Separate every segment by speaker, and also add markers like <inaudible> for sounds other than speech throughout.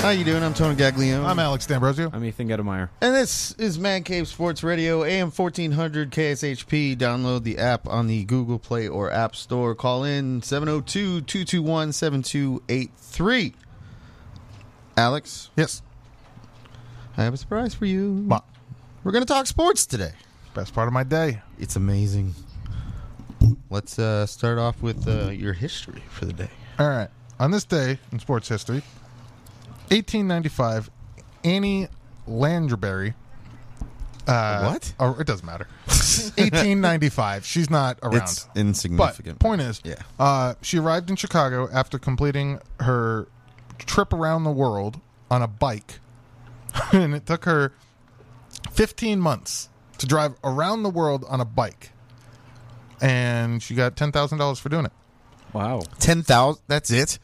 Speaker 1: How you doing? I'm Tony Gaglione.
Speaker 2: I'm Alex D'Ambrosio.
Speaker 3: I'm Ethan Gedemeyer.
Speaker 1: and this is Man Cave Sports Radio, AM 1400 KSHP. Download the app on the Google Play or App Store. Call in 702-221-7283. Alex,
Speaker 2: Yes.
Speaker 1: I have a surprise for you.
Speaker 2: Ma-
Speaker 1: We're going to talk sports today.
Speaker 2: Best part of my day.
Speaker 1: It's amazing. Let's uh, start off with uh, your history for the day.
Speaker 2: All right. On this day in sports history, 1895, Annie Landryberry. Uh,
Speaker 1: What?
Speaker 2: Or it doesn't matter. <laughs> 1895. She's not around.
Speaker 1: It's
Speaker 2: but
Speaker 1: insignificant.
Speaker 2: point is,
Speaker 1: Yeah.
Speaker 2: uh, she arrived in Chicago after completing her trip around the world on a bike, <laughs> and it took her 15 months to drive around the world on a bike, and she got ten thousand dollars for doing it.
Speaker 3: Wow.
Speaker 1: ten thousand. That's it.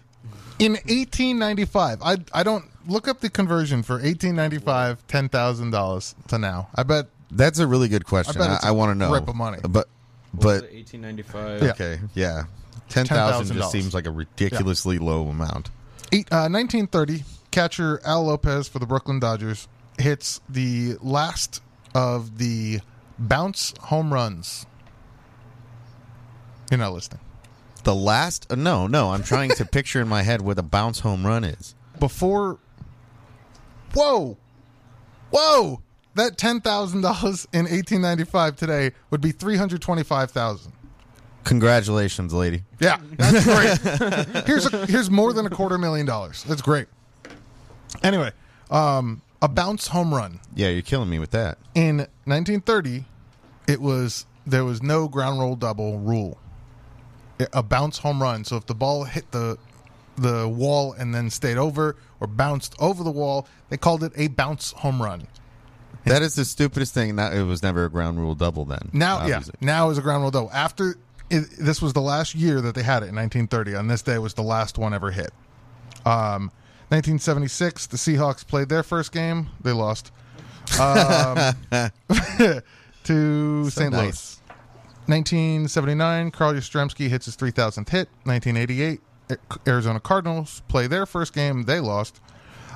Speaker 2: In 1895, I I don't look up the conversion for 1895 ten thousand dollars to now. I bet
Speaker 1: That's a really good
Speaker 2: I
Speaker 1: question.
Speaker 2: bet
Speaker 1: I,
Speaker 2: it's
Speaker 1: I want to know.
Speaker 2: rip of money.
Speaker 1: But but
Speaker 3: 1895.
Speaker 2: Yeah.
Speaker 1: okay, yeah. Ten thousand
Speaker 2: $10,000.
Speaker 1: just seems like a ridiculously low amount.
Speaker 2: Eight, uh, 1930, catcher Al Lopez for the Brooklyn Dodgers hits the last of the bounce home runs. You're not listening.
Speaker 1: The last uh, no no. I'm trying to picture in my head what a bounce home run is.
Speaker 2: Before. Whoa! Whoa! That $10,000 in 1895 today would be 325000
Speaker 1: Congratulations, lady.
Speaker 2: Yeah, that's great. here's a, here's more than a quarter million dollars. That's great. Anyway, um, a bounce home run.
Speaker 1: Yeah, you're killing me with that.
Speaker 2: in 1930 it was there was no ground roll double rule It- a bounce home run so if the ball hit the the wall and then stayed over or bounced over the wall they called it a bounce home run
Speaker 1: That is the stupidest thing. Now it was never a ground rule double. Then
Speaker 2: now
Speaker 1: obviously.
Speaker 2: yeah now is a ground roll double after it, this was the last year that they had it in 1930 on this day was the last one ever hit um 1976 the seahawks played their first game they lost
Speaker 1: <laughs>
Speaker 2: um, to
Speaker 1: So
Speaker 2: st louis
Speaker 1: nice.
Speaker 2: 1979, Carl Yastrzemski hits his 3,000th hit. 1988, A- Arizona Cardinals play their first game. They lost.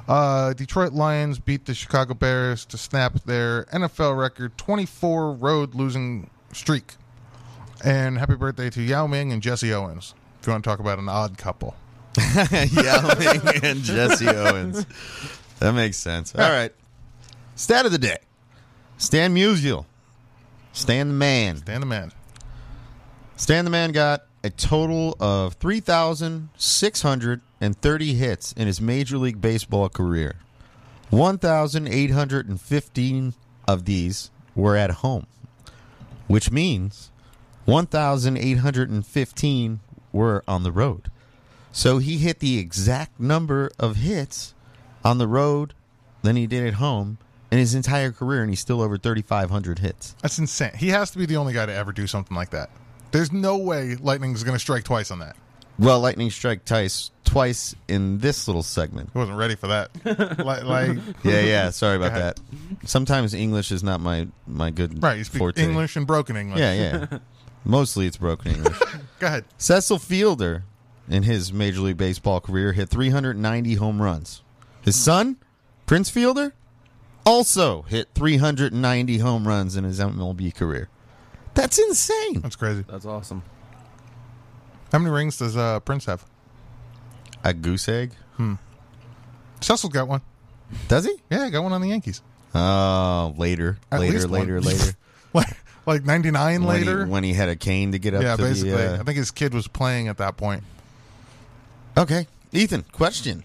Speaker 2: Uh, Detroit Lions beat the Chicago Bears to snap their NFL record 24 road losing streak. And happy birthday to Yao Ming and Jesse Owens. If you want to talk about an odd couple.
Speaker 1: <laughs> Yao Ming and Jesse Owens. That makes sense. All right. Stat of the day. Stan Musial. Stan the man.
Speaker 2: Dan the man.
Speaker 1: Stan the man got a total of 3,630 hits in his Major League Baseball career. 1,815 of these were at home, which means 1,815 were on the road. So he hit the exact number of hits on the road than he did at home in his entire career, and he's still over 3,500 hits.
Speaker 2: That's insane. He has to be the only guy to ever do something like that. There's no way Lightning's going to strike twice on that.
Speaker 1: Well, lightning strike twice, twice in this little segment.
Speaker 2: He wasn't ready for that. like, like
Speaker 1: Yeah,
Speaker 2: <laughs>
Speaker 1: yeah. Sorry about
Speaker 2: Go ahead.
Speaker 1: that. Sometimes English is not my my good
Speaker 2: Right, you speak
Speaker 1: forte.
Speaker 2: English and broken English.
Speaker 1: Yeah,
Speaker 2: <laughs>
Speaker 1: yeah. Mostly it's broken English.
Speaker 2: Go ahead.
Speaker 1: Cecil Fielder, in his Major League Baseball career, hit 390 home runs. His son, Prince Fielder, also hit 390 home runs in his MLB career. That's insane.
Speaker 2: <laughs> That's crazy.
Speaker 3: That's awesome.
Speaker 2: How many rings does uh, Prince have?
Speaker 1: A goose egg?
Speaker 2: Cecil's got one.
Speaker 1: Does he?
Speaker 2: Yeah, got one on the Yankees.
Speaker 1: Oh, later,
Speaker 2: At
Speaker 1: later,
Speaker 2: least one.
Speaker 1: later, later.
Speaker 2: <laughs> like like 99
Speaker 1: When he-
Speaker 2: later.
Speaker 1: when he had a cane to get up.
Speaker 2: yeah,
Speaker 1: to
Speaker 2: basically.
Speaker 1: The, uh,
Speaker 2: I think his kid was playing at that point.
Speaker 1: Okay, Ethan. Question.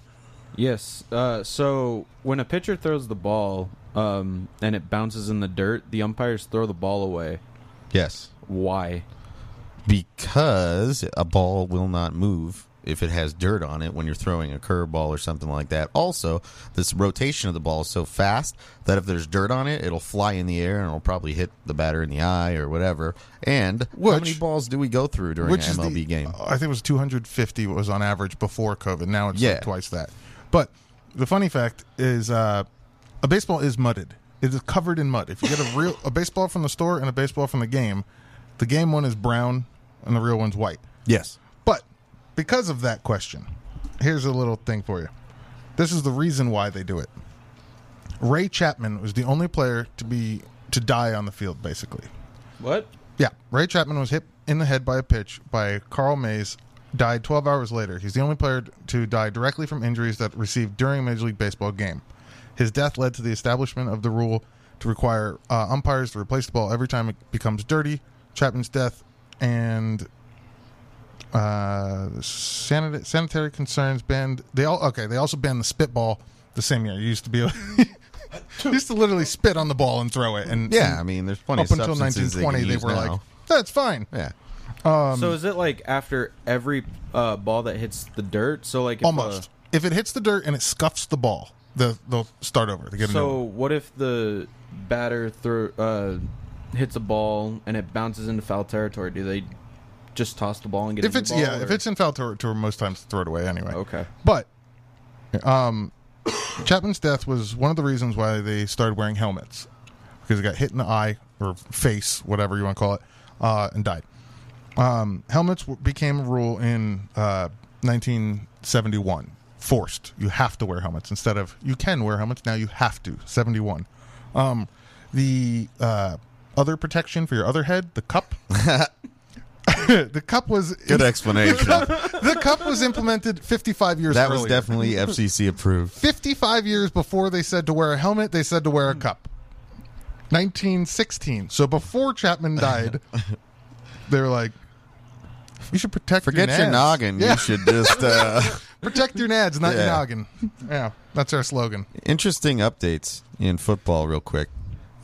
Speaker 3: Yes. Uh, so when a pitcher throws the ball um, and it bounces in the dirt, the umpires throw the ball away.
Speaker 1: Yes,
Speaker 3: Why?
Speaker 1: because a ball will not move if it has dirt on it when you're throwing a curveball or something like that. Also, this rotation of the ball is so fast that if there's dirt on it, it'll fly in the air and it'll probably hit the batter in the eye or whatever. And how
Speaker 2: Which-
Speaker 1: many balls do we go through during
Speaker 2: Which
Speaker 1: an
Speaker 2: is the- uh,
Speaker 1: MLB game?
Speaker 2: I think it was 250 was on average before COVID. Now it's
Speaker 1: Yeah.
Speaker 2: like twice that. But the funny fact is uh, a baseball is mudded. It is covered in mud. If you
Speaker 1: <laughs>
Speaker 2: get a real a baseball from the store and a baseball from the game, the game one is brown and the real one's white.
Speaker 1: Yes.
Speaker 2: But because of that question, here's a little thing for you. This is the reason why they do it. Ray Chapman was the only player to be to die on the field, basically.
Speaker 3: What?
Speaker 2: Yeah, Ray Chapman was hit in the head by a pitch by Carl Mays, died 12 hours later. He's the only player to die directly from injuries that received during a Major League Baseball game. His death led to the establishment of the rule to require uh, umpires to replace the ball every time it becomes dirty. Chapman's death and uh, sanit- sanitary concerns banned. They all okay. They also banned the spitball the same year. You used to be. <laughs> you used to literally spit on the ball and throw it, and
Speaker 1: Yeah, I mean, there's plenty
Speaker 2: up
Speaker 1: of
Speaker 2: until
Speaker 1: substances
Speaker 2: 1920 they,
Speaker 1: they, can
Speaker 2: were
Speaker 1: use
Speaker 2: like
Speaker 1: now.
Speaker 2: that's fine
Speaker 1: yeah,
Speaker 2: Um,
Speaker 3: so is it like after every uh, ball that hits the dirt? So like if, uh,
Speaker 2: almost if it hits the dirt and it scuffs the ball the, they'll start over they get a new
Speaker 3: so
Speaker 2: one.
Speaker 3: what if the batter throw uh, hits a ball and it bounces into foul territory? Do they just toss the ball and get? a
Speaker 2: if
Speaker 3: new
Speaker 2: it's
Speaker 3: ball,
Speaker 2: yeah
Speaker 3: or-
Speaker 2: if it's in foul territory most times throw it away anyway
Speaker 3: okay,
Speaker 2: but um chapman's death was one of the reasons why they started wearing helmets because he got hit in the eye or face whatever you want to call it uh, and died um, helmets w- became a rule in uh, 1971 forced you have to wear helmets instead of you can wear helmets now you have to 71 um, the uh, other protection for your other head the cup <laughs> the cup was
Speaker 1: good explanation. <laughs> that
Speaker 2: <laughs> the cup was implemented 55 years
Speaker 1: was
Speaker 2: earlier.
Speaker 1: definitely FCC approved.
Speaker 2: 55 years before they said to wear a helmet, they said to wear a cup. 1916. So before Chapman died, they were like, you should protect
Speaker 1: Forget
Speaker 2: your,
Speaker 1: your
Speaker 2: nads."
Speaker 1: noggin.
Speaker 2: Yeah,
Speaker 1: You should just.
Speaker 2: <laughs>
Speaker 1: Uh,
Speaker 2: protect your nads, not your
Speaker 1: Yeah.
Speaker 2: noggin. Yeah, that's our slogan.
Speaker 1: interesting updates in football, real quick.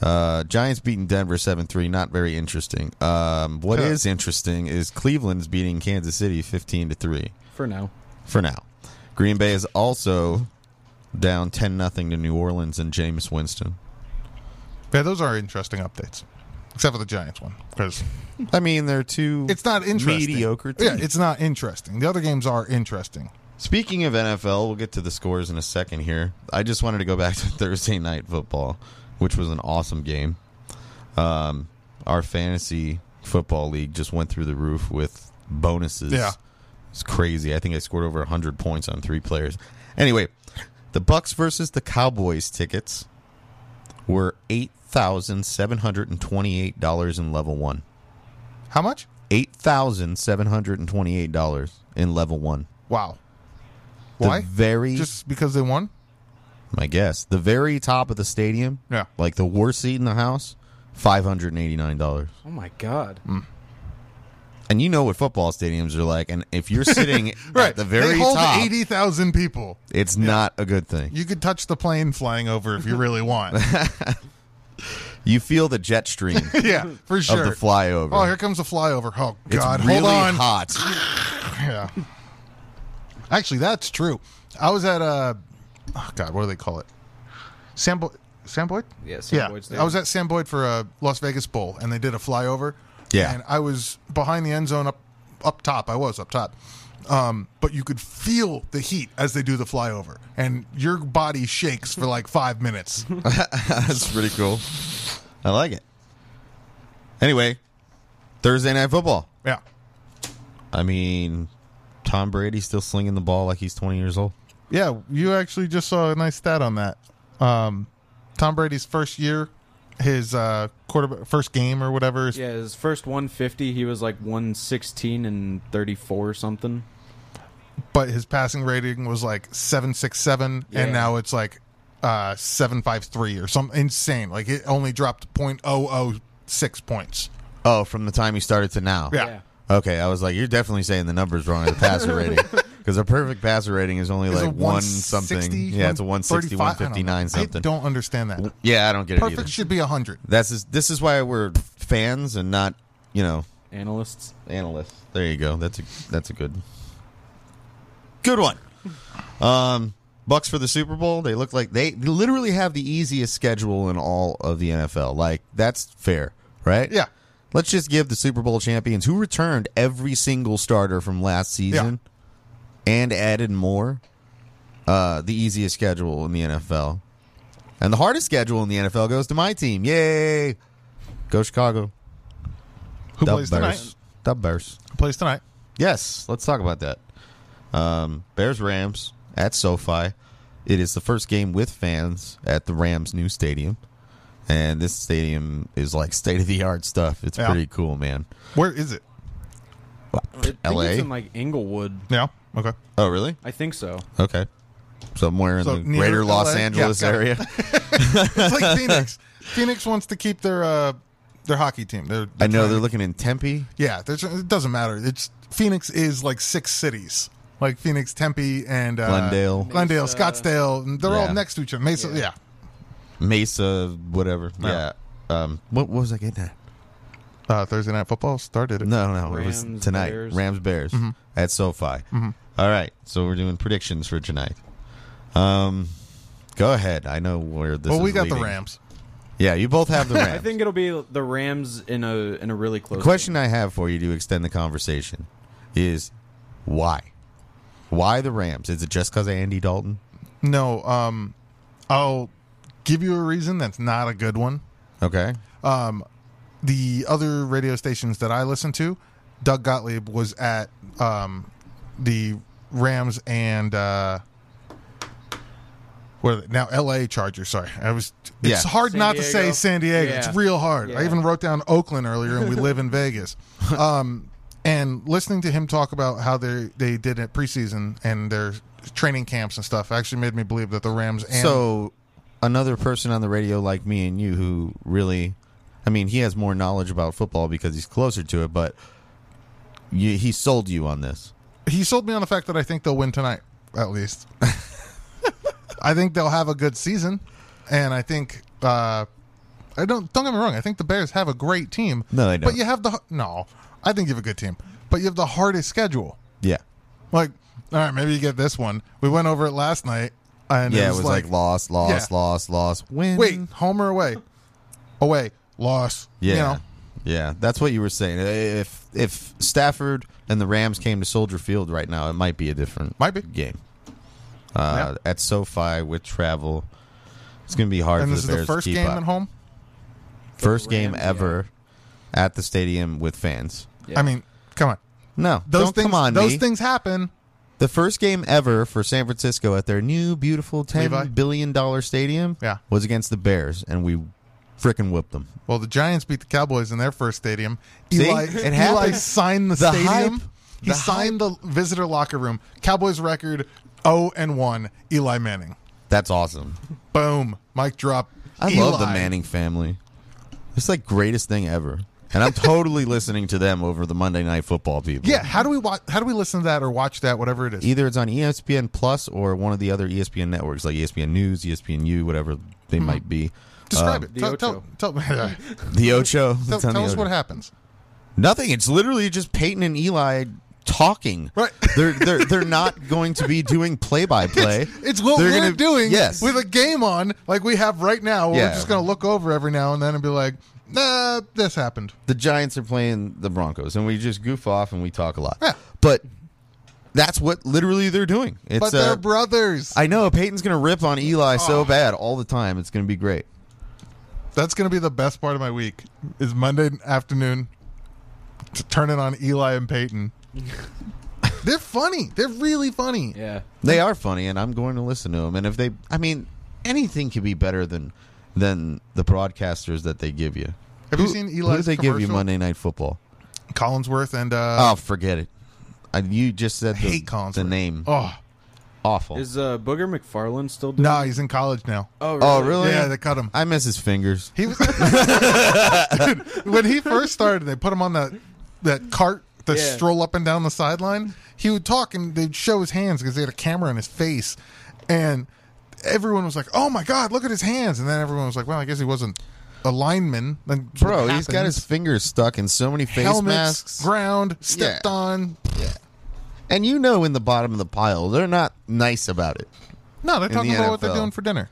Speaker 1: Uh, Giants beating Denver seven three. Not very interesting. Um, what
Speaker 2: Huh.
Speaker 1: is interesting is Cleveland's beating Kansas City fifteen to three.
Speaker 3: for now.
Speaker 1: for now. Green Bay is also down ten nothing to New Orleans and Jameis Winston.
Speaker 2: Yeah, those are interesting updates, except for the Giants one because
Speaker 1: I mean, they're two.
Speaker 2: it's not interesting.
Speaker 1: mediocre. Team.
Speaker 2: Yeah, it's not interesting. The other games are interesting.
Speaker 1: Speaking of NFL, we'll get to the scores in a second here. I just wanted to go back <laughs> to Thursday night football, which was an awesome game. Um, our fantasy football league just went through the roof with bonuses.
Speaker 2: Yeah.
Speaker 1: It's crazy. I think I scored over 100 points on three players. Anyway, the Bucks versus the Cowboys tickets were $8,728 in level 1.
Speaker 2: How much?
Speaker 1: $8,728 in level 1.
Speaker 2: Wow.
Speaker 1: The
Speaker 2: Why?
Speaker 1: very
Speaker 2: Just because they won?
Speaker 1: my guess. The very top of the stadium,
Speaker 2: Yeah.
Speaker 1: like the worst seat in the house, five hundred and eighty nine dollars.
Speaker 3: Oh my god!
Speaker 2: Mm.
Speaker 1: And you know what football stadiums are like, and if
Speaker 2: <laughs>
Speaker 1: you're sitting
Speaker 2: Right.
Speaker 1: at the very
Speaker 2: they hold
Speaker 1: top,
Speaker 2: eighty thousand people.
Speaker 1: it's not a good thing.
Speaker 2: You could touch the plane flying over if you really
Speaker 1: <laughs>
Speaker 2: want.
Speaker 1: You feel the jet
Speaker 2: <laughs>
Speaker 1: stream
Speaker 2: yeah, for
Speaker 1: of
Speaker 2: sure.
Speaker 1: the flyover.
Speaker 2: oh, here comes the flyover. Oh
Speaker 1: it's
Speaker 2: God,
Speaker 1: really
Speaker 2: hold on. <laughs>
Speaker 1: hot.
Speaker 2: Yeah. Actually, that's true. I was at uh, oh God, what do they call it? Sam Bo- Sam Boyd.
Speaker 3: Yeah, Sam
Speaker 2: Yeah,
Speaker 3: Boyd Stadium.
Speaker 2: I was at Sam Boyd for a Las Vegas Bowl, and they did a flyover.
Speaker 1: Yeah.
Speaker 2: and I was behind the end zone up up top. I was up top, um, but you could feel the heat as they do the flyover, and your body shakes for like
Speaker 1: <laughs>
Speaker 2: five minutes.
Speaker 1: That's pretty cool. I like it. Anyway, Thursday night football.
Speaker 2: yeah,
Speaker 1: I mean, Tom Brady's still slinging the ball like he's twenty years old.
Speaker 2: yeah. You actually just saw a nice stat on that. Um, Tom Brady's first year, his uh, quarterback first game or whatever. Is,
Speaker 3: Yeah, his first 150, he was like 116 and 34 or something.
Speaker 2: But his passing rating was like seven six seven, and
Speaker 3: Yeah.
Speaker 2: now it's like uh, seven five three or some insane. Like it only dropped point oh oh six points.
Speaker 1: Oh, from the time he started to now.
Speaker 2: Yeah.
Speaker 1: Okay, I was like, you're definitely saying the numbers wrong at the
Speaker 2: <laughs>
Speaker 1: passer rating because a perfect passer rating is only
Speaker 2: It's a
Speaker 1: like one something.
Speaker 2: 160,
Speaker 1: Yeah, it's a 160,
Speaker 2: 135. I don't know.
Speaker 1: 159 something.
Speaker 2: I don't understand that.
Speaker 1: yeah, I don't get it
Speaker 2: Perfect
Speaker 1: either.
Speaker 2: should be hundred.
Speaker 1: That's is, this is why we're fans and not you know
Speaker 3: Analysts.
Speaker 1: analysts. There you go. That's a that's a good good one. Um, Bucks for the Super Bowl. They look like they literally have the easiest schedule in all of the NFL. Like that's fair, right?
Speaker 2: Yeah.
Speaker 1: Let's just give the Super Bowl champions who returned every single starter from last season and added more uh, the easiest schedule in the NFL. And the hardest schedule in the NFL goes to my team. Yay! Go Chicago.
Speaker 2: Who
Speaker 1: Dub
Speaker 2: plays
Speaker 1: Bears.
Speaker 2: tonight?
Speaker 1: Dub Bears.
Speaker 2: Who plays tonight?
Speaker 1: Yes, let's talk about that. Um, Bears Rams at SoFi. It is the first game with fans at the Rams' new stadium, and this stadium is like state of the art stuff. It's
Speaker 2: Yeah.
Speaker 1: pretty cool, man.
Speaker 2: Where is it?
Speaker 3: I think
Speaker 1: L.A.
Speaker 3: it's in like Inglewood.
Speaker 2: Yeah. Okay.
Speaker 1: oh, really?
Speaker 3: I think so.
Speaker 1: Okay, somewhere in
Speaker 2: So
Speaker 1: the
Speaker 2: near
Speaker 1: greater Los
Speaker 2: LA? Yeah,
Speaker 1: Angeles
Speaker 2: got it.
Speaker 1: area.
Speaker 2: <laughs>
Speaker 1: <laughs>
Speaker 2: It's like Phoenix. Phoenix wants to keep their uh, their hockey team. They're,
Speaker 1: I know
Speaker 2: trying-
Speaker 1: they're looking in Tempe.
Speaker 2: Yeah, there's, it doesn't matter. It's Phoenix is like six cities, like Phoenix, Tempe, and uh,
Speaker 1: Glendale.
Speaker 2: Glendale,
Speaker 3: Mesa.
Speaker 2: Scottsdale. and They're
Speaker 1: Yeah.
Speaker 2: all next to each other. Mesa, yeah.
Speaker 3: Yeah.
Speaker 1: Mesa, whatever. Yeah. Um, what, what was I getting at?
Speaker 2: Uh, Thursday night football started.
Speaker 1: No, no, it was
Speaker 3: Rams,
Speaker 1: tonight.
Speaker 3: Bears.
Speaker 1: Rams Bears
Speaker 2: Mm-hmm.
Speaker 1: at SoFi. All right, so we're doing predictions for tonight. Um, go ahead. I know where this.
Speaker 2: well,
Speaker 1: is
Speaker 2: we got the
Speaker 1: leading.
Speaker 2: Rams.
Speaker 1: Yeah, you both
Speaker 2: <laughs>
Speaker 1: have the Rams.
Speaker 3: I think it'll be the Rams in a in a really close
Speaker 1: question I have for you to extend the conversation is why? Why the Rams? Is it just because of Andy Dalton?
Speaker 2: No, um, I'll give you a reason that's not a good one.
Speaker 1: Okay.
Speaker 2: the other radio stations that I listen to, Doug Gottlieb was at um, the Rams and uh, what are they? now L.A. Chargers. Sorry, I was. It's
Speaker 1: Yeah.
Speaker 2: hard
Speaker 3: San
Speaker 2: not to
Speaker 3: Diego.
Speaker 2: say San Diego.
Speaker 3: Yeah.
Speaker 2: It's real hard. I
Speaker 3: Yeah.
Speaker 2: even wrote down Oakland earlier,
Speaker 3: <laughs>
Speaker 2: and we live in Vegas. Um, and listening to him talk about how they they did it preseason and their training camps and stuff actually made me believe that the Rams and
Speaker 1: so another person on the radio like me and you who really i mean he has more knowledge about football because he's closer to it but you, he sold you on this
Speaker 2: he sold me on the fact that I think they'll win tonight, at least. <laughs> I think they'll have a good season, and I think uh, I don't. Don't get me wrong. I think the Bears have a great team.
Speaker 1: No, they don't.
Speaker 2: But you have the no. I think you have a good team, but you have the hardest schedule.
Speaker 1: yeah
Speaker 2: Like, all right, maybe you get this one. We went over it last night, and
Speaker 1: yeah it was like, loss loss
Speaker 2: Yeah.
Speaker 1: loss loss win
Speaker 2: wait, home or away, away, loss.
Speaker 1: yeah
Speaker 2: you know?
Speaker 1: yeah that's what you were saying if if stafford and the rams came to soldier field right now it might be a different
Speaker 2: Might be.
Speaker 1: game uh, at sofi with travel it's gonna be hard
Speaker 2: and
Speaker 1: for
Speaker 2: this
Speaker 1: the
Speaker 2: is
Speaker 1: bears
Speaker 2: the first
Speaker 1: to keep
Speaker 2: game
Speaker 1: up.
Speaker 2: at home.
Speaker 1: first game
Speaker 3: Rams, yeah.
Speaker 1: ever at the stadium with fans
Speaker 3: Yeah.
Speaker 2: I mean, come on,
Speaker 1: No,
Speaker 2: those
Speaker 1: don't
Speaker 2: things.
Speaker 1: come on
Speaker 2: those
Speaker 1: me.
Speaker 2: things happen.
Speaker 1: the first game ever for San Francisco at their new beautiful ten
Speaker 2: Levi?
Speaker 1: billion dollar stadium
Speaker 2: Yeah.
Speaker 1: was against the Bears, and we frickin' whipped them.
Speaker 2: Well, the Giants beat the Cowboys in their first stadium.
Speaker 1: See?
Speaker 2: <laughs> Eli,
Speaker 1: It
Speaker 2: Eli
Speaker 1: happens.
Speaker 2: signed the,
Speaker 1: The
Speaker 2: stadium.
Speaker 1: hype.
Speaker 2: He
Speaker 1: The
Speaker 2: signed the visitor locker room. Cowboys record 0 and 1. Eli Manning.
Speaker 1: That's awesome.
Speaker 2: Boom. Mic drop.
Speaker 1: I
Speaker 2: Eli.
Speaker 1: love the Manning family. It's like greatest thing ever, and I'm
Speaker 2: <laughs>
Speaker 1: totally listening to them over the Monday Night Football people.
Speaker 2: Yeah. How do we watch? How do we listen to that or watch that? Whatever it is.
Speaker 1: Either it's on E ESPN Plus or one of the other E ESPN networks, like ESPN News, E ESPNU, whatever they might be.
Speaker 2: Mm-hmm.
Speaker 1: Uh,
Speaker 2: Describe
Speaker 3: the
Speaker 2: it. Tell, tell,
Speaker 3: Ocho.
Speaker 1: <laughs>
Speaker 2: tell, tell,
Speaker 1: The Ocho. It's on the
Speaker 2: tell us
Speaker 1: Ocho.
Speaker 2: what happens.
Speaker 1: Nothing. It's literally just Peyton and Eli talking.
Speaker 2: Right.
Speaker 1: They're they're they're not going to be doing play by play.
Speaker 2: It's what
Speaker 1: They're
Speaker 2: we're
Speaker 1: gonna-
Speaker 2: doing
Speaker 1: yes.
Speaker 2: with a game on, like we have right now. Where
Speaker 1: Yeah.
Speaker 2: We're just going to look over every now and then and be like, nah, this happened.
Speaker 1: The Giants are playing the Broncos, and we just goof off and we talk a lot.
Speaker 2: Yeah.
Speaker 1: But that's what literally they're doing. It's
Speaker 2: But they're Oh.
Speaker 1: uh,
Speaker 2: brothers.
Speaker 1: I know Peyton's going to rip on Eli so bad all the time. It's going to be great.
Speaker 2: That's gonna be the best part of my week. Is Monday afternoon to turn it on Eli
Speaker 1: <laughs>
Speaker 2: and Peyton. They're funny. They're really funny.
Speaker 3: yeah.
Speaker 1: They are funny, and I'm going to listen to them. And if they, I mean, anything could be better than than the broadcasters that they give you.
Speaker 2: Have you
Speaker 1: Who-
Speaker 2: seen
Speaker 1: Who do
Speaker 2: Eli's
Speaker 1: they give you
Speaker 2: commercial?
Speaker 1: Monday Night Football?
Speaker 2: Collinsworth and uh,
Speaker 1: Oh, forget it. I, you just said
Speaker 2: I
Speaker 1: the,
Speaker 2: hate Collinsworth.
Speaker 1: the name.
Speaker 2: Oh,
Speaker 1: Awful.
Speaker 3: Is uh, Booger McFarland still doing?
Speaker 2: nah, he's in college now.
Speaker 3: Oh, really?
Speaker 1: oh, really?
Speaker 2: Yeah, they cut him.
Speaker 1: I miss his fingers.
Speaker 2: He was <laughs> Dude, when he first started. They put him on that that cart to
Speaker 3: Yeah.
Speaker 2: stroll up and down the sideline. He would talk and they'd show his hands because they had a camera in his face, and everyone was like, "Oh my god, look at his hands!" And then everyone was like, "Well, I guess he wasn't a lineman." Then
Speaker 1: Bro, he's got his fingers stuck in so many face
Speaker 2: helmets,
Speaker 1: masks.
Speaker 2: ground stepped
Speaker 1: Yeah.
Speaker 2: on.
Speaker 1: and you know in the bottom of the pile, they're not nice about it.
Speaker 2: No, they're
Speaker 1: In
Speaker 2: talking
Speaker 1: the
Speaker 2: about what they're
Speaker 1: NFL.
Speaker 2: doing for dinner.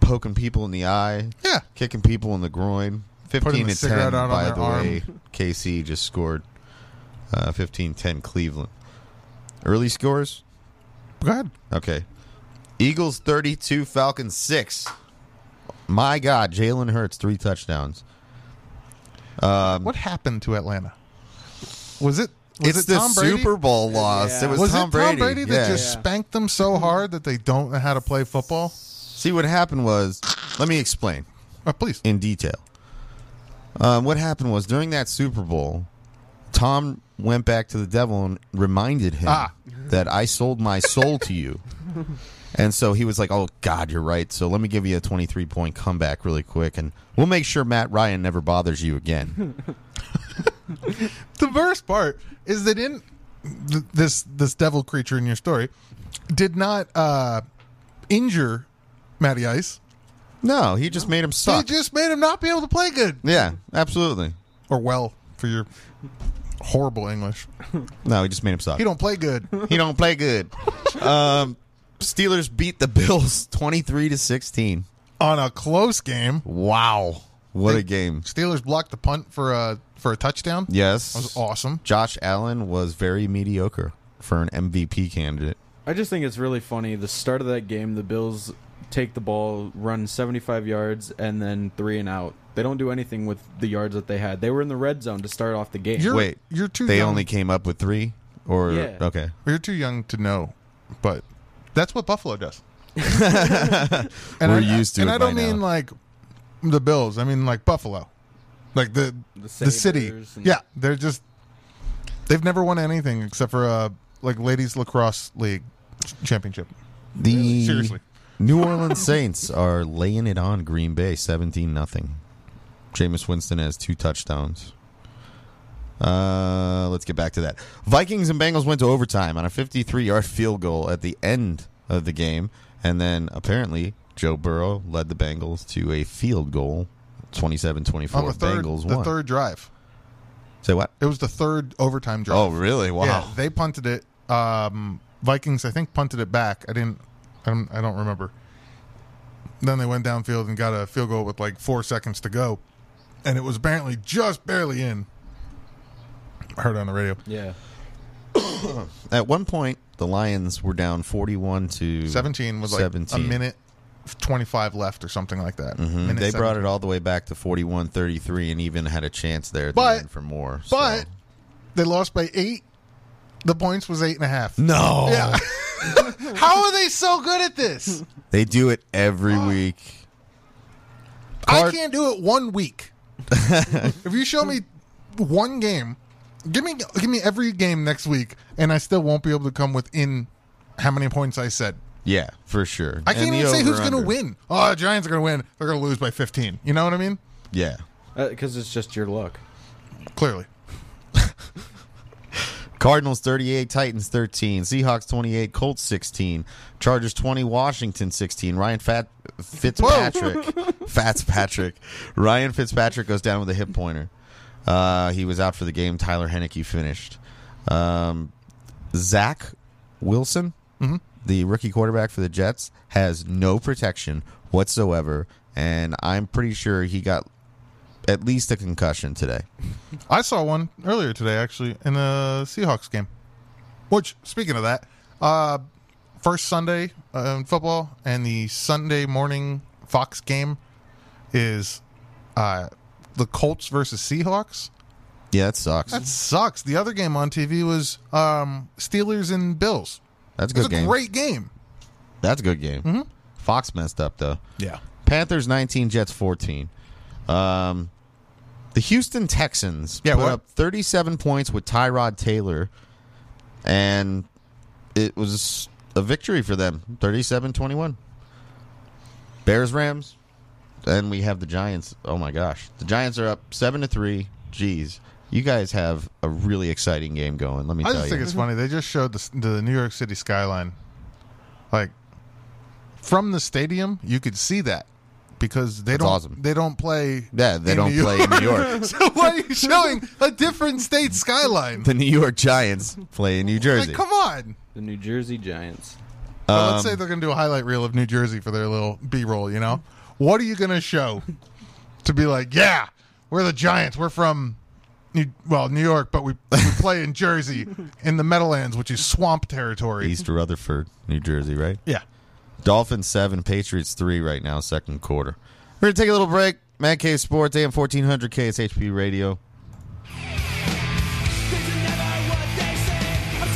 Speaker 1: Poking people in the eye,
Speaker 2: Yeah,
Speaker 1: kicking people in the groin. 15
Speaker 2: the
Speaker 1: to 10,
Speaker 2: cigarette out on
Speaker 1: by
Speaker 2: their
Speaker 1: the way. KC just scored uh, 15-10 Cleveland. Early scores?
Speaker 2: go ahead.
Speaker 1: Okay. Eagles 32, Falcons 6. My God, Jalen Hurts, three touchdowns.
Speaker 2: What happened to Atlanta? Was it Was
Speaker 1: Um, it's
Speaker 2: it
Speaker 1: the
Speaker 2: Tom Brady?
Speaker 1: Super Bowl loss.
Speaker 3: Yeah.
Speaker 1: It was,
Speaker 2: was
Speaker 1: Tom,
Speaker 2: it
Speaker 1: Brady.
Speaker 2: Tom Brady that
Speaker 1: Yeah.
Speaker 2: just
Speaker 3: Yeah.
Speaker 2: spanked them so hard that they don't know how to play football?
Speaker 1: See what happened was, let me explain
Speaker 2: Oh, please.
Speaker 1: in detail. Um, what happened was during that Super Bowl, Tom went back to the devil and reminded him
Speaker 2: Ah.
Speaker 1: that I sold my soul to
Speaker 2: <laughs>
Speaker 1: you. And so he was like, "Oh God, you're right. So let me give you a 23 point comeback really quick, and we'll make sure Matt Ryan never bothers you again."
Speaker 2: The worst part is that in th- this this devil creature in your story did not uh, injure Matty Ice.
Speaker 1: no, he just made him
Speaker 2: He
Speaker 1: suck.
Speaker 2: just made him not be able to play good
Speaker 1: yeah, absolutely.
Speaker 2: or well for your horrible English.
Speaker 1: No, he just made him suck.
Speaker 2: He don't play good.
Speaker 1: he don't play
Speaker 2: <laughs>
Speaker 1: good. um, Steelers beat the Bills <laughs> 23 to 16.
Speaker 2: on a close game.
Speaker 1: Wow. What a game.
Speaker 2: Steelers blocked the punt for a for a touchdown. That was
Speaker 1: Yes.
Speaker 2: awesome.
Speaker 1: Josh Allen was very mediocre for an MVP candidate.
Speaker 3: I just think it's really funny. The start of that game, the Bills take the ball, run 75 yards, and then three and out. They don't do anything with the yards that they had. They were in the red zone to start off the game.
Speaker 2: You're,
Speaker 1: Wait,
Speaker 2: you're too
Speaker 1: They
Speaker 2: young.
Speaker 1: only came up with 3 or
Speaker 3: Yeah.
Speaker 1: okay.
Speaker 2: you're too young to know, but that's what Buffalo does. and
Speaker 1: We're
Speaker 2: I,
Speaker 1: used to
Speaker 2: and
Speaker 1: it
Speaker 2: I don't
Speaker 1: by now.
Speaker 2: mean like the Bills. I mean like Buffalo, like the
Speaker 3: The,
Speaker 2: the city.
Speaker 3: Sabres and-
Speaker 2: Yeah, they're just they've never won anything except for uh like ladies lacrosse league championship.
Speaker 1: The
Speaker 2: Seriously.
Speaker 1: New Orleans Saints are laying it on Green Bay 17 nothing. Jameis Winston has two touchdowns. Uh, let's get back to that. Vikings and Bengals went to overtime on a 53-yard field goal at the end of the game, and then apparently Joe Burrow led the Bengals to a field goal, 27-24.
Speaker 2: On the third,
Speaker 1: Bengals
Speaker 2: the
Speaker 1: won.
Speaker 2: third drive.
Speaker 1: Say what?
Speaker 2: It was the third overtime drive.
Speaker 1: Oh, really? Wow.
Speaker 2: Yeah, they punted it. Um, Vikings, I think, punted it back. I didn't. I don't, I don't remember. Then they went downfield and got a field goal with like four seconds to go, and it was apparently just barely in. I heard it on the radio
Speaker 3: Yeah.
Speaker 1: At one point, the Lions were down 41 to
Speaker 2: seventeen was like
Speaker 1: 17.
Speaker 2: a minute twenty-five left or something like that.
Speaker 1: Mhm. They brought it all the way back to 41 33 and even had a chance there at the
Speaker 2: But-
Speaker 1: end for more. so-
Speaker 2: but they lost by eight. The points was eight and
Speaker 1: <laughs>
Speaker 2: a half.
Speaker 1: no.
Speaker 2: Yeah. How are they so good at this?
Speaker 1: They do it every week.
Speaker 2: I
Speaker 1: Card-
Speaker 2: can't do it
Speaker 1: <laughs>
Speaker 2: one week. if you show me one game, give me give me every game next week, and I still won't be able to come within how many points I said.
Speaker 1: Yeah, for sure.
Speaker 2: I can't
Speaker 1: And the
Speaker 2: even say who's going to
Speaker 1: over-under.
Speaker 2: win. Oh, the Giants are going to win. They're going to lose by 15. You know what I mean?
Speaker 1: Yeah.
Speaker 3: Because Uh, it's just your luck.
Speaker 2: Clearly.
Speaker 1: Cardinals 38, Titans 13, Seahawks 28, Colts 16, Chargers 20, Washington 16. Ryan Fat-
Speaker 2: <laughs>
Speaker 1: Fitzpatrick, Fitzpatrick, Ryan Fitzpatrick goes down with a hip pointer. Uh, he was out for the game. Tyler Henneke finished. Um, Zach Wilson,
Speaker 2: Mm-hmm.
Speaker 1: the rookie quarterback for the Jets, has no protection whatsoever, and I'm pretty sure he got at least a concussion today.
Speaker 2: I saw one earlier today, actually, in a Seahawks game. Which, speaking of that, uh, first Sunday uh, in football and the Sunday morning Fox game is uh, the Colts versus Seahawks.
Speaker 1: Yeah, that sucks.
Speaker 2: That
Speaker 1: That's,
Speaker 2: sucks. The other game on TV was um, Steelers and Bills.
Speaker 1: a
Speaker 2: It was
Speaker 1: good
Speaker 2: a
Speaker 1: game.
Speaker 2: great game.
Speaker 1: That's a good game.
Speaker 2: Mm-hmm.
Speaker 1: Fox messed up though.
Speaker 2: Yeah.
Speaker 1: Panthers 19, Jets 14. Um, the Houston Texans
Speaker 2: Yeah,
Speaker 1: put
Speaker 2: what?
Speaker 1: up 37 points with Tyrod Taylor, and it was a victory for them 37 21. Bears, Rams. Then we have the Giants. Oh my gosh. The Giants are up 7 to 3. Jeez. You guys have a really exciting game going. Let me
Speaker 2: I
Speaker 1: tell
Speaker 2: just think
Speaker 1: you.
Speaker 2: it's funny. They just showed the, the New York City skyline. Like from the stadium, you could see that because they don't
Speaker 1: awesome.
Speaker 2: they don't play.
Speaker 1: Yeah, they
Speaker 2: in
Speaker 1: don't
Speaker 2: New
Speaker 1: play in
Speaker 2: York. <laughs>
Speaker 1: New York.
Speaker 2: so why are you showing a different state skyline?
Speaker 1: The New York Giants play in New <laughs> Jersey.
Speaker 2: Like, come on.
Speaker 3: The New Jersey Giants.
Speaker 2: But let's say
Speaker 1: Um,
Speaker 2: they're going to do a highlight reel of New Jersey for their little B roll. You know, what are you going to show to be like? Yeah, we're the Giants. We're from. New, well, New York, but we, we play in Jersey in the Meadowlands, which is swamp territory.
Speaker 1: East Rutherford, New Jersey, right?
Speaker 2: Yeah.
Speaker 1: Dolphins seven, Patriots three right now, second quarter. We're gonna take a little break. Man Cave Sports, AM fourteen hundred KSHP Radio.
Speaker 4: Cause you never would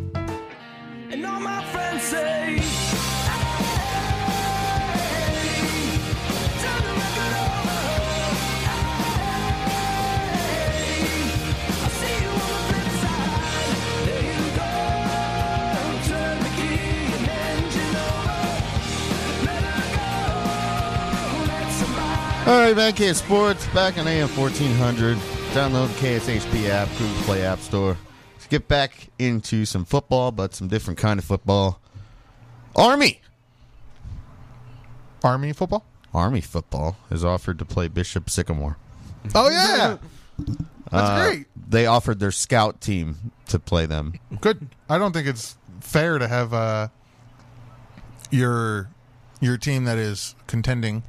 Speaker 5: And all my friends say,
Speaker 1: All right, back here at Sports, back on AM 1400. Download the KSHP app, Google Play App Store. Let's get back into some football, but some different kind of football. Army!
Speaker 2: Army football?
Speaker 1: Army football has offered to play Bishop Sycamore.
Speaker 2: <laughs> Oh, yeah. That's
Speaker 1: Uh,
Speaker 2: great.
Speaker 1: They offered their scout team to play them.
Speaker 2: Good. I don't think it's fair to have uh, your your team that is contending,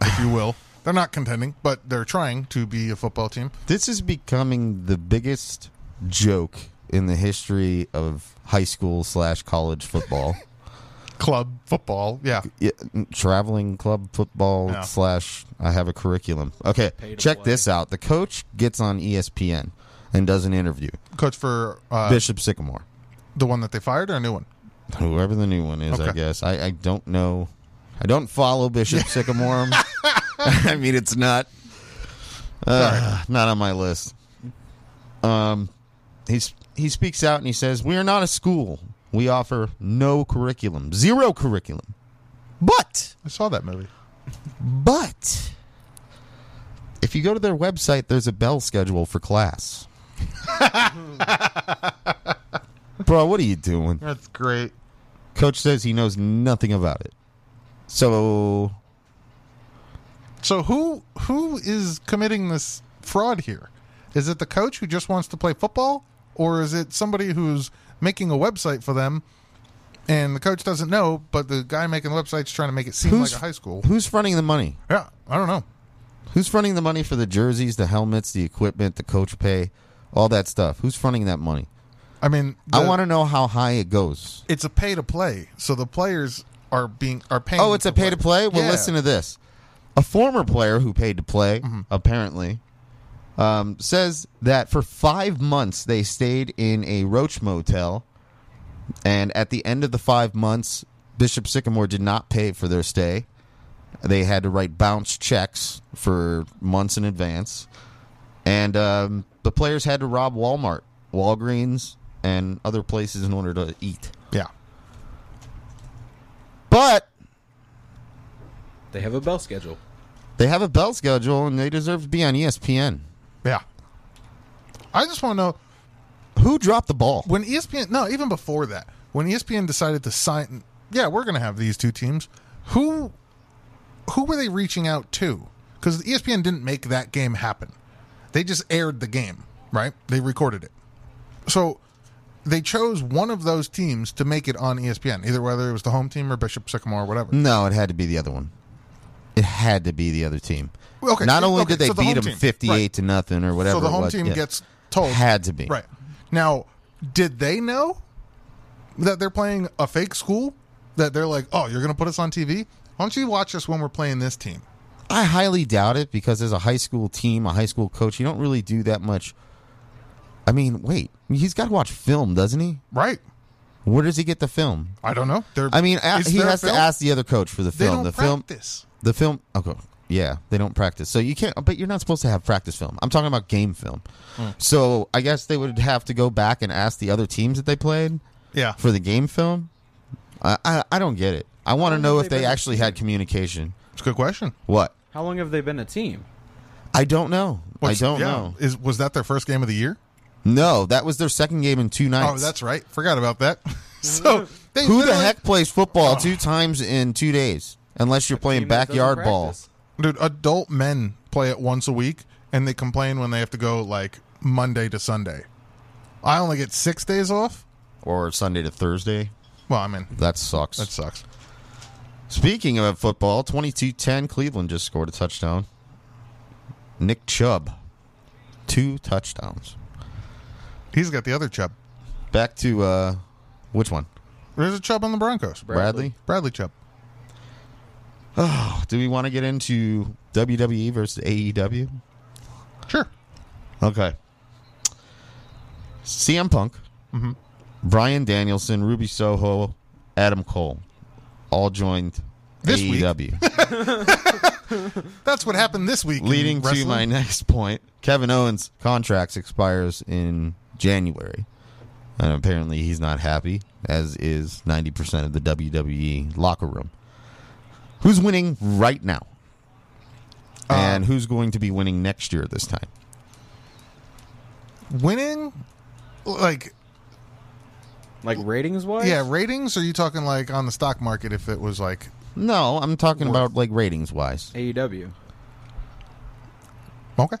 Speaker 2: if you <laughs> will. They're not contending, but they're trying to be a football team.
Speaker 1: This is becoming the biggest joke in the history of high school slash college
Speaker 3: <laughs>
Speaker 1: football.
Speaker 2: Club football. Yeah.
Speaker 1: yeah, mm, traveling club football
Speaker 2: Yeah.
Speaker 1: slash I have a curriculum. Okay,
Speaker 3: Pay to
Speaker 1: check
Speaker 3: play.
Speaker 1: this out. The coach gets on E ESPN and does an interview.
Speaker 2: Coach for uh,
Speaker 1: Bishop Sycamore,
Speaker 2: the one that they fired or a new one?
Speaker 1: whoever the new one is, I
Speaker 2: Okay.
Speaker 1: guess. I, I don't know. I don't follow <laughs> Bishop Sycamore. I mean, it's not uh, not on my list. Um, he's he speaks out and he says, "We are not a school. We offer no curriculum, zero curriculum, but."
Speaker 2: I saw that movie.
Speaker 1: But if you go to their website, there's a bell schedule for <laughs> class. Bro, what are you doing?
Speaker 2: That's great.
Speaker 1: Coach says he knows nothing about it. So
Speaker 2: So who who is committing this fraud here? Is it the coach who just wants to play football, or is it somebody who's making a website for them, and the coach doesn't know, but the guy making the website's trying to make it seem
Speaker 1: who's
Speaker 2: like a high school?
Speaker 1: Who's fronting the money?
Speaker 2: Yeah, I don't know.
Speaker 1: Who's fronting the money for the jerseys, the helmets, the equipment, the coach pay, all that stuff? Who's fronting that money?
Speaker 2: I mean,
Speaker 1: I want to know how high it goes.
Speaker 2: It's a pay to play, so the players are being are paying.
Speaker 1: Oh, it's a pay to play. Well,
Speaker 2: Yeah.
Speaker 1: listen to this. A former player who paid to play, apparently, um, says that for five months they stayed in a Roach motel, and at the end of the five months, Bishop Sycamore did not pay for their stay. They had to write bounce checks for months in advance, and um, the players had to rob Walmart, Walgreens, and other places in order to eat.
Speaker 2: Yeah,
Speaker 1: But
Speaker 3: They have a bell schedule.
Speaker 1: They have a bell schedule and they deserve to be on E ESPN.
Speaker 2: yeah. I just want to know
Speaker 1: Who dropped the ball?
Speaker 2: when E ESPN no even before that when E ESPN decided to sign yeah we're gonna have these two teams who who were they reaching out to E because ESPN didn't make that game happen they just aired the game right they recorded it so they chose one of those teams to make it on E ESPN either whether it was the home team or Bishop Sycamore or whatever
Speaker 1: No, it had to be the other one. It had to be the other team.
Speaker 2: Okay,
Speaker 1: Not only
Speaker 2: okay,
Speaker 1: did they
Speaker 2: so the
Speaker 1: beat
Speaker 2: home
Speaker 1: them
Speaker 2: team,
Speaker 1: fifty-eight
Speaker 2: right.
Speaker 1: to nothing or whatever.
Speaker 2: so the
Speaker 1: it
Speaker 2: home
Speaker 1: was,
Speaker 2: team
Speaker 1: yeah.
Speaker 2: gets told.
Speaker 1: Had to be.
Speaker 2: Right. Now, did they know that they're playing a fake school? That they're like, oh, you're going to put us on TV? Why don't you watch us when we're playing this team?
Speaker 1: I highly doubt it because as a high school team, a high school coach, you don't really do that much. I mean, wait, he's got to watch film, doesn't he?
Speaker 2: Right.
Speaker 1: Where does he get the film?
Speaker 2: I don't know. They're,
Speaker 1: I mean, a-
Speaker 2: is
Speaker 1: he
Speaker 2: there
Speaker 1: has
Speaker 2: film?
Speaker 1: to ask the other coach for the
Speaker 2: They
Speaker 1: film.
Speaker 2: don't
Speaker 1: the
Speaker 2: practice.
Speaker 1: film, the film. Okay, yeah, they don't practice, so you can't. But you're not supposed to have practice film. I'm talking about game film. So I guess they would have to go back and ask the other teams that they played
Speaker 2: Yeah.
Speaker 1: for the game film. I I, I don't get it. I want to know if they actually had communication.
Speaker 2: It's a good question.
Speaker 1: What?
Speaker 3: How long have they been a team?
Speaker 1: I don't know.
Speaker 2: Was-
Speaker 1: I don't
Speaker 2: yeah.
Speaker 1: know.
Speaker 2: Is was that their first game of the year?
Speaker 1: No, that was their second game in two nights.
Speaker 2: Oh, that's right. Forgot about that. <laughs> so they
Speaker 1: Who the
Speaker 2: literally-
Speaker 1: heck plays football two times in two days? Unless you're playing
Speaker 3: Team that doesn't
Speaker 1: backyard ball.
Speaker 3: practice.
Speaker 2: dude? Adult men play it once a week, and they complain when they have to go like Monday to Sunday. I only get six days off.
Speaker 1: Or Sunday to Thursday.
Speaker 2: Well, I mean
Speaker 1: That sucks.
Speaker 2: that sucks.
Speaker 1: Speaking of football, 22-10, Cleveland just scored a touchdown. Nick Chubb, two touchdowns.
Speaker 2: He's got the other Chubb.
Speaker 1: Back to uh, which one?
Speaker 2: There's a Chubb on the Broncos.
Speaker 1: Bradley.
Speaker 2: Bradley Chubb.
Speaker 1: Oh, do we want to get into WWE versus AEW?
Speaker 2: Sure.
Speaker 1: Okay. CM Punk,
Speaker 2: Mm-hmm.
Speaker 1: Brian Danielson, Ruby Soho, Adam Cole, all joined E
Speaker 2: This week.
Speaker 1: AEW.
Speaker 2: That's what happened this week. in
Speaker 1: Leading to
Speaker 2: wrestling.
Speaker 1: my <laughs> next point, Kevin Owens' contract expires in January, and apparently he's not happy, as is ninety percent of the WWE locker room. Who's winning right now,
Speaker 2: Uh,
Speaker 1: and who's going to be winning next year this time?
Speaker 2: winning, like
Speaker 3: Like ratings wise?
Speaker 2: yeah, ratings. Or are you talking like on the stock market? If it was like
Speaker 1: No, I'm talking about like ratings wise.
Speaker 3: AEW.
Speaker 2: okay.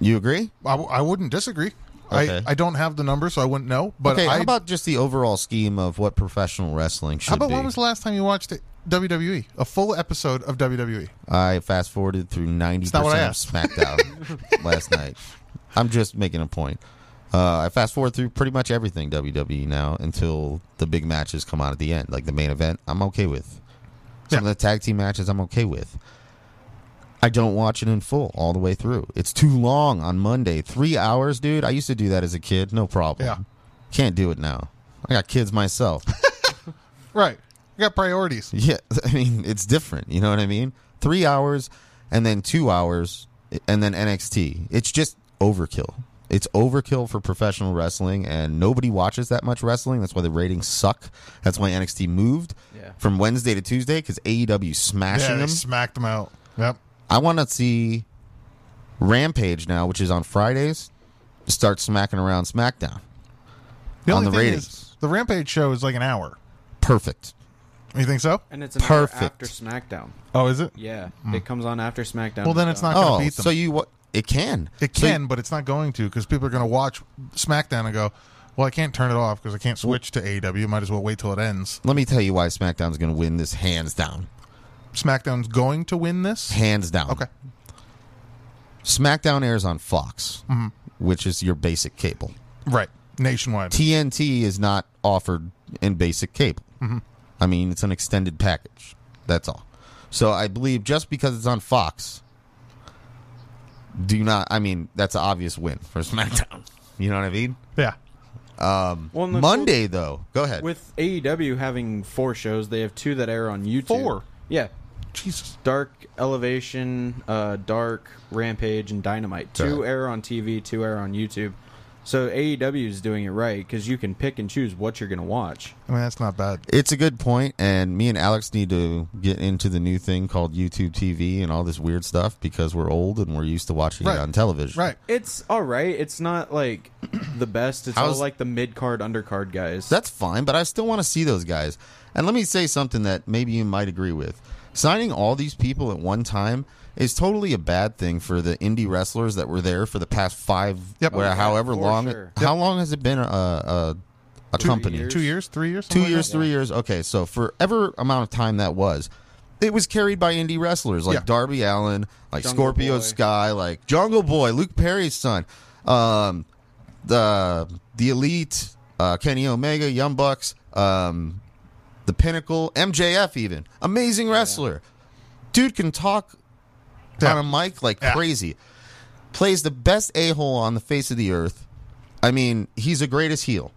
Speaker 1: You agree?
Speaker 2: I, w- I wouldn't disagree.
Speaker 1: Okay.
Speaker 2: I, I don't have the number, so I wouldn't know. But
Speaker 1: okay,
Speaker 2: I,
Speaker 1: how about just the overall scheme of what professional wrestling should
Speaker 2: how about
Speaker 1: be?
Speaker 2: when was the last time you watched it? WWE? A full episode of E. WWE.
Speaker 1: I fast forwarded through ninety percent
Speaker 2: not what I
Speaker 1: of
Speaker 2: <laughs>
Speaker 1: SmackDown last night. I'm just making a point. Uh, I fast forward through pretty much everything WWE now until the big matches come out at the end, like the main event. I'm okay with some of
Speaker 2: Yeah.
Speaker 1: the tag team matches. I'm okay with. I don't watch it in full all the way through. It's too long on Monday. Three hours, dude. I used to do that as a kid, no problem.
Speaker 2: Yeah.
Speaker 1: Can't do it now. I got kids myself.
Speaker 2: Right. You got priorities.
Speaker 1: <laughs> Yeah, I mean it's different. You know what I mean? Three hours, and then two hours, eh, and then NXT. It's just overkill. It's overkill for professional wrestling, and nobody watches that much wrestling. That's why the ratings suck. That's why NXT moved
Speaker 3: Yeah.
Speaker 1: from Wednesday to Tuesday because AEW smashing
Speaker 2: Yeah, they
Speaker 1: them.
Speaker 2: smacked them out. Yep.
Speaker 1: I want to see Rampage now, which is on Fridays. Start smacking around SmackDown. On the
Speaker 2: thing is,
Speaker 1: ratings.
Speaker 2: the Rampage show is like an hour.
Speaker 1: Perfect.
Speaker 2: You think so?
Speaker 3: And it's an
Speaker 1: Perfect.
Speaker 3: hour after SmackDown.
Speaker 2: Oh, is it?
Speaker 3: Yeah. It comes on after SmackDown.
Speaker 2: Well, then
Speaker 3: is
Speaker 2: it's
Speaker 3: done.
Speaker 2: not going to
Speaker 1: oh,
Speaker 2: beat them.
Speaker 1: so you what? It can.
Speaker 2: it
Speaker 1: So you-
Speaker 2: can, but it's not going to because people are going to watch SmackDown and go, well, I can't turn it off because I can't switch to AEW. Might as well wait till it ends.
Speaker 1: let me tell you why SmackDown's going to win this hands down.
Speaker 2: SmackDown's going to win this.
Speaker 1: hands down.
Speaker 2: Okay.
Speaker 1: SmackDown airs on Fox,
Speaker 2: Mm-hmm.
Speaker 1: which is your basic cable.
Speaker 2: Right. Nationwide.
Speaker 1: TNT is not offered in basic cable.
Speaker 2: Mm-hmm.
Speaker 1: I mean, it's an extended package. That's all. So I believe just because it's on Fox, do not. I mean, that's an obvious win for <laughs> SmackDown. You know what I mean?
Speaker 2: yeah.
Speaker 3: Well, and the cool-
Speaker 1: Monday though, go ahead.
Speaker 3: With AEW having four shows, they have two that air on YouTube.
Speaker 2: Four?
Speaker 3: Yeah.
Speaker 2: Jesus.
Speaker 3: Dark Elevation, uh, Dark Rampage, and Dynamite. Two air on TV, two air on YouTube. So AEW is doing it right because you can pick and choose what you're going to watch.
Speaker 2: I mean, that's not bad.
Speaker 1: it's a good point, and me and Alex need to get into the new thing called YouTube TV and all this weird stuff because we're old and we're used to watching
Speaker 2: Right.
Speaker 1: it on television.
Speaker 2: Right.
Speaker 3: It's all right. It's not like <clears throat> the best. It's
Speaker 1: How's-
Speaker 3: all like the mid card, undercard guys.
Speaker 1: That's fine, but I still want to see those guys. And let me say something that maybe you might agree with. Signing all these people at one time is totally a bad thing for the indie wrestlers that were there for the past five,
Speaker 2: Yep.
Speaker 1: where-
Speaker 2: Oh, yeah,
Speaker 1: however
Speaker 3: for
Speaker 1: long.
Speaker 3: sure.
Speaker 1: How long has it been a, a, a company?
Speaker 3: years.
Speaker 2: Two years, three years,
Speaker 1: Two
Speaker 2: something like
Speaker 1: years,
Speaker 2: that?
Speaker 1: three years. Okay, so forever amount of time that was, it was carried by indie wrestlers like
Speaker 2: Yeah.
Speaker 1: Darby Allen, like
Speaker 3: Jungle
Speaker 1: Scorpio
Speaker 3: Boy.
Speaker 1: Sky, like Jungle Boy, Luke Perry's son. Um, the the elite, uh, Kenny Omega, Young Bucks, um, the Pinnacle, MJF, even amazing wrestler. Dude can talk
Speaker 2: Yeah.
Speaker 1: on a mic like
Speaker 2: Yeah.
Speaker 1: crazy. Plays the best a hole on the face of the earth. I mean, he's the greatest heel.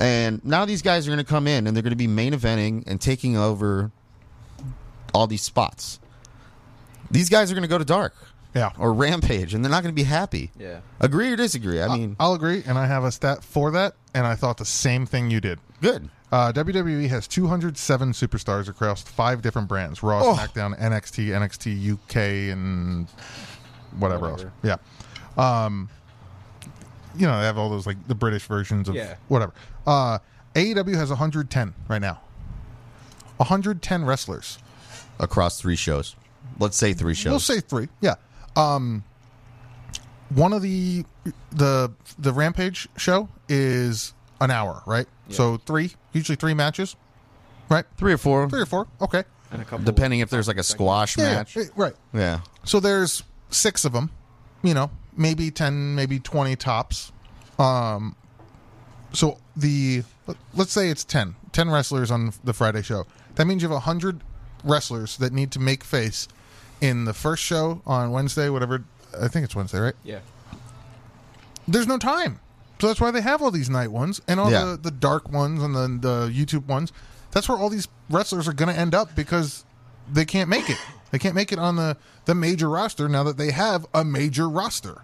Speaker 1: And now these guys are going to come in and they're going to be main eventing and taking over all these spots. These guys are going to go to dark
Speaker 2: Yeah.
Speaker 1: or rampage and they're not going to be happy.
Speaker 3: Yeah.
Speaker 1: Agree or disagree? I mean,
Speaker 2: I'll agree, and I have a stat for that, and I thought the same thing you did.
Speaker 1: good.
Speaker 2: Uh, WWE has 207 superstars across five different brands: Raw,
Speaker 1: Oh.
Speaker 2: SmackDown, NXT, NXT UK, and whatever, else.
Speaker 3: Whatever.
Speaker 2: Yeah. Um, you know they have all those like the British versions of
Speaker 3: Yeah.
Speaker 2: whatever. Uh, AEW has 110 right now. 110 wrestlers.
Speaker 1: Across three shows. Let's say three shows.
Speaker 2: We'll say three. Yeah. Um, one of the the the Rampage show is an hour, right? So three, usually three matches, right?
Speaker 1: three or four,
Speaker 2: Three or four. Okay.
Speaker 3: And a couple
Speaker 1: depending if there's like a squash
Speaker 2: Yeah,
Speaker 1: match.
Speaker 2: yeah, right.
Speaker 1: Yeah.
Speaker 2: So there's six of them. You know, maybe ten, maybe twenty tops. Um, so the let's say it's 10 10 wrestlers on the friday show that means you have 100 wrestlers that need to make face in the first show on wednesday whatever i think it's wednesday right
Speaker 3: Yeah.
Speaker 2: there's no time so that's why they have all these night ones and all
Speaker 1: Yeah.
Speaker 2: the, the dark ones and then the youtube ones that's where all these wrestlers are going to end up because they can't make it they can't make it on the the major roster now that they have a major roster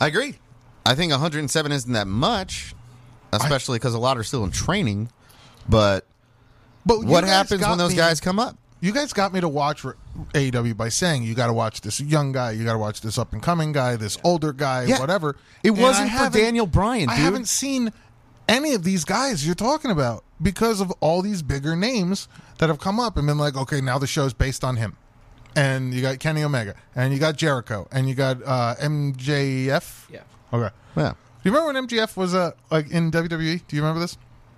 Speaker 1: I agree. I think 107 isn't that much, especially because a lot are still in training. But
Speaker 2: but you
Speaker 1: what
Speaker 2: guys
Speaker 1: happens
Speaker 2: got
Speaker 1: when those
Speaker 2: me-
Speaker 1: guys come up?
Speaker 2: you guys got me to watch r- AEW by saying you got to watch this young guy, you got to watch this up and coming guy, this older guy,
Speaker 1: Yeah.
Speaker 2: whatever.
Speaker 1: It
Speaker 2: And
Speaker 1: wasn't
Speaker 2: I
Speaker 1: for
Speaker 2: haven't-
Speaker 1: Daniel Bryan,
Speaker 2: I
Speaker 1: dude.
Speaker 2: haven't seen any of these guys you're talking about because of all these bigger names that have come up and been like, okay, now the show's based on him. And you got Kenny Omega, and you got Jericho, and you got uh, MJF.
Speaker 3: Yeah.
Speaker 2: Okay.
Speaker 1: Yeah.
Speaker 2: Do you remember when MJF was uh, like in WWE? Do you remember this?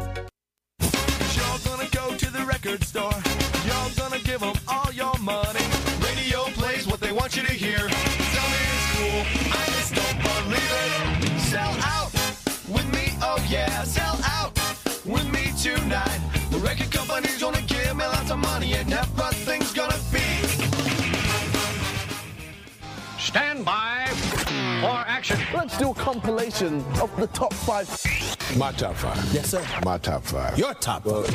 Speaker 5: You're gonna go to the record store. You're gonna give them all your money. Radio plays what they want you to hear. Tell me it's cool. I just don't believe it. Sell out with me, oh yeah. Sell your company's gonna give me lots of money and everything's gonna be
Speaker 6: Stand by for action.
Speaker 7: Let's do a compilation of the top five.
Speaker 8: My top five. Yes, sir. My top five.
Speaker 6: Your top vote.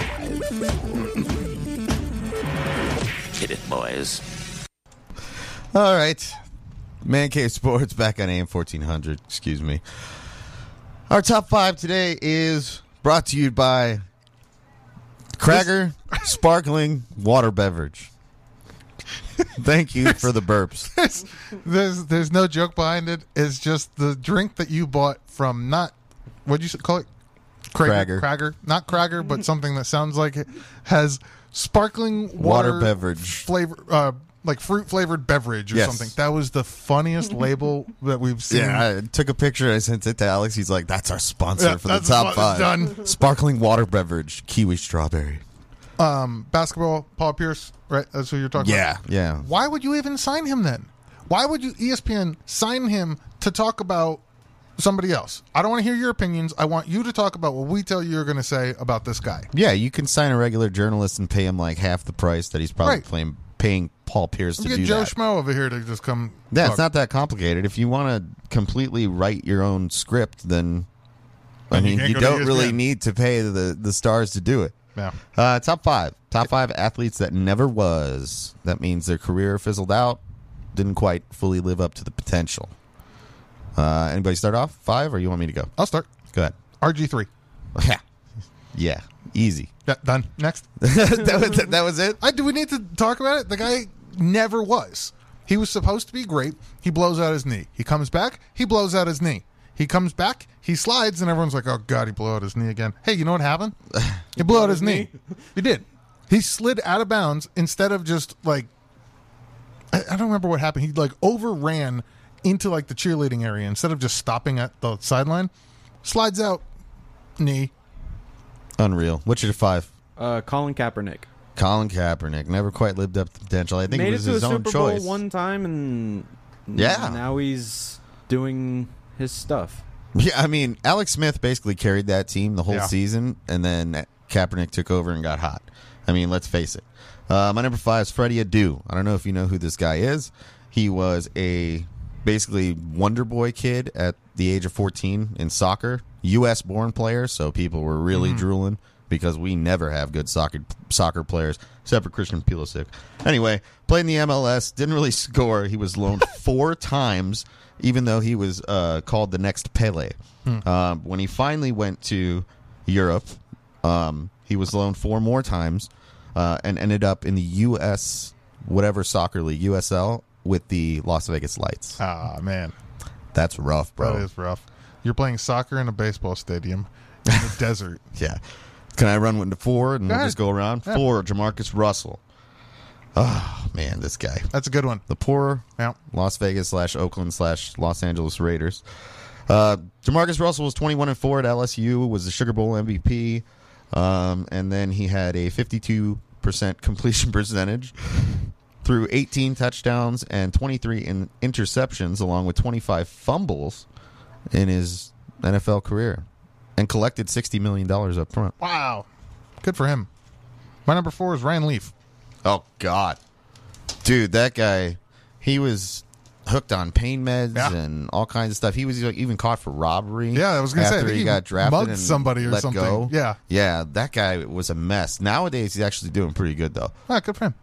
Speaker 6: Hit it, boys.
Speaker 1: All right. Man Cave Sports back on AM 1400. Excuse me. Our top five today is brought to you by Cracker
Speaker 2: <laughs>
Speaker 1: Sparkling Water Beverage. Thank you for the
Speaker 2: <laughs>
Speaker 1: burps.
Speaker 2: There's there's no joke behind it. It's just the drink that you bought from not what you s- call it,
Speaker 1: Cracker.
Speaker 2: Crager, Crager, not Crager, but something that sounds like it has sparkling water,
Speaker 1: Water beverage.
Speaker 2: flavor, uh, like fruit flavored beverage or
Speaker 1: Yes.
Speaker 2: something. That was the funniest label that we've seen.
Speaker 1: Yeah, I took a picture. I sent it to Alex. He's like, "That's our sponsor
Speaker 2: Yeah,
Speaker 1: for the
Speaker 2: that's
Speaker 1: top
Speaker 2: what-
Speaker 1: five:
Speaker 2: done.
Speaker 1: sparkling water beverage, kiwi strawberry."
Speaker 2: Um, basketball, Paul Pierce, right? That's who you're talking
Speaker 1: Yeah,
Speaker 2: about.
Speaker 1: yeah.
Speaker 2: Why would you even sign him then? Why would you E ESPN sign him to talk about somebody else? I don't want to hear your opinions. I want you to talk about what we tell you you're going to say about this guy.
Speaker 1: Yeah, you can sign a regular journalist and pay him like half the price that he's probably
Speaker 2: Right.
Speaker 1: paying, paying Paul Pierce to
Speaker 2: You
Speaker 1: do
Speaker 2: get Joe
Speaker 1: that.
Speaker 2: Schmo over here to just come.
Speaker 1: yeah,
Speaker 2: talk.
Speaker 1: it's not that complicated. If you want to completely write your own script, then I
Speaker 2: Then you
Speaker 1: mean, you,
Speaker 2: can't go to E
Speaker 1: don't really
Speaker 2: ESPN.
Speaker 1: need to pay the the stars to do it.
Speaker 2: Yeah.
Speaker 1: Uh, top five, top five athletes that never was. That means their career fizzled out, didn't quite fully live up to the potential. Uh, anybody start off five, or you want me to go?
Speaker 2: I'll start.
Speaker 1: Go ahead.
Speaker 2: RG3.
Speaker 1: Yeah, <laughs> yeah, easy. <laughs>
Speaker 2: Yeah, done. Next.
Speaker 1: that was that was it.
Speaker 2: I, do we need to talk about it? The guy never was. He was supposed to be great. He blows out his knee. He comes back. He blows out his knee. He comes back. He slides, and everyone's like, "Oh God, he blew out his knee again." Hey, you know what happened? He blew out his knee. He did. He slid out of bounds instead of just like I, I don't remember what happened. He like overran into like the cheerleading area instead of just stopping at the sideline. Slides out, knee.
Speaker 1: Unreal. What's your five?
Speaker 3: Uh, Colin Kaepernick
Speaker 1: Colin Kaepernick never quite lived up to the potential. I think it
Speaker 3: made it,
Speaker 1: was
Speaker 3: to
Speaker 1: his
Speaker 3: the
Speaker 1: own
Speaker 3: Super
Speaker 1: choice.
Speaker 3: Bowl one time, and
Speaker 1: Yeah.
Speaker 3: now he's doing his stuff.
Speaker 1: <laughs> Yeah, I mean, Alex Smith basically carried that team the whole
Speaker 2: Yeah.
Speaker 1: season, and then Kaepernick took over and got hot. I mean, let's face it. Uh, my number five is Freddie Adu. I don't know if you know who this guy is. He was a basically Wonder Boy kid at the age of 14 in soccer, U.S. born player, so people were really drooling because we never have good soccer soccer players except for Christian Pulisic. Anyway, played in the MLS, didn't really <laughs> score. He was loaned four times, even though he was uh, called the next Pele. Um, when he finally went to Europe, um, he was loaned four more times uh, and ended up in the U.S. whatever soccer league USL with the Las Vegas Lights.
Speaker 2: Ah man.
Speaker 1: That's rough, bro.
Speaker 2: That is rough. You're playing soccer in a baseball stadium in the
Speaker 1: <laughs>
Speaker 2: desert.
Speaker 1: Yeah. Can I run one to four and
Speaker 2: Go
Speaker 1: we'll
Speaker 2: ahead.
Speaker 1: just go around?
Speaker 2: Yeah.
Speaker 1: Four, Jamarcus Russell. Oh, man, this guy.
Speaker 2: That's a good one.
Speaker 1: The poor
Speaker 2: Yeah.
Speaker 1: Las Vegas slash Oakland slash Los Angeles Raiders. Uh, Jamarcus Russell was 21 and 4 at LSU, was the Sugar Bowl MVP, um, and then he had a 52% <laughs> completion percentage through 18 touchdowns and 23 in interceptions, along with 25 fumbles in his NFL career, and collected $60 million up front.
Speaker 2: Wow. Good for him. My number four is Ryan Leaf.
Speaker 1: Oh God, dude, that guy, he was hooked on pain meds
Speaker 2: Yeah.
Speaker 1: and all kinds of stuff. He was like, even caught for robbery.
Speaker 2: Yeah, I was gonna say, I
Speaker 1: after
Speaker 2: think
Speaker 1: he
Speaker 2: he
Speaker 1: got drafted
Speaker 2: mugged
Speaker 1: and
Speaker 2: somebody or
Speaker 1: let
Speaker 2: something.
Speaker 1: go.
Speaker 2: Yeah.
Speaker 1: yeah, that guy was a mess. Nowadays, he's actually doing pretty good though.
Speaker 2: Ah, good for him.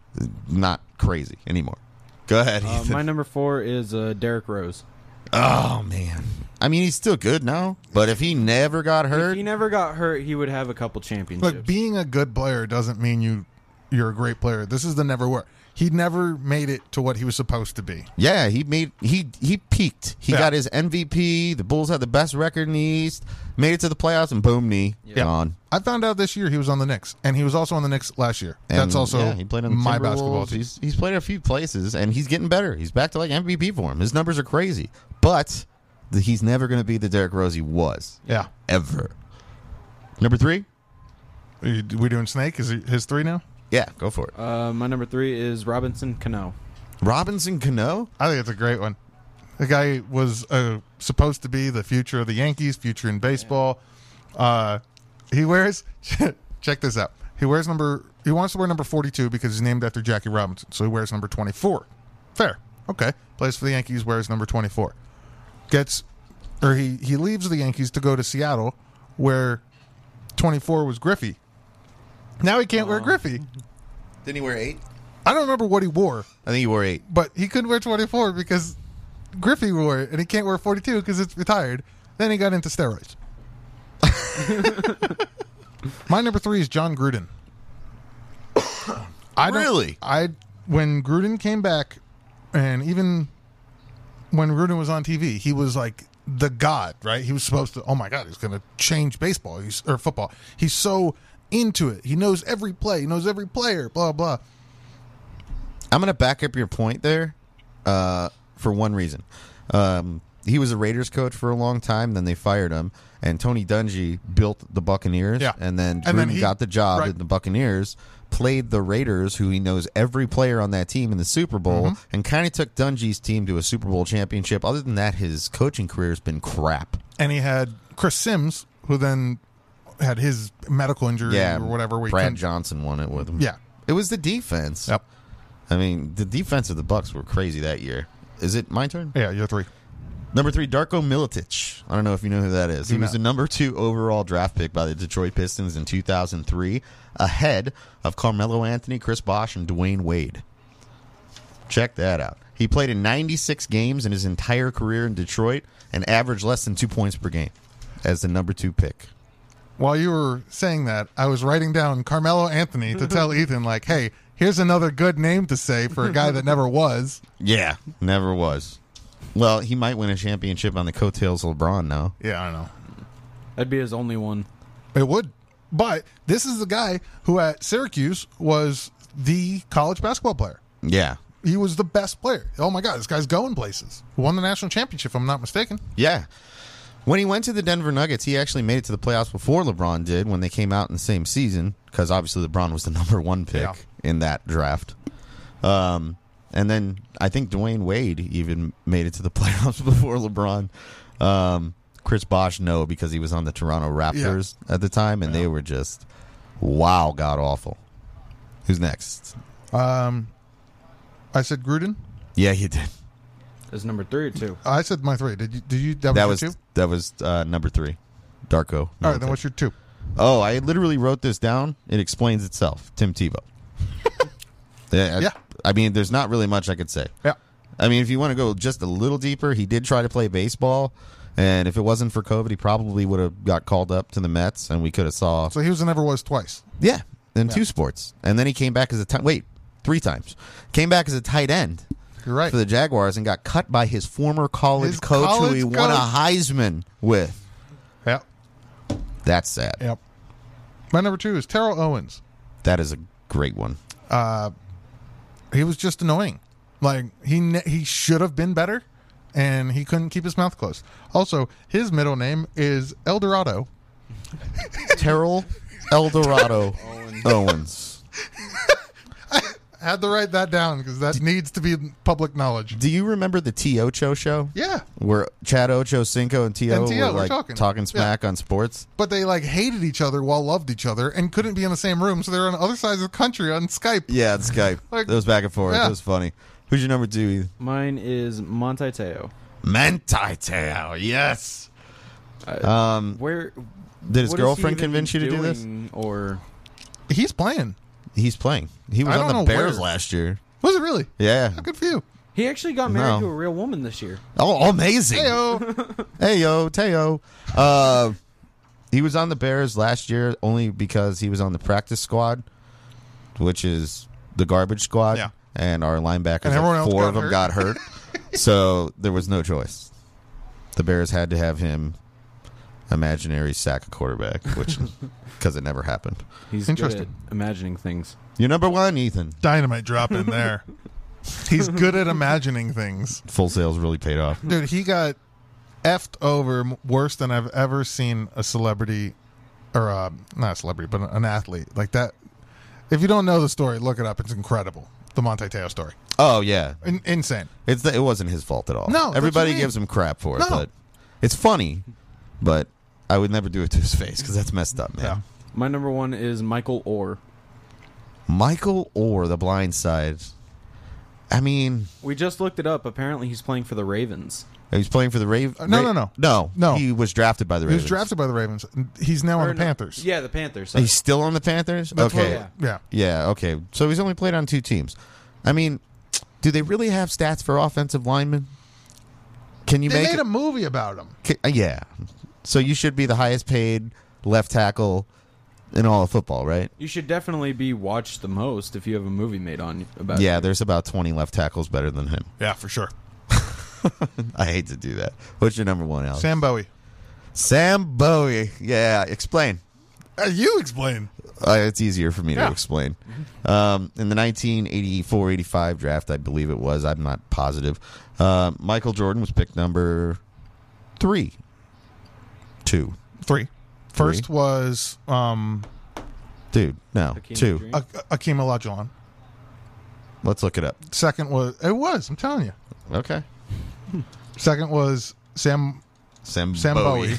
Speaker 1: Not crazy anymore. Go ahead.
Speaker 3: Uh,
Speaker 1: Ethan.
Speaker 3: my number four is uh, Derek Rose.
Speaker 1: oh man, I mean, he's still good now, but if he never got
Speaker 3: If
Speaker 1: hurt,
Speaker 3: he never got hurt, he would have a couple championships.
Speaker 2: Look, being a good player doesn't mean you you're a great player. This is the never were. He never made it to what he was supposed to be.
Speaker 1: Yeah, he made he he peaked. He
Speaker 2: Yeah.
Speaker 1: got his MVP. The Bulls had the best record in the East. Made it to the playoffs and boom knee gone.
Speaker 2: I found out this year he was on the Knicks, and he was also on the Knicks last year.
Speaker 1: And,
Speaker 2: That's also
Speaker 1: yeah, he played on the
Speaker 2: my
Speaker 1: Timberwolves.
Speaker 2: basketball team.
Speaker 1: He's, he's played a few places and he's getting better. He's back to like MVP form. His numbers are crazy, but the, he's never going to be the Derrick Rose he was
Speaker 2: Yeah.
Speaker 1: ever. Number three,
Speaker 2: Are you, we doing Snake? Is it his three now?
Speaker 1: yeah, go for it.
Speaker 3: Uh, my number three is Robinson Cano.
Speaker 1: Robinson Cano.
Speaker 2: I think it's a great one. The guy was uh, supposed to be the future of the Yankees, future in baseball. Uh, he wears, <laughs> check this out. He wears number. He wants to wear number 42 because he's named after Jackie Robinson, so he wears number 24. Fair. Okay. Plays for the Yankees. Wears number 24. Gets, or he he leaves the Yankees to go to Seattle, where 24 was Griffey. Now he can't wear Griffey.
Speaker 1: Didn't he wear eight?
Speaker 2: I don't remember what he wore,
Speaker 1: I think he wore eight.
Speaker 2: but he couldn't wear 24 because Griffey wore it, and he can't wear 42 because it's retired. Then he got into steroids. My number three is John Gruden. I don't-
Speaker 1: Really?
Speaker 2: I when Gruden came back, and even when Gruden was on TV, he was like the god, right? He was supposed to. Oh my god, he's going to change baseball he's, or football. He's so into it. He knows every play. He knows every player. Blah blah.
Speaker 1: I'm going to back up your point there uh, for one reason. Um, he was a Raiders coach for a long time. Then they fired him, and Tony Dungy built the Buccaneers.
Speaker 2: Yeah.
Speaker 1: and then Gruden
Speaker 2: And then he-
Speaker 1: got the job
Speaker 2: right.
Speaker 1: at the Buccaneers, played the Raiders, who he knows every player on that team in the Super Bowl,
Speaker 2: Mm-hmm.
Speaker 1: and kind of took Dungy's team to a Super Bowl championship. Other than that, his coaching career has been crap.
Speaker 2: and he had Chris Sims, who then had his medical injury
Speaker 1: Yeah,
Speaker 2: or whatever. where he
Speaker 1: Brad
Speaker 2: couldn't-
Speaker 1: Johnson won it with him.
Speaker 2: Yeah.
Speaker 1: it was the defense.
Speaker 2: Yep.
Speaker 1: I mean, the defense of the Bucks were crazy that year. Is it my turn?
Speaker 2: Yeah, you're three.
Speaker 1: Number three, Darko Milicic. I don't know if you know who that is. He was the number two overall draft pick by the Detroit Pistons in 2003, ahead of Carmelo Anthony, Chris Bosh, and Dwayne Wade. Check that out. He played in 96 games in his entire career in Detroit and averaged less than two points per game as the number two pick.
Speaker 2: While you were saying that, I was writing down Carmelo Anthony to tell Ethan, like, hey, here's another good name to say for a guy that never was.
Speaker 1: Yeah, never was. Well, he might win a championship on the coattails of LeBron now.
Speaker 2: Yeah, I know.
Speaker 3: That'd be his only one.
Speaker 2: It would. But this is the guy who at Syracuse was the college basketball player.
Speaker 1: Yeah.
Speaker 2: He was the best player. Oh my God, this guy's going places. Won the national championship, if I'm not mistaken.
Speaker 1: Yeah. When he went to the Denver Nuggets, he actually made it to the playoffs before LeBron did when they came out in the same season because obviously LeBron was the <laughs> number one pick
Speaker 2: Yeah.
Speaker 1: in that draft. Um, and then I think Dwayne Wade even made it to the <laughs> playoffs before LeBron. Um, Chris Bosh, no, because he was on the Toronto Raptors at the time, and they were just, wow, god awful. Who's next?
Speaker 2: Um, I said Gruden.
Speaker 1: Yeah, you did.
Speaker 3: Is number three or two?
Speaker 2: I said my three. Did you? Did you? That was,
Speaker 1: That
Speaker 2: your
Speaker 1: was
Speaker 2: two?
Speaker 1: that was uh, number three, Darko.
Speaker 2: All right, then what's your two?
Speaker 1: Oh, I literally wrote this down. It explains itself. Tim
Speaker 2: <laughs>
Speaker 1: Tebow. yeah. I,
Speaker 2: Yeah.
Speaker 1: I mean, there's not really much I could say.
Speaker 2: Yeah.
Speaker 1: I mean, if you want to go just a little deeper, he did try to play baseball, and if it wasn't for COVID, he probably would have got called up to the Mets, and we could have saw.
Speaker 2: So he was a never was twice.
Speaker 1: yeah, in two sports, and then he came back as a ti- wait three times. Came back as a tight end
Speaker 2: You're right.
Speaker 1: for the Jaguars and got cut by his former college
Speaker 2: His
Speaker 1: coach, who
Speaker 2: college
Speaker 1: he won a
Speaker 2: coach.
Speaker 1: Heisman with.
Speaker 2: Yep.
Speaker 1: That's sad.
Speaker 2: Yep. My number two is Terrell Owens.
Speaker 1: That is a great one.
Speaker 2: He was just annoying. Like he ne- he should have been better, and he couldn't keep his mouth closed. Also, his middle name is Eldorado.
Speaker 1: Terrell Eldorado <laughs> Owens.
Speaker 2: I had to write that down because that needs to be public knowledge.
Speaker 1: Do you remember the T Ocho show?
Speaker 2: Yeah,
Speaker 1: Where Chad Ocho Cinco and T.O.
Speaker 2: And T.O.
Speaker 1: were
Speaker 2: were
Speaker 1: like
Speaker 2: talking.
Speaker 1: talking,
Speaker 2: Yeah.
Speaker 1: smack on sports.
Speaker 2: but they like hated each other while loved each other and couldn't be in the same room, so they're on the other sides of the country on Skype.
Speaker 1: Yeah, it's <laughs> Skype.
Speaker 2: Like-
Speaker 1: it was back and forth.
Speaker 2: Yeah.
Speaker 1: It was funny. Who's your number two?
Speaker 3: Mine is Monte Teo.
Speaker 1: Manti Teo. Yes. Did
Speaker 3: Where
Speaker 1: his
Speaker 3: what is he
Speaker 1: girlfriend
Speaker 3: even
Speaker 1: convince you to do this?
Speaker 3: doing Or
Speaker 2: He's playing.
Speaker 1: He's playing. He
Speaker 2: I
Speaker 1: was
Speaker 2: don't
Speaker 1: on the
Speaker 2: know
Speaker 1: Bears
Speaker 2: where.
Speaker 1: last year.
Speaker 2: Was it really?
Speaker 1: Yeah.
Speaker 2: Good for you.
Speaker 3: he actually got married
Speaker 1: No.
Speaker 3: to a real woman this year.
Speaker 1: Oh, amazing. <laughs>
Speaker 2: Heyo.
Speaker 1: Hey yo, Teo. Uh, he was on the Bears last year only because he was on the practice squad, which is the garbage squad.
Speaker 2: Yeah.
Speaker 1: And our linebackers,
Speaker 2: And everyone
Speaker 1: like,
Speaker 2: else
Speaker 1: four
Speaker 2: got
Speaker 1: of them
Speaker 2: hurt.
Speaker 1: got
Speaker 2: <laughs>
Speaker 1: hurt, so there was no choice. The Bears had to have him imaginary sack a quarterback,
Speaker 2: <laughs>
Speaker 1: which because it never happened.
Speaker 3: He's
Speaker 2: Interesting.
Speaker 3: good at imagining things.
Speaker 1: You're number one, Ethan.
Speaker 2: Dynamite drop in there. He's good at imagining things.
Speaker 1: Full sales really paid off.
Speaker 2: dude he got effed over m- worse than i've ever seen a celebrity or uh not a celebrity but an athlete like that if you don't know the story look it up it's incredible the monte Teo story
Speaker 1: Oh yeah,
Speaker 2: In- insane
Speaker 1: it's the, it wasn't his fault at all.
Speaker 2: No, that's what I
Speaker 1: everybody
Speaker 2: mean.
Speaker 1: gives him crap for it,
Speaker 2: No.
Speaker 1: but it's funny. But I would never do it to his face because that's messed up, man.
Speaker 2: yeah
Speaker 3: My number one is Michael Orr.
Speaker 1: Michael Orr, The Blind Side. I mean,
Speaker 3: We just looked it up. Apparently, he's playing for the Ravens.
Speaker 1: he's playing for the Ravens.
Speaker 3: no, no, no.
Speaker 1: no,
Speaker 2: No.
Speaker 1: He was drafted by the
Speaker 2: He
Speaker 1: Ravens.
Speaker 2: was drafted by the Ravens. He's now on
Speaker 3: Or
Speaker 2: Oh, the
Speaker 3: no-
Speaker 2: Panthers.
Speaker 3: Yeah, the Panthers.
Speaker 1: He's still on the Panthers.
Speaker 2: That's
Speaker 1: okay,
Speaker 2: what- yeah.
Speaker 1: yeah, okay. So he's only played on two teams. I mean, do they really have stats for offensive linemen? Can you
Speaker 2: they
Speaker 1: make
Speaker 2: made a movie about him.
Speaker 1: K- uh, Yeah. So you should be the highest paid left tackle in all of football, right?
Speaker 3: You should definitely be watched the most if you have a movie made on you about.
Speaker 1: yeah, there's about 20 left tackles better than him.
Speaker 2: Yeah, for sure.
Speaker 1: I hate to do that. What's your number one, Alex?
Speaker 2: Sam Bowie.
Speaker 1: Sam Bowie. Yeah, explain.
Speaker 2: Uh, you explain.
Speaker 1: Uh, it's easier for me
Speaker 2: Yeah.
Speaker 1: to explain. Um, in the 1984-85 draft, I believe it was. I'm not positive. Uh, Michael Jordan was picked number three. Two.
Speaker 2: Three. First was um,
Speaker 1: Dude, no.
Speaker 3: Hakeem
Speaker 1: two.
Speaker 3: Olajuwon.
Speaker 2: A- A- Akeem Olajuwon.
Speaker 1: Let's look it up.
Speaker 2: Second was it was I'm telling you.
Speaker 1: Okay.
Speaker 2: Second was Sam
Speaker 1: Sam,
Speaker 2: Sam Bowie,
Speaker 1: Bowie.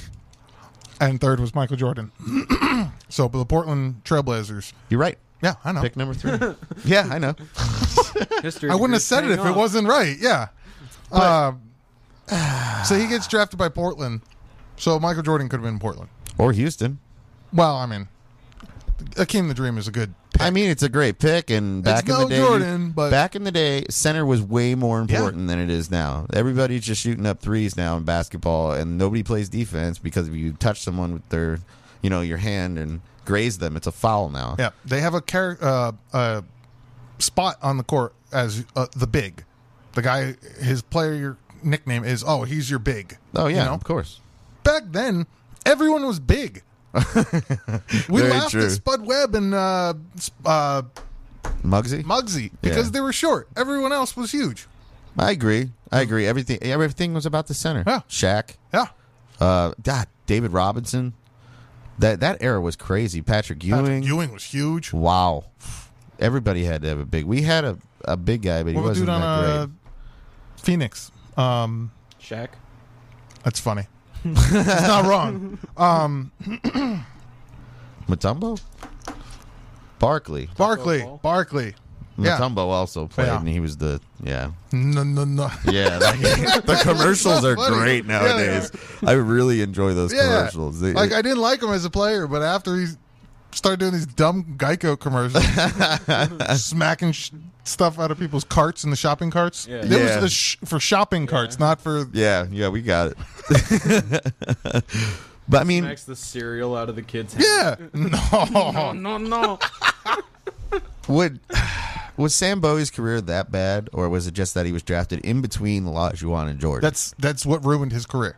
Speaker 2: and third was Michael Jordan. <clears throat> so but the Portland Trailblazers.
Speaker 1: You're right.
Speaker 2: Yeah, I know.
Speaker 1: Pick number three.
Speaker 2: <laughs>
Speaker 1: yeah, I know.
Speaker 3: History.
Speaker 2: I wouldn't have
Speaker 3: degrees
Speaker 2: said it if
Speaker 3: paying
Speaker 2: it
Speaker 3: off.
Speaker 2: wasn't right. Yeah. Uh, <sighs> so he gets drafted by Portland. So Michael Jordan could have been in Portland.
Speaker 1: Or Houston.
Speaker 2: Well, I mean, Akeem the Dream is a good. Pick.
Speaker 1: I mean, it's a great pick, and back in
Speaker 2: no
Speaker 1: the day,
Speaker 2: Jordan, but-
Speaker 1: back in the day, center was way more
Speaker 2: Yeah.
Speaker 1: important than it is now. Everybody's just shooting up threes now in basketball, and nobody plays defense because if you touch someone with their, you know, your hand and graze them, it's a foul now.
Speaker 2: Yeah, they have a char- uh, uh, spot on the court as uh, the big. The guy, his player nickname is oh, he's your big.
Speaker 1: Oh yeah,
Speaker 2: You know?
Speaker 1: of course.
Speaker 2: Back then, everyone
Speaker 1: <laughs>
Speaker 2: was big. we
Speaker 1: Very
Speaker 2: laughed
Speaker 1: true.
Speaker 2: at Spud Webb and uh, Sp- uh,
Speaker 1: Muggsy,
Speaker 2: Muggsy because
Speaker 1: Yeah.
Speaker 2: they were short. Everyone else was huge.
Speaker 1: I agree. I agree. Everything everything was about the center.
Speaker 2: Yeah.
Speaker 1: Shaq,
Speaker 2: Yeah,
Speaker 1: uh, God, David Robinson. That that era was crazy. Patrick Ewing.
Speaker 2: Ewing was huge.
Speaker 1: Wow. Everybody had to have a big. We had a, a big guy, but he
Speaker 2: What was
Speaker 1: wasn't
Speaker 2: dude
Speaker 1: that
Speaker 2: on uh,
Speaker 1: great.
Speaker 2: Phoenix? Um,
Speaker 3: Shaq.
Speaker 2: that's funny. He's
Speaker 1: <laughs>
Speaker 2: not wrong. uh,
Speaker 1: Matumbo? Barkley.
Speaker 2: Barkley, Barkley. Yeah.
Speaker 1: Matumbo also played,
Speaker 2: Yeah.
Speaker 1: and he was the
Speaker 2: <laughs>
Speaker 1: yeah,
Speaker 2: No, no, no.
Speaker 1: yeah. <laughs> like- the commercials are
Speaker 2: funny.
Speaker 1: great
Speaker 2: Yeah, they are.
Speaker 1: nowadays. I really enjoy those commercials. They-
Speaker 2: like I didn't like him as a player, but after he started doing these dumb Geico
Speaker 1: <laughs>
Speaker 2: commercials, smacking sh- stuff out of people's carts in the shopping carts.
Speaker 3: Yeah.
Speaker 2: It
Speaker 1: Yeah.
Speaker 2: was the sh- for shopping carts, not for.
Speaker 1: yeah, yeah, we got it. <laughs> but I mean,
Speaker 3: Smacks the cereal out of the kids. hand.
Speaker 2: Yeah, no.
Speaker 3: No, no.
Speaker 1: would was Sam Bowie's career that bad, or was it just that he was drafted in between Olajuwon and Jordan?
Speaker 2: That's that's what ruined his career.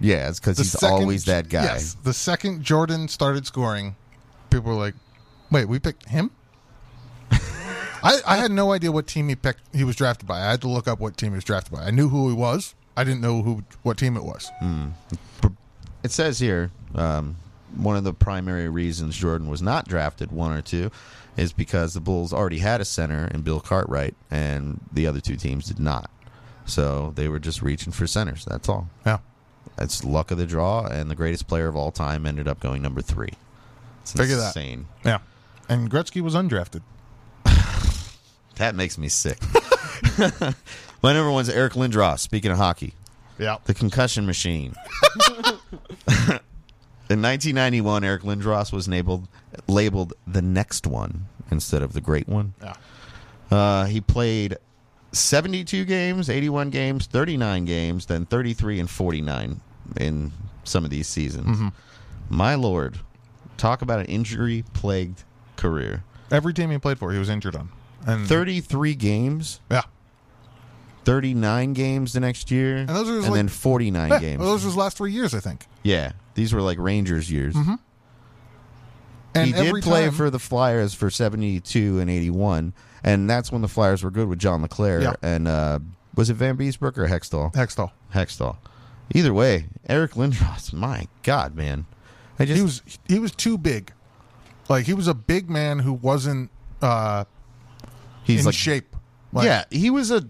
Speaker 1: yeah, it's because
Speaker 2: The
Speaker 1: he's
Speaker 2: second-
Speaker 1: always that guy.
Speaker 2: Yes, the second Jordan started scoring, people were like, "Wait, we picked him." I, I had no idea what team he picked. He was drafted by. I had to look up what team he was drafted by. I knew who he was. I didn't know who what team it was.
Speaker 1: It says here um, one of the primary reasons Jordan was not drafted one or two is because the Bulls already had a center in Bill Cartwright, and the other two teams did not. So they were just reaching for centers. That's all.
Speaker 2: Yeah.
Speaker 1: It's luck of the draw, and the greatest player of all time ended up going number three. It's
Speaker 2: Figure that.
Speaker 1: insane.
Speaker 2: Yeah. And Gretzky was undrafted.
Speaker 1: That. makes me sick. <laughs> My number one's Eric Lindros. Speaking of hockey,
Speaker 2: Yeah.
Speaker 1: The concussion
Speaker 2: <laughs>
Speaker 1: machine. In 1991, Eric Lindros was labeled, labeled the next one instead of the great one.
Speaker 2: Yeah.
Speaker 1: Uh, he played 72 games, 81 games, 39 games, then 33 and 49 in some of these seasons.
Speaker 2: Mm-hmm.
Speaker 1: My lord, talk about an injury plagued career.
Speaker 2: Every team he played for, he was injured on. And
Speaker 1: 33 games,
Speaker 2: Yeah.
Speaker 1: 39 games the next year, and,
Speaker 2: those are his, like-
Speaker 1: then 49
Speaker 2: <laughs> Yeah,
Speaker 1: games.
Speaker 2: well, those were his last three years, I think.
Speaker 1: yeah, these were like Rangers years.
Speaker 2: Mm-hmm. And
Speaker 1: he did play
Speaker 2: time-
Speaker 1: for the Flyers for 72 and 81, and that's when the Flyers were good with John LeClaire.
Speaker 2: Yeah.
Speaker 1: And uh, was it Van Beesbrook or Hextall?
Speaker 2: Hextall.
Speaker 1: Hextall. Either way, Eric Lindros, <laughs> my God, man. I just,
Speaker 2: He was he was too big. Like he was a big man who wasn't uh
Speaker 1: he's
Speaker 2: in
Speaker 1: like,
Speaker 2: shape. Like,
Speaker 1: yeah, he was a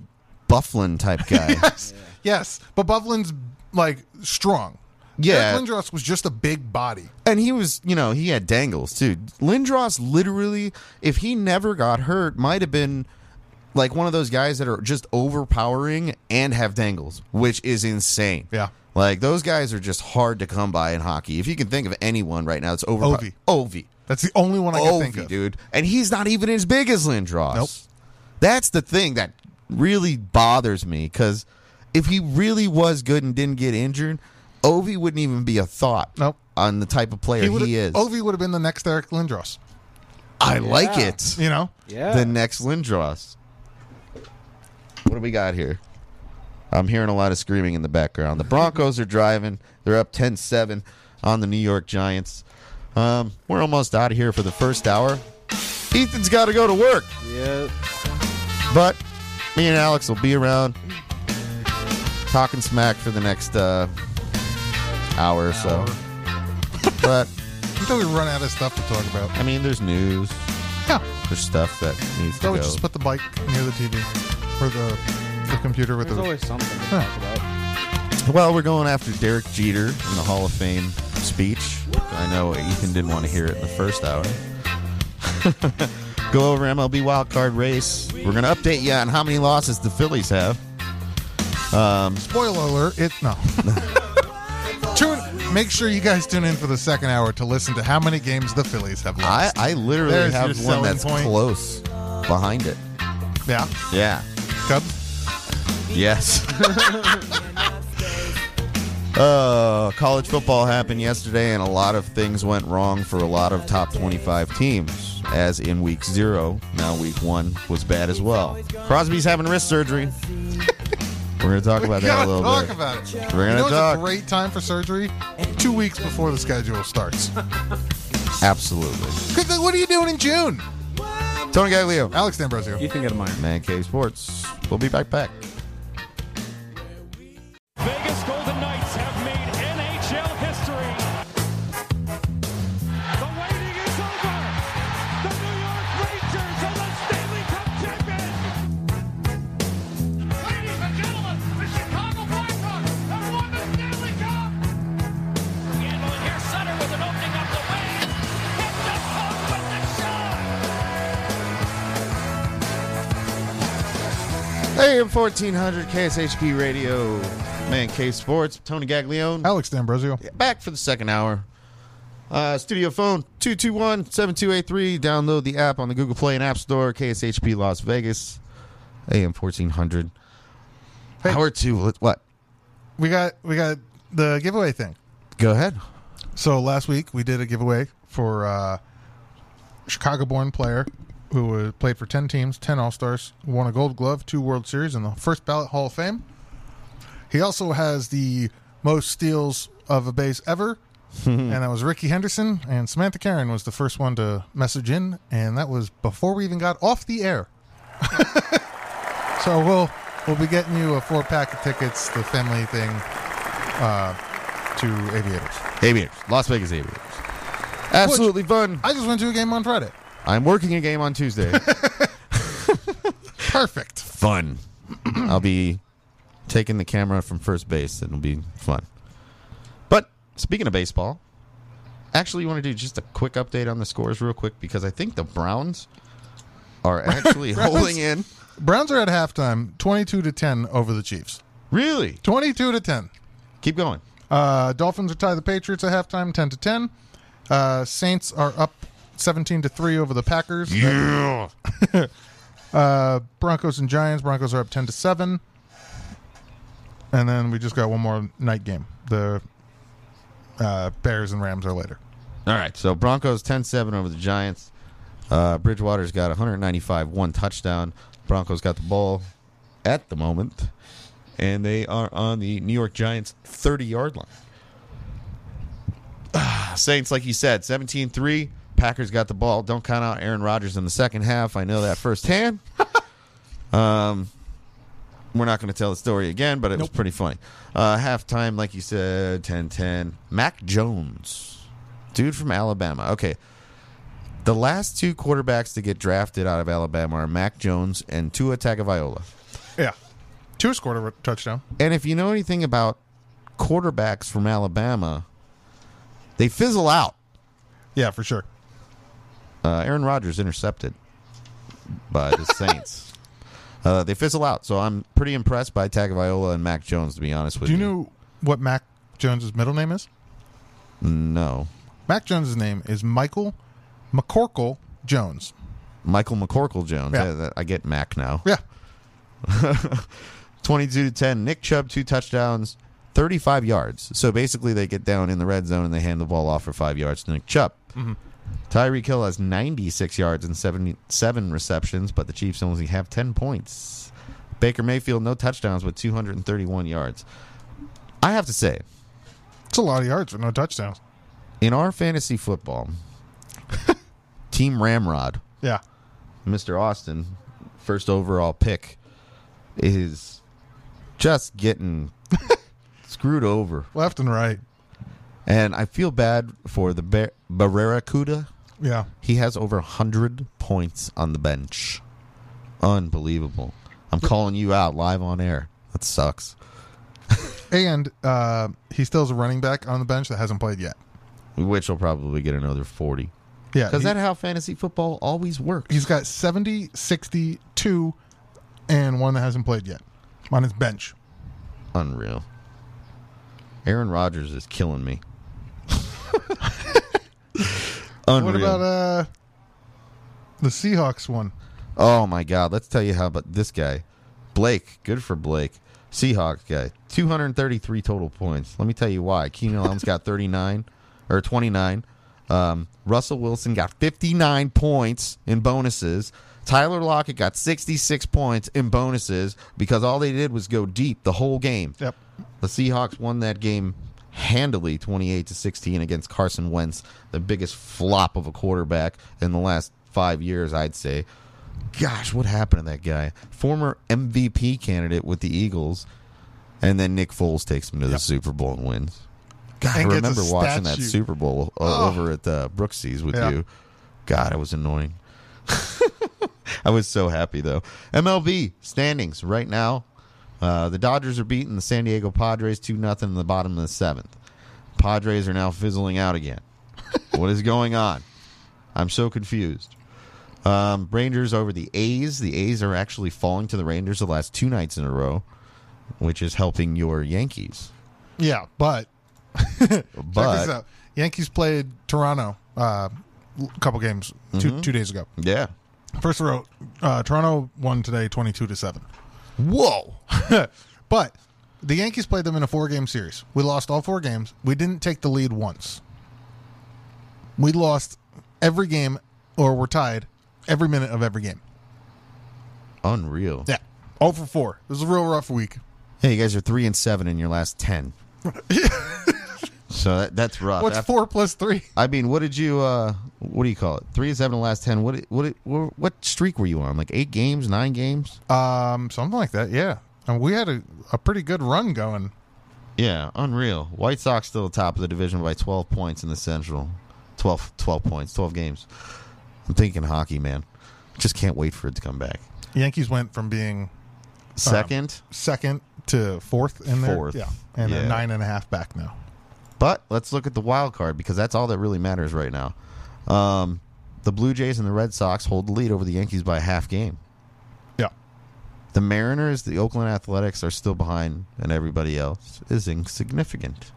Speaker 2: <laughs>
Speaker 1: Bufflin type guy.
Speaker 2: Yes. Yes. But Bufflin's like strong.
Speaker 1: Yeah.
Speaker 2: Eric Lindros was just a big body.
Speaker 1: And he was, you know, he had dangles too. Lindros literally, if he never got hurt, might have been like one of those guys that are just overpowering and have dangles, which is insane.
Speaker 2: Yeah.
Speaker 1: Like those guys are just hard to come by in hockey. If you can think of anyone right now, it's overpower-
Speaker 2: Ovi.
Speaker 1: Ovi.
Speaker 2: That's the only one I can think
Speaker 1: Ovi,
Speaker 2: of.
Speaker 1: dude. And he's not even as big as Lindros.
Speaker 2: Nope.
Speaker 1: That's the thing that really bothers me because if he really was good and didn't get injured, Ovi wouldn't even be a thought
Speaker 2: Nope.
Speaker 1: on the type of player he,
Speaker 2: would've-
Speaker 1: is.
Speaker 2: Ovi would have been the next Eric Lindros.
Speaker 1: I like
Speaker 3: Yeah.
Speaker 1: it.
Speaker 2: You know,
Speaker 3: Yeah.
Speaker 1: The next Lindros. What do we got here? I'm hearing a lot of screaming in the background. The Broncos are driving. They're up 10 7 on the New York Giants. Um, we're almost out of here for the first hour. Ethan's got to go to work.
Speaker 3: yeah.
Speaker 1: But me and Alex will be around talking smack for the next uh, hour or so. <laughs> But
Speaker 2: until we run out of stuff to talk about.
Speaker 1: I mean, there's news.
Speaker 2: Yeah.
Speaker 1: There's stuff that needs
Speaker 2: So
Speaker 1: to
Speaker 2: we
Speaker 1: go.
Speaker 2: just put the bike near the TV or the, the computer with
Speaker 3: There's
Speaker 2: the.
Speaker 3: always something to
Speaker 2: Huh.
Speaker 3: talk about.
Speaker 1: Well, we're going after Derek Jeter in the Hall of Fame speech. I know Ethan didn't want to hear it in the first hour. <laughs> Go over MLB wildcard race. We're going to update you on how many losses the Phillies have.
Speaker 2: Spoiler alert! It no. <laughs> tune. Make sure you guys tune in for the second hour to listen to how many games the Phillies have
Speaker 1: I,
Speaker 2: lost.
Speaker 1: I literally
Speaker 2: There's
Speaker 1: have
Speaker 2: your
Speaker 1: one
Speaker 2: selling
Speaker 1: that's
Speaker 2: point.
Speaker 1: close behind it.
Speaker 2: yeah,
Speaker 1: Yeah.
Speaker 2: Cubs. <laughs>
Speaker 1: Yes. uh, college football happened yesterday, and a lot of things went wrong for a lot of top 25 teams, as in week zero. Now, week one was bad as well. Crosby's having wrist
Speaker 2: <laughs>
Speaker 1: surgery. We're going to talk about that a
Speaker 2: gotta
Speaker 1: little
Speaker 2: talk
Speaker 1: bit.
Speaker 2: about it.
Speaker 1: We're gonna
Speaker 2: you know what's
Speaker 1: talk.
Speaker 2: a great time for surgery? Two weeks before the schedule starts.
Speaker 1: Absolutely.
Speaker 2: 'Cause, like, what are you doing in June?
Speaker 1: Tony Gaglio,
Speaker 2: Alex D'Ambrosio.
Speaker 3: Ethan got a mind.
Speaker 1: Man Cave Sports. We'll be back back.
Speaker 5: Vegas Golden Knights have made NHL history. The waiting is over. The New York Rangers are the Stanley Cup champions. Ladies and gentlemen, the Chicago Blackhawks have won the Stanley Cup. Gamble here, Sutter with an opening up the wing. Hit the puck with the shot.
Speaker 1: AM 1400 KSHP Radio. Man Cave Sports. Tony Gaglione.
Speaker 2: Alex D'Ambrosio.
Speaker 1: back for the second hour. Uh, studio phone 221 7283. Download the app on the Google Play and App Store. KSHP Las Vegas, AM 1400.
Speaker 2: Hey.
Speaker 1: Hour two. let- What?
Speaker 2: We got we got the giveaway thing.
Speaker 1: Go ahead.
Speaker 2: So last week we did a giveaway for uh, Chicago-born player who uh, played for ten teams, ten All Stars, won a Gold Glove, two World Series, and the first ballot Hall of Fame. He also has the most steals of a base ever, and that was Ricky Henderson. And Samantha Karen was the first one to message in, and that was before we even got off the air. <laughs> so we'll we'll be getting you a four pack of tickets, the family thing, uh, to Aviators.
Speaker 1: Aviators. Las Vegas Aviators. Absolutely fun.
Speaker 2: I just went to a game on Friday.
Speaker 1: I'm working a game on
Speaker 2: <laughs>
Speaker 1: Tuesday.
Speaker 2: Perfect.
Speaker 1: fun. I'll be taking the camera from first base. It'll be fun. But speaking of baseball, actually, you want to do just a quick update on the scores, real quick, because I think the Browns are actually holding in.
Speaker 2: Browns are at halftime, twenty-two to ten over the Chiefs.
Speaker 1: Really?
Speaker 2: Twenty-two to ten.
Speaker 1: Keep going.
Speaker 2: Uh, Dolphins are tied the Patriots at halftime, ten to ten. Uh, Saints are up seventeen to three over the Packers.
Speaker 1: Yeah.
Speaker 2: <laughs> Uh, Broncos and Giants. Broncos are up ten to seven. And then we just got one more night game. The uh, Bears and Rams are later.
Speaker 1: All right. So Broncos 10 7 over the Giants. Uh, Bridgewater's got 195, one touchdown. Broncos got the ball at the moment, and they are on the New York Giants 30 yard line. Ah, Saints, like you said, 17 3. Packers got the ball. Don't count out Aaron Rodgers in the second half. I know that firsthand. um, we're not going to tell the story again, but it was pretty funny. Uh, halftime, like you said, 10 10. Mac Jones dude from Alabama. Okay. The last two quarterbacks to get drafted out of Alabama are Mac Jones and Tua Tagovailoa.
Speaker 2: Yeah, two scored a touchdown.
Speaker 1: And if you know anything about quarterbacks from Alabama, they fizzle out.
Speaker 2: Yeah, for sure.
Speaker 1: Uh, Aaron Rodgers intercepted by
Speaker 2: <laughs>
Speaker 1: the Saints. Uh, they fizzle out, so I'm pretty impressed by Tagovailoa and Mac Jones. To be honest with
Speaker 2: Do you know what Mac Jones's middle name is?
Speaker 1: no,
Speaker 2: Mac Jones's name is Michael McCorkle Jones.
Speaker 1: Michael McCorkle Jones.
Speaker 2: Yeah.
Speaker 1: Yeah, that- I get Mac now.
Speaker 2: Yeah.
Speaker 1: 22 to 10. Nick Chubb, two touchdowns, 35 yards. So basically, they get down in the red zone and they hand the ball off for five yards to Nick Chubb. Tyreek Hill has 96 yards and 77 receptions, but the Chiefs only have 10 points. Baker Mayfield, no touchdowns, but 231 yards. I have to say,
Speaker 2: It's a lot of yards with no touchdowns.
Speaker 1: in our fantasy football, Team Ramrod,
Speaker 2: Yeah.
Speaker 1: Mr. Austin, first overall pick, is just
Speaker 2: <laughs>
Speaker 1: getting screwed over.
Speaker 2: Left and right.
Speaker 1: And I feel bad for the Bar- Barracuda.
Speaker 2: Yeah.
Speaker 1: He has over 100 points on the bench. Unbelievable. I'm calling you out live on air. That sucks.
Speaker 2: And uh, he still has a running back on the bench that hasn't played yet.
Speaker 1: Which will probably get another 40.
Speaker 2: Yeah.
Speaker 1: Because
Speaker 2: he-
Speaker 1: that's how fantasy football always works.
Speaker 2: He's got 70, 62, and one that hasn't played yet on his bench.
Speaker 1: Unreal. Aaron Rodgers is killing me. Unreal.
Speaker 2: <laughs> What about uh, the Seahawks one?
Speaker 1: Oh my God! Let's tell you how about this guy, Blake. Good for Blake, Seahawks guy. Two hundred thirty-three total points. Let me tell you why. Keenan Allen's got thirty-nine or twenty-nine. Um, Russell Wilson got fifty-nine points in bonuses. Tyler Lockett got sixty-six points in bonuses because all they did was go deep the whole game.
Speaker 2: Yep.
Speaker 1: The Seahawks won that game handily 28 to 16 against Carson Wentz, the biggest flop of a quarterback in the last 5 years, I'd say. Gosh, what happened to that guy? Former MVP candidate with the Eagles, and then Nick Foles takes him to the Super Bowl and wins. God, I
Speaker 2: And gets a
Speaker 1: remember watching that
Speaker 2: statue. Oh.
Speaker 1: Super Bowl uh, over at uh, Brooksie's with
Speaker 2: Yeah.
Speaker 1: you. God, it was annoying. <laughs> I was so happy though. MLB standings right now. Uh, the Dodgers are beating the San Diego Padres two nothing in the bottom of the seventh. Padres are now fizzling out
Speaker 2: <laughs>
Speaker 1: again. what is going on? I'm so confused. Um, Rangers over the A's. The A's are actually falling to the Rangers the last two nights in a row, which is helping your Yankees.
Speaker 2: Yeah, but check this
Speaker 1: But
Speaker 2: out. Yankees played Toronto uh, a couple games
Speaker 1: Mm-hmm.
Speaker 2: two two days ago.
Speaker 1: yeah,
Speaker 2: First row, uh, Toronto won today, twenty two to seven.
Speaker 1: whoa,
Speaker 2: <laughs> but the Yankees played them in a four game series. We lost all four games. We didn't take the lead once. We lost every game, or we're tied every minute of every game.
Speaker 1: unreal.
Speaker 2: Yeah, all for four. It was a real rough week.
Speaker 1: Hey, you guys are three and seven in your last ten. <laughs> so that, that's rough.
Speaker 2: What's
Speaker 1: After-
Speaker 2: four plus three?
Speaker 1: I mean, what did you? uh What do you call it? Three and seven in the last ten. What? What? What, what streak were you on? Like eight games, nine games?
Speaker 2: Um, something like that. Yeah, and we had a, a pretty good run going.
Speaker 1: Yeah, unreal. White Sox still top of the division by twelve points in the Central. 12, 12 points, twelve games. I'm thinking hockey, man. Just can't wait for it to come back.
Speaker 2: Yankees went from being
Speaker 1: Second,
Speaker 2: second to fourth in there.
Speaker 1: Fourth.
Speaker 2: Yeah. And
Speaker 1: Yeah.
Speaker 2: they're nine and a half back now.
Speaker 1: But let's look at the wild card because that's all that really matters right now. Um, the Blue Jays and the Red Sox hold the lead over the Yankees by a half game.
Speaker 2: Yeah.
Speaker 1: The Mariners, the Oakland Athletics are still behind, and everybody else is
Speaker 2: <laughs>
Speaker 1: insignificant.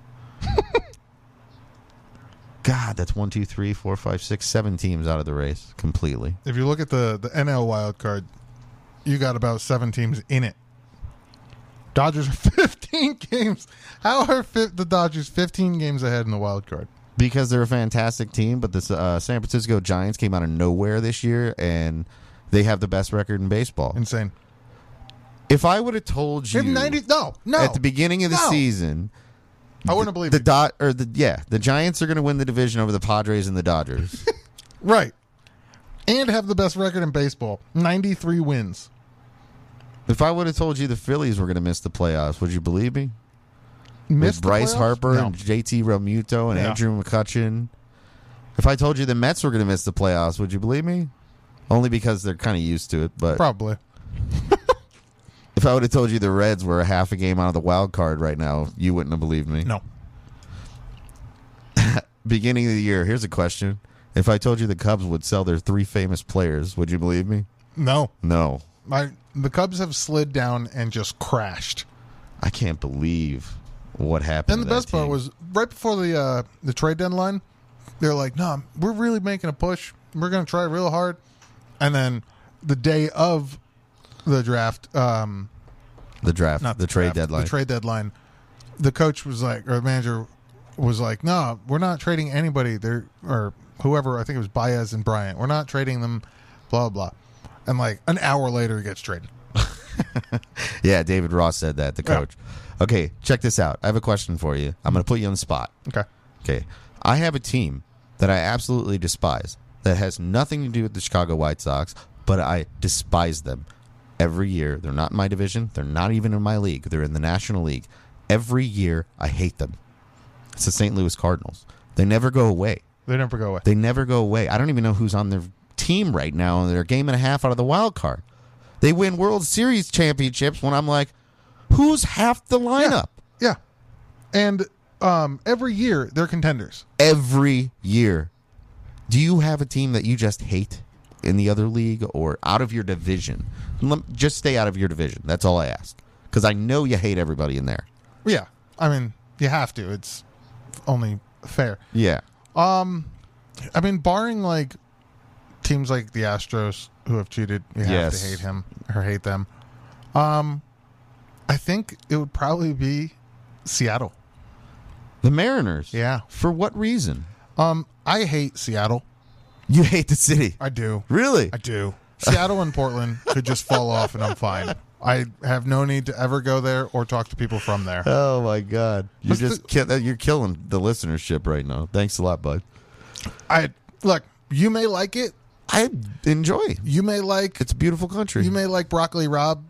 Speaker 1: God, that's one, two, three, four, five, six, seven teams out of the race completely.
Speaker 2: If you look at the, the NL wild card, you got about seven teams in it. Dodgers are <laughs> 15 games. How are fi- the Dodgers 15 games ahead in the wild card?
Speaker 1: because they're a fantastic team. But the uh, San Francisco Giants came out of nowhere this year, and they have the best record in baseball.
Speaker 2: Insane.
Speaker 1: If I would have told you
Speaker 2: They have 90 no, no.
Speaker 1: at the beginning of the
Speaker 2: No.
Speaker 1: season,
Speaker 2: I wouldn't believe
Speaker 1: the
Speaker 2: you.
Speaker 1: dot or the yeah, the Giants are going to win the division over the Padres and the
Speaker 2: <laughs>
Speaker 1: Dodgers.
Speaker 2: right. And have the best record in baseball. 93 wins.
Speaker 1: if I would have told you the Phillies were going to miss the playoffs, would you believe me?
Speaker 2: Missed
Speaker 1: With Bryce
Speaker 2: the playoffs?
Speaker 1: Harper
Speaker 2: No.
Speaker 1: and JT Realmuto and
Speaker 2: Yeah.
Speaker 1: Andrew McCutcheon. If I told you the Mets were going to miss the playoffs, would you believe me? Only because they're kind of used to it, but
Speaker 2: Probably.
Speaker 1: If I would have told you the Reds were a half a game out of the wild card right now, you wouldn't have believed me.
Speaker 2: No.
Speaker 1: Beginning of the year, here's a question. If I told you the Cubs would sell their three famous players, would you believe me?
Speaker 2: No.
Speaker 1: No.
Speaker 2: My, the Cubs have slid down and just crashed.
Speaker 1: I can't believe what happened.
Speaker 2: And the
Speaker 1: to that
Speaker 2: best part
Speaker 1: team.
Speaker 2: was right before the uh, the trade deadline, they're like, "No, we're really making a push. We're going to try real hard." And then the day of the draft, um,
Speaker 1: the draft,
Speaker 2: not
Speaker 1: the, trade
Speaker 2: draft,
Speaker 1: deadline.
Speaker 2: the trade deadline, the coach was like, or the manager was like, "No, we're not trading anybody. There or whoever. I think it was Baez and Bryant. We're not trading them." Blah blah. And like an hour later, he gets traded.
Speaker 1: yeah, David Ross said that, the
Speaker 2: Yeah.
Speaker 1: coach. Okay, check this out. I have a question for you. I'm going to put you on the spot.
Speaker 2: Okay.
Speaker 1: Okay. I have a team that I absolutely despise that has nothing to do with the Chicago White Sox, but I despise them every year. They're not in my division. They're not even in my league. They're in the National League. Every year, I hate them. It's the St. Louis Cardinals. They never go away.
Speaker 2: They never go away.
Speaker 1: They never go away. I don't even know who's on their team right now. They're a game and a half out of the wild card. They win World Series championships when I'm like, who's half the lineup?
Speaker 2: Yeah. And um, every year they're contenders.
Speaker 1: Every year. Do you have a team that you just hate in the other league or out of your division? Lem- Just stay out of your division. That's all I ask. Because I know you hate everybody in there.
Speaker 2: Yeah. I mean, you have to. It's only fair.
Speaker 1: Yeah.
Speaker 2: Um, I mean, barring like teams like the Astros who have cheated, you have
Speaker 1: Yes.
Speaker 2: to hate him or hate them. Um, I think it would probably be Seattle.
Speaker 1: The Mariners.
Speaker 2: Yeah.
Speaker 1: For what reason?
Speaker 2: Um, I hate Seattle.
Speaker 1: You hate the city.
Speaker 2: I do.
Speaker 1: Really?
Speaker 2: I do. Seattle
Speaker 1: <laughs>
Speaker 2: and Portland could just fall off, and I'm fine. I have no need to ever go there or talk to people from there.
Speaker 1: Oh my God! You're
Speaker 2: What's
Speaker 1: just ki- you're killing the listenership right now. Thanks a lot, bud.
Speaker 2: I look. You may like it.
Speaker 1: I enjoy.
Speaker 2: You may like.
Speaker 1: It's a beautiful country.
Speaker 2: You may like broccoli, Rob.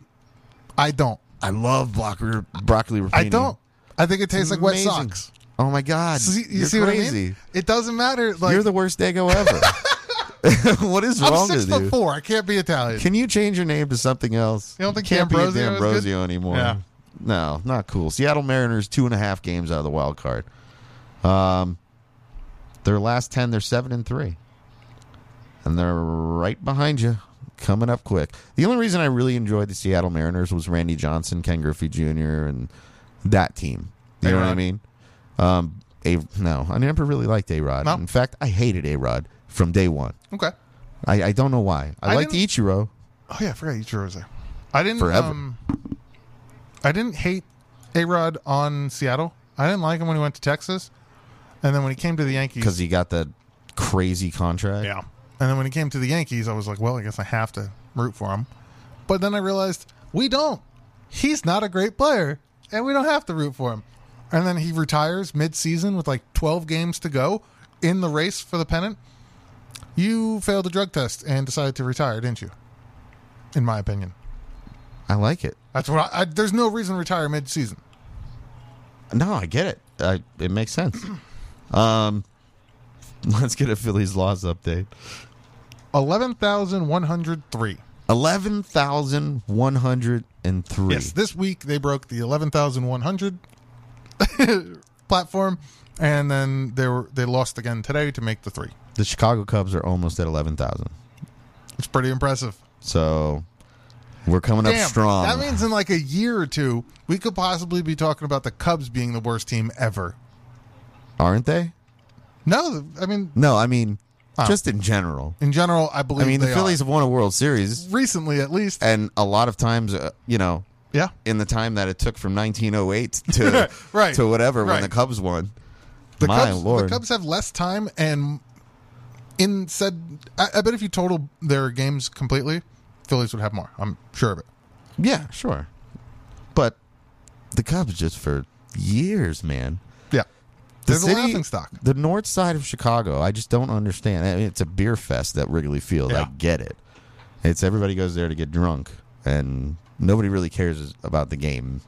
Speaker 2: I don't.
Speaker 1: I love broccoli. Broccoli. Rapini.
Speaker 2: I don't. I think it tastes like wet
Speaker 1: Amazing.
Speaker 2: socks.
Speaker 1: Oh my God!
Speaker 2: See- you
Speaker 1: You're
Speaker 2: see what
Speaker 1: crazy.
Speaker 2: I mean? It doesn't matter. Like
Speaker 1: you're the worst dago ever.
Speaker 2: <laughs>
Speaker 1: <laughs> what is
Speaker 2: I'm
Speaker 1: wrong
Speaker 2: six
Speaker 1: with
Speaker 2: foot
Speaker 1: you?
Speaker 2: four. I can't be Italian.
Speaker 1: Can you change your name to something else?
Speaker 2: You don't think
Speaker 1: can't be
Speaker 2: D'Ambrosio is good?
Speaker 1: D'Ambrosio anymore?
Speaker 2: Yeah.
Speaker 1: No, not cool. Seattle Mariners two and a half games out of the wild card. Um, their last ten, they're seven and three, and they're right behind you, coming up quick. The only reason I really enjoyed the Seattle Mariners was Randy Johnson, Ken Griffey Jr., and that team. You know what I
Speaker 2: A-Rod.
Speaker 1: mean? Um, a no, I never really liked A Rod.
Speaker 2: No.
Speaker 1: In fact, I hated A Rod from day one.
Speaker 2: okay.
Speaker 1: I, I don't know why. I,
Speaker 2: I
Speaker 1: liked
Speaker 2: didn't-
Speaker 1: Ichiro.
Speaker 2: Oh yeah, I forgot Ichiro was there. I didn't.
Speaker 1: Forever.
Speaker 2: Um, I didn't hate A Rod on Seattle. I didn't like him when he went to Texas, and then when he came to the Yankees.
Speaker 1: because he got that crazy contract.
Speaker 2: Yeah. And then when he came to the Yankees, I was like, well, I guess I have to root for him. But then I realized we don't. He's not a great player, and we don't have to root for him. And then he retires mid-season with like 12 games to go in the race for the pennant. You failed a drug test and decided to retire, didn't you? In my opinion,
Speaker 1: I like it.
Speaker 2: that's what I, I there's no reason to retire mid-season.
Speaker 1: No, I get it. I, it makes sense. <clears throat> um, <laughs> let's get a Phillies loss update.
Speaker 2: 11,103.
Speaker 1: Eleven thousand one hundred and three.
Speaker 2: Yes, this week they broke the 11,100 <laughs> platform, and then they were they lost again today to make the three.
Speaker 1: the Chicago Cubs are almost at eleven thousand.
Speaker 2: It's pretty impressive.
Speaker 1: So we're coming
Speaker 2: Damn,
Speaker 1: up strong.
Speaker 2: That means in like a year or two, we could possibly be talking about the Cubs being the worst team ever.
Speaker 1: aren't they?
Speaker 2: No, I mean
Speaker 1: No, I mean
Speaker 2: Oh.
Speaker 1: just in general.
Speaker 2: in general, I
Speaker 1: I
Speaker 2: believe.
Speaker 1: mean the
Speaker 2: they
Speaker 1: Phillies Eh, have
Speaker 2: are.
Speaker 1: won a World Series,
Speaker 2: recently at least.
Speaker 1: and a lot of times, uh, you know,
Speaker 2: Yeah,
Speaker 1: in the time that it took from 1908
Speaker 2: <laughs>
Speaker 1: to
Speaker 2: Right.
Speaker 1: to whatever when
Speaker 2: Right.
Speaker 1: the Cubs won.
Speaker 2: the
Speaker 1: My
Speaker 2: Cubs.
Speaker 1: lord,
Speaker 2: The Cubs have less time and. In said, I, I bet if you total their games completely, Phillies would have more. I'm sure of it.
Speaker 1: Yeah, sure. But the Cubs just for years, man.
Speaker 2: Yeah,
Speaker 1: The
Speaker 2: they're the
Speaker 1: city-
Speaker 2: laughing stock.
Speaker 1: The north side of Chicago, I just don't understand. I mean, it's a beer fest that Wrigley Field. I
Speaker 2: Yeah.
Speaker 1: get it. It's everybody goes there to get drunk, and nobody really cares about the game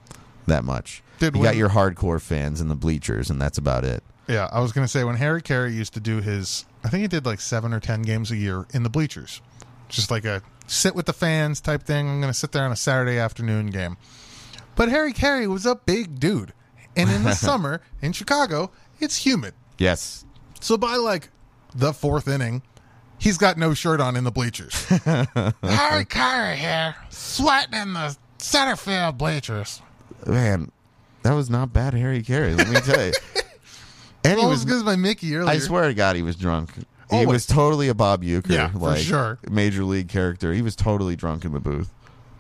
Speaker 1: that much.
Speaker 2: Did
Speaker 1: you
Speaker 2: when-
Speaker 1: got your hardcore fans in the bleachers, and that's about it.
Speaker 2: Yeah, I was going to say when Harry Carey used to do his, I think he did like seven or ten games a year in the bleachers, just like a sit with the fans type thing. I'm going to sit there on a Saturday afternoon game. But Harry Carey was a big dude. And
Speaker 1: <laughs>
Speaker 2: in the summer in Chicago, it's humid.
Speaker 1: Yes.
Speaker 2: So by like the fourth inning, he's got no shirt on in
Speaker 1: <laughs>
Speaker 2: the bleachers. Harry Carey here, sweating in the center field bleachers.
Speaker 1: Man, that was not bad Harry Carey, let me tell
Speaker 2: <laughs>
Speaker 1: you. and he
Speaker 2: Well, was
Speaker 1: was
Speaker 2: because my Mickey earlier.
Speaker 1: I swear to God, he was drunk. He
Speaker 2: Always.
Speaker 1: was totally a Bob Euchre,
Speaker 2: Yeah, for
Speaker 1: like
Speaker 2: sure.
Speaker 1: major league character. He was totally drunk in the booth,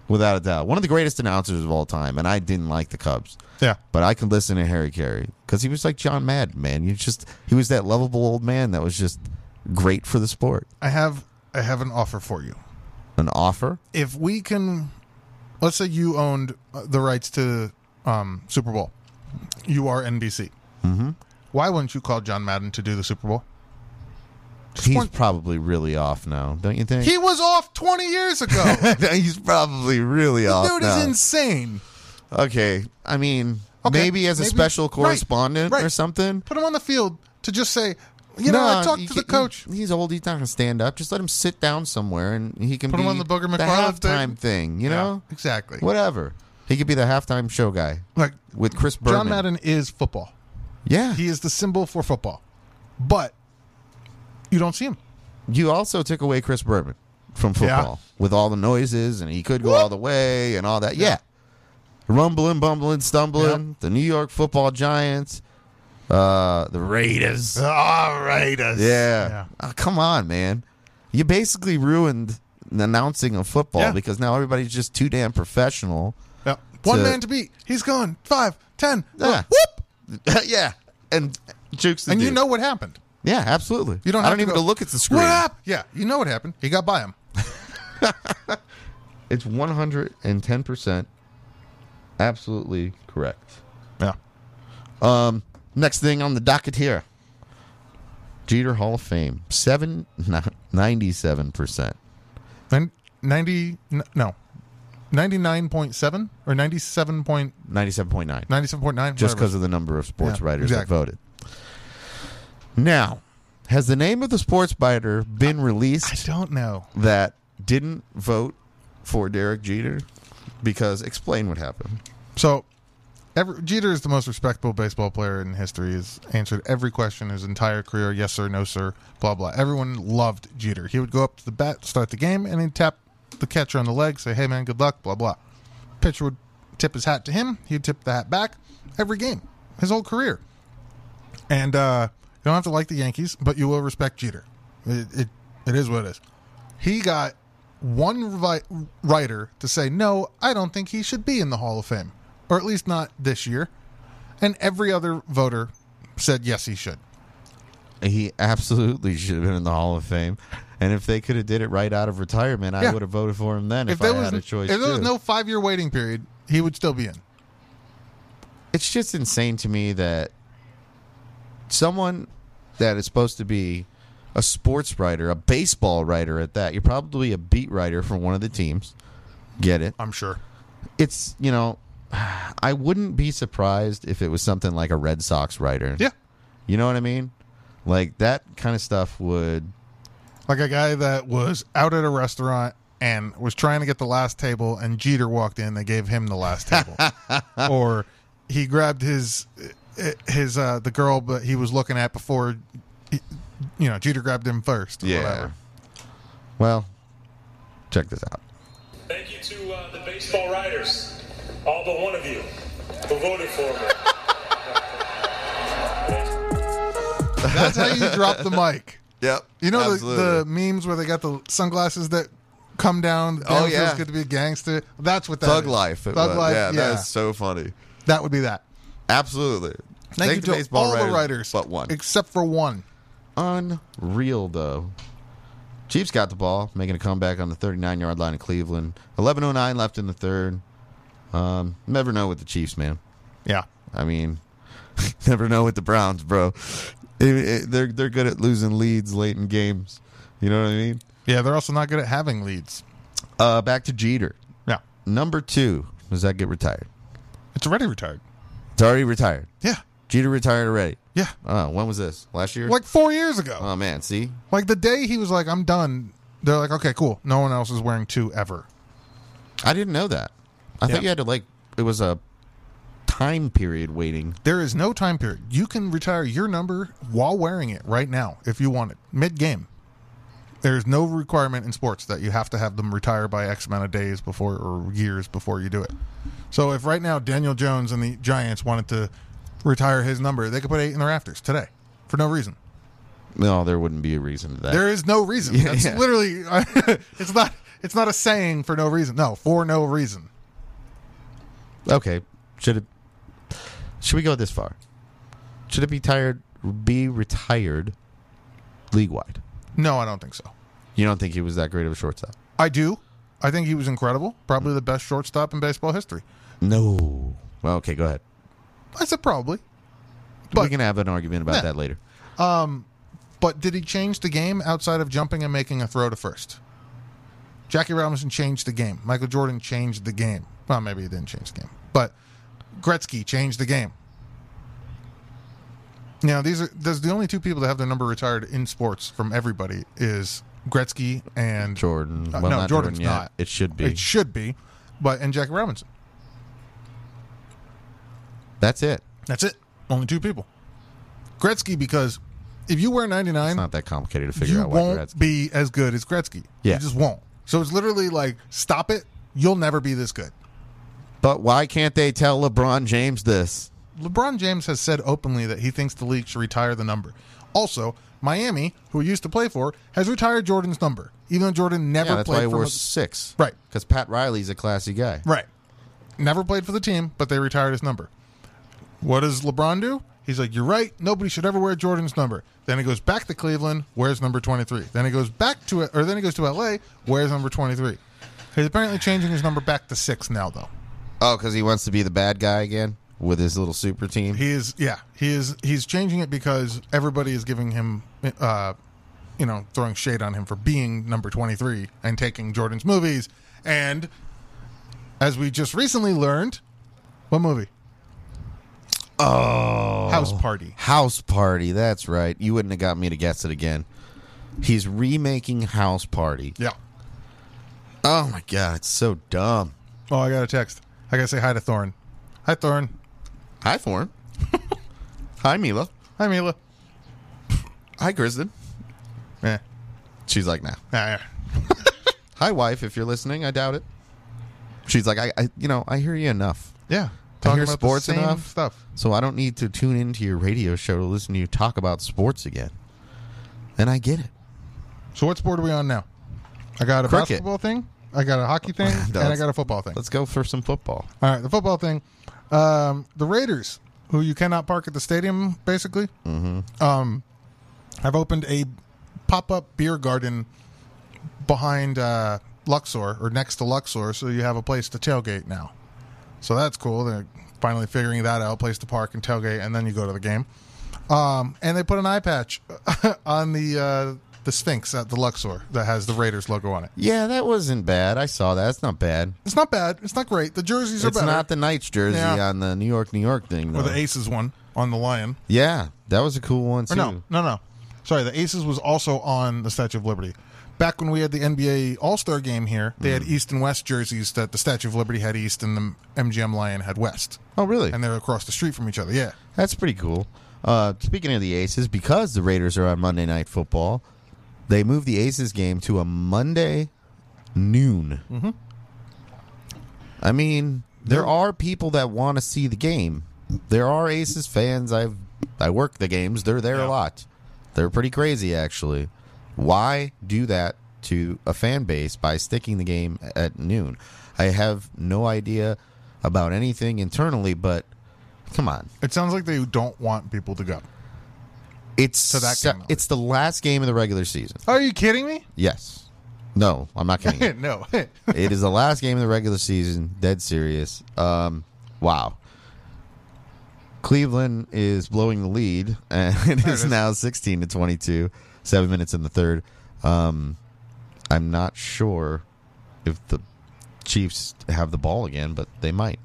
Speaker 1: without a doubt. One of the greatest announcers of all time, and I didn't like the Cubs,
Speaker 2: Yeah.
Speaker 1: but I could listen to Harry Carey because he was like John Madden, man. You just he was that lovable old man that was just great for the sport.
Speaker 2: I have I have an offer for you.
Speaker 1: An offer,
Speaker 2: If we can, let's say you owned uh, the rights to um, Super Bowl, you are NBC. Mm-hmm. Why wouldn't you call John Madden to do the Super Bowl?
Speaker 1: he's
Speaker 2: one-
Speaker 1: probably really off now, don't you think?
Speaker 2: He was off 20 years ago.
Speaker 1: <laughs> he's probably really off.
Speaker 2: Dude
Speaker 1: now.
Speaker 2: is insane.
Speaker 1: Okay, I mean,
Speaker 2: Okay,
Speaker 1: maybe as a
Speaker 2: maybe-
Speaker 1: special
Speaker 2: right,
Speaker 1: correspondent
Speaker 2: right.
Speaker 1: or something.
Speaker 2: Put him on the field to just say, you know, I
Speaker 1: No,
Speaker 2: talked
Speaker 1: you
Speaker 2: to the
Speaker 1: ca- you-
Speaker 2: coach.
Speaker 1: he's old. He's not going to stand up. Just let him sit down somewhere, and he can
Speaker 2: Put
Speaker 1: be
Speaker 2: him on the Booger
Speaker 1: the
Speaker 2: McFarlane
Speaker 1: halftime thing. You know,
Speaker 2: Yeah, exactly.
Speaker 1: whatever. He could be the halftime show guy
Speaker 2: Like
Speaker 1: with Chris Berman.
Speaker 2: John Madden is football.
Speaker 1: Yeah,
Speaker 2: He is the symbol for football, but you don't see him.
Speaker 1: you also took away Chris Berman from football with all the noises, and he could go all the way and all that. Yeah, rumbling, bumbling, stumbling. The New York Football Giants, uh, the Raiders.
Speaker 2: All right.
Speaker 1: Yeah.
Speaker 2: Yeah.
Speaker 1: Oh, come on, man. You basically ruined the announcing of football
Speaker 2: Yeah.
Speaker 1: because now everybody's just too damn
Speaker 2: <laughs>
Speaker 1: professional.
Speaker 2: Yeah. One
Speaker 1: To-
Speaker 2: man to beat. He's gone. Five, ten.
Speaker 1: Yeah.
Speaker 2: Whoop.
Speaker 1: yeah. And jukes the
Speaker 2: And you
Speaker 1: dude.
Speaker 2: know what happened.
Speaker 1: Yeah, absolutely.
Speaker 2: You don't
Speaker 1: I
Speaker 2: have
Speaker 1: don't
Speaker 2: to
Speaker 1: even
Speaker 2: go,
Speaker 1: look at the screen.
Speaker 2: What happened? Yeah. You know what happened. He got by him.
Speaker 1: It's 110% absolutely correct.
Speaker 2: Yeah.
Speaker 1: Um, next thing on the docket here. Jeter Hall of Fame, seven <laughs> ninety-seven percent.
Speaker 2: Nin- 90, n- no, 99.7 or 97 point,
Speaker 1: 97.9.
Speaker 2: 97.9.
Speaker 1: just
Speaker 2: whatever.
Speaker 1: because of the number of sports
Speaker 2: Yeah,
Speaker 1: writers
Speaker 2: exactly.
Speaker 1: that voted. Now, has the name of the sports writer been
Speaker 2: I
Speaker 1: released
Speaker 2: don't know.
Speaker 1: that didn't vote for Derek Jeter? Because explain what happened.
Speaker 2: So, every, Jeter is the most respectable baseball player in history. He's answered every question his entire career, yes sir, no sir, blah blah. Everyone loved Jeter. He would go up to the bat, start the game, and he'd tap the catcher on the leg, say, "Hey man, good luck," blah blah. Pitcher would tip his hat to him. He'd tip the hat back every game, his whole career. And uh, you don't have to like the Yankees, but you will respect Jeter. It it, it is what it is. He got one vi- writer to say, no, I don't think he should be in the Hall of Fame, or at least not this year. And every other voter said, yes, he should.
Speaker 1: He absolutely should have been in the Hall of Fame, and if they could have did it right out of retirement,
Speaker 2: Yeah.
Speaker 1: I would have voted for him then. If, I had a choice,
Speaker 2: if there was
Speaker 1: too.
Speaker 2: no five year waiting period, he would still be in.
Speaker 1: it's just insane to me that someone that is supposed to be a sports writer, a baseball writer at that, you're probably a beat writer for one of the teams. Get it?
Speaker 2: I'm sure.
Speaker 1: It's, you know, <sighs> I wouldn't be surprised if it was something like a Red Sox writer.
Speaker 2: Yeah,
Speaker 1: You know what I mean? Like that kind of stuff would.
Speaker 2: like a guy that was out at a restaurant and was trying to get the last table, and Jeter walked in. They gave him the
Speaker 1: <laughs>
Speaker 2: last table, or he grabbed his his uh, the girl, but he was looking at before. he- You know, Jeter grabbed him first. or whatever.
Speaker 1: Well, check this out.
Speaker 9: Thank you to uh, the baseball writers, all but one of you who voted for me.
Speaker 2: That's how you drop the mic.
Speaker 1: Yep.
Speaker 2: You know the, the memes where they got the sunglasses that come down. Damn,
Speaker 1: Oh,
Speaker 2: it feels
Speaker 1: yeah.
Speaker 2: good to be a gangster. That's what that
Speaker 1: Thug
Speaker 2: is.
Speaker 1: Life. it
Speaker 2: Thug
Speaker 1: was.
Speaker 2: life.
Speaker 1: Yeah,
Speaker 2: Yeah,
Speaker 1: that is so funny.
Speaker 2: that would be that.
Speaker 1: Absolutely.
Speaker 2: Thank, you
Speaker 1: the
Speaker 2: to
Speaker 1: baseball
Speaker 2: all
Speaker 1: writers,
Speaker 2: the writers,
Speaker 1: but one.
Speaker 2: except for one.
Speaker 1: Unreal though. Chiefs got the ball, making a comeback on the 39 yard line of Cleveland. 11:09 left in the third. Um, never know with the Chiefs, man.
Speaker 2: Yeah,
Speaker 1: I mean, <laughs> never know with the Browns, bro. It- it- they're they're good at losing leads late in games. You know what I mean?
Speaker 2: yeah. They're also not good at having leads.
Speaker 1: Uh, back to Jeter,
Speaker 2: Yeah,
Speaker 1: number two. Does that get retired?
Speaker 2: it's already retired.
Speaker 1: It's already retired.
Speaker 2: Yeah,
Speaker 1: Jeter retired already.
Speaker 2: yeah.
Speaker 1: Uh, when was this? Last year?
Speaker 2: Like four years ago.
Speaker 1: Oh man, see,
Speaker 2: Like the day he was like, "I'm done," They're like, okay, cool. No one else is wearing two ever.
Speaker 1: I didn't know that. I
Speaker 2: Yeah.
Speaker 1: thought you had to like it was a time period waiting.
Speaker 2: There is no time period. You can retire your number while wearing it right now if you want it, mid game. There's no requirement in sports that you have to have them retire by X amount of days before or years before you do it. So if right now Daniel Jones and the Giants wanted to retire his number, they could put eight in the rafters today for no reason.
Speaker 1: No, there wouldn't be a reason to that.
Speaker 2: There is no reason.
Speaker 1: Uh, Yeah,
Speaker 2: That's
Speaker 1: yeah.
Speaker 2: literally <laughs> it's not it's not a saying for no reason. No, for no reason.
Speaker 1: Okay. Should it should we go this far? Should it be tired be retired league wide?
Speaker 2: No, I don't think so.
Speaker 1: You don't think he was that great of a shortstop?
Speaker 2: I do. I think he was incredible. Probably the best shortstop in baseball history.
Speaker 1: No. Well, okay, go ahead.
Speaker 2: I said probably.
Speaker 1: we can have an argument about
Speaker 2: Yeah.
Speaker 1: that later.
Speaker 2: Um, but did he change the game outside of jumping and making a throw to first? Jackie Robinson changed the game. Michael Jordan changed the game. Well, maybe he didn't change the game, but Gretzky changed the game. Now these are those are the only two people that have their number retired in sports from everybody is Gretzky and
Speaker 1: Jordan.
Speaker 2: Uh,
Speaker 1: well,
Speaker 2: no,
Speaker 1: not
Speaker 2: Jordan's
Speaker 1: Jordan yet.
Speaker 2: not.
Speaker 1: It should be.
Speaker 2: It should be, but and Jackie Robinson.
Speaker 1: That's it.
Speaker 2: That's it. Only two people. Gretzky because if you wear ninety nine,
Speaker 1: It's not that complicated to figure
Speaker 2: you
Speaker 1: out why
Speaker 2: won't
Speaker 1: Gretzky.
Speaker 2: be as good as Gretzky.
Speaker 1: Yeah.
Speaker 2: You just won't. So it's literally like, stop it. You'll never be this good.
Speaker 1: But why can't they tell LeBron James this?
Speaker 2: LeBron James has said openly that he thinks the league should retire the number. Also, Miami, who he used to play for, has retired Jordan's number, even though Jordan never
Speaker 1: yeah, that's
Speaker 2: played
Speaker 1: why
Speaker 2: for
Speaker 1: we're
Speaker 2: the-
Speaker 1: six.
Speaker 2: Right.
Speaker 1: Because Pat Riley's a classy guy.
Speaker 2: Right. Never played for the team, but they retired his number. What does LeBron do? He's like, You're right. Nobody should ever wear Jordan's number. Then he goes back to Cleveland, wears number 23. Then he goes back to it, or then he goes to LA, wears number 23. He's apparently changing his number back to six now, though.
Speaker 1: Oh, because he wants to be the bad guy again with his little super team.
Speaker 2: He is, yeah, he is. He's changing it because everybody is giving him, uh, you know, throwing shade on him for being number twenty three and taking Jordan's movies. And as we just recently learned, what movie?
Speaker 1: Oh,
Speaker 2: House Party.
Speaker 1: House Party. That's right. You wouldn't have got me to guess it again. He's remaking House Party.
Speaker 2: Yeah.
Speaker 1: Oh my god, it's so dumb.
Speaker 2: Oh, I got a text. I gotta say hi to Thorn. Hi, Thorn.
Speaker 1: Hi, Thorn. <laughs> Hi, Mila.
Speaker 2: Hi, Mila.
Speaker 1: Hi, Kristen.
Speaker 2: Yeah.
Speaker 1: She's like, nah.
Speaker 2: Ah, yeah.
Speaker 1: Hi, wife. If you're listening, I doubt it. She's like, I, I you know, I hear you enough.
Speaker 2: Yeah.
Speaker 1: I hear
Speaker 2: about the
Speaker 1: sports
Speaker 2: same
Speaker 1: enough.
Speaker 2: stuff.
Speaker 1: So I don't need to tune into your radio show to listen to you talk about sports again. And I get it.
Speaker 2: So what sport are we on now? I got a
Speaker 1: Cricket.
Speaker 2: basketball thing. I got a
Speaker 1: <laughs>
Speaker 2: hockey thing, and I
Speaker 1: let's-
Speaker 2: got a football thing.
Speaker 1: Let's go for some football.
Speaker 2: All right, the football thing. Um, the Raiders, who you cannot park at the stadium, basically, mm-hmm. um, have opened a pop up beer garden behind uh, Luxor or next to Luxor, so you have a place to tailgate now. So that's cool. They're finally figuring that out place to park and tailgate, and then you go to the game. Um, and they put an eye patch <laughs> on the uh, the Sphinx at the Luxor that has the Raiders logo on it.
Speaker 1: Yeah, that wasn't bad. I saw that. It's not bad.
Speaker 2: It's not bad. It's not great. The jerseys are
Speaker 1: It's
Speaker 2: better.
Speaker 1: not the Knights jersey
Speaker 2: Yeah.
Speaker 1: on the New York, New York thing.
Speaker 2: or
Speaker 1: Though.
Speaker 2: the Aces one on the Lion.
Speaker 1: yeah, that was a cool one too.
Speaker 2: Or no, no, no. Sorry, the Aces was also on the Statue of Liberty. Back when we had the NBA All Star game here, they
Speaker 1: Mm.
Speaker 2: had East and West jerseys that the Statue of Liberty had East and the MGM Lion had West.
Speaker 1: Oh, really?
Speaker 2: And they're across the street from each other. Yeah.
Speaker 1: That's pretty cool. Uh, speaking of the Aces, because the Raiders are on Monday Night Football, they moved the Aces game to a Monday noon. Mm-hmm. I mean, there are people that want to see the game. There are Aces fans. I've I work the games. They're there a lot. They're pretty crazy, actually. Why do that to a fan base by sticking the game at noon? I have no idea about anything internally, but come on.
Speaker 2: It sounds like they don't want people to go.
Speaker 1: It's
Speaker 2: So that
Speaker 1: se-
Speaker 2: came out.
Speaker 1: it's the last game of the regular season.
Speaker 2: Are you kidding me? <laughs>
Speaker 1: Yes. No, I'm not kidding. you.
Speaker 2: no. <laughs>
Speaker 1: it is the last game of the regular season. Dead serious. Um, wow. Cleveland is blowing the lead, and <laughs> it
Speaker 2: it
Speaker 1: is
Speaker 2: is.
Speaker 1: now 16 to 22, seven minutes in the third. Um, I'm not sure if the Chiefs have the ball again, but they might.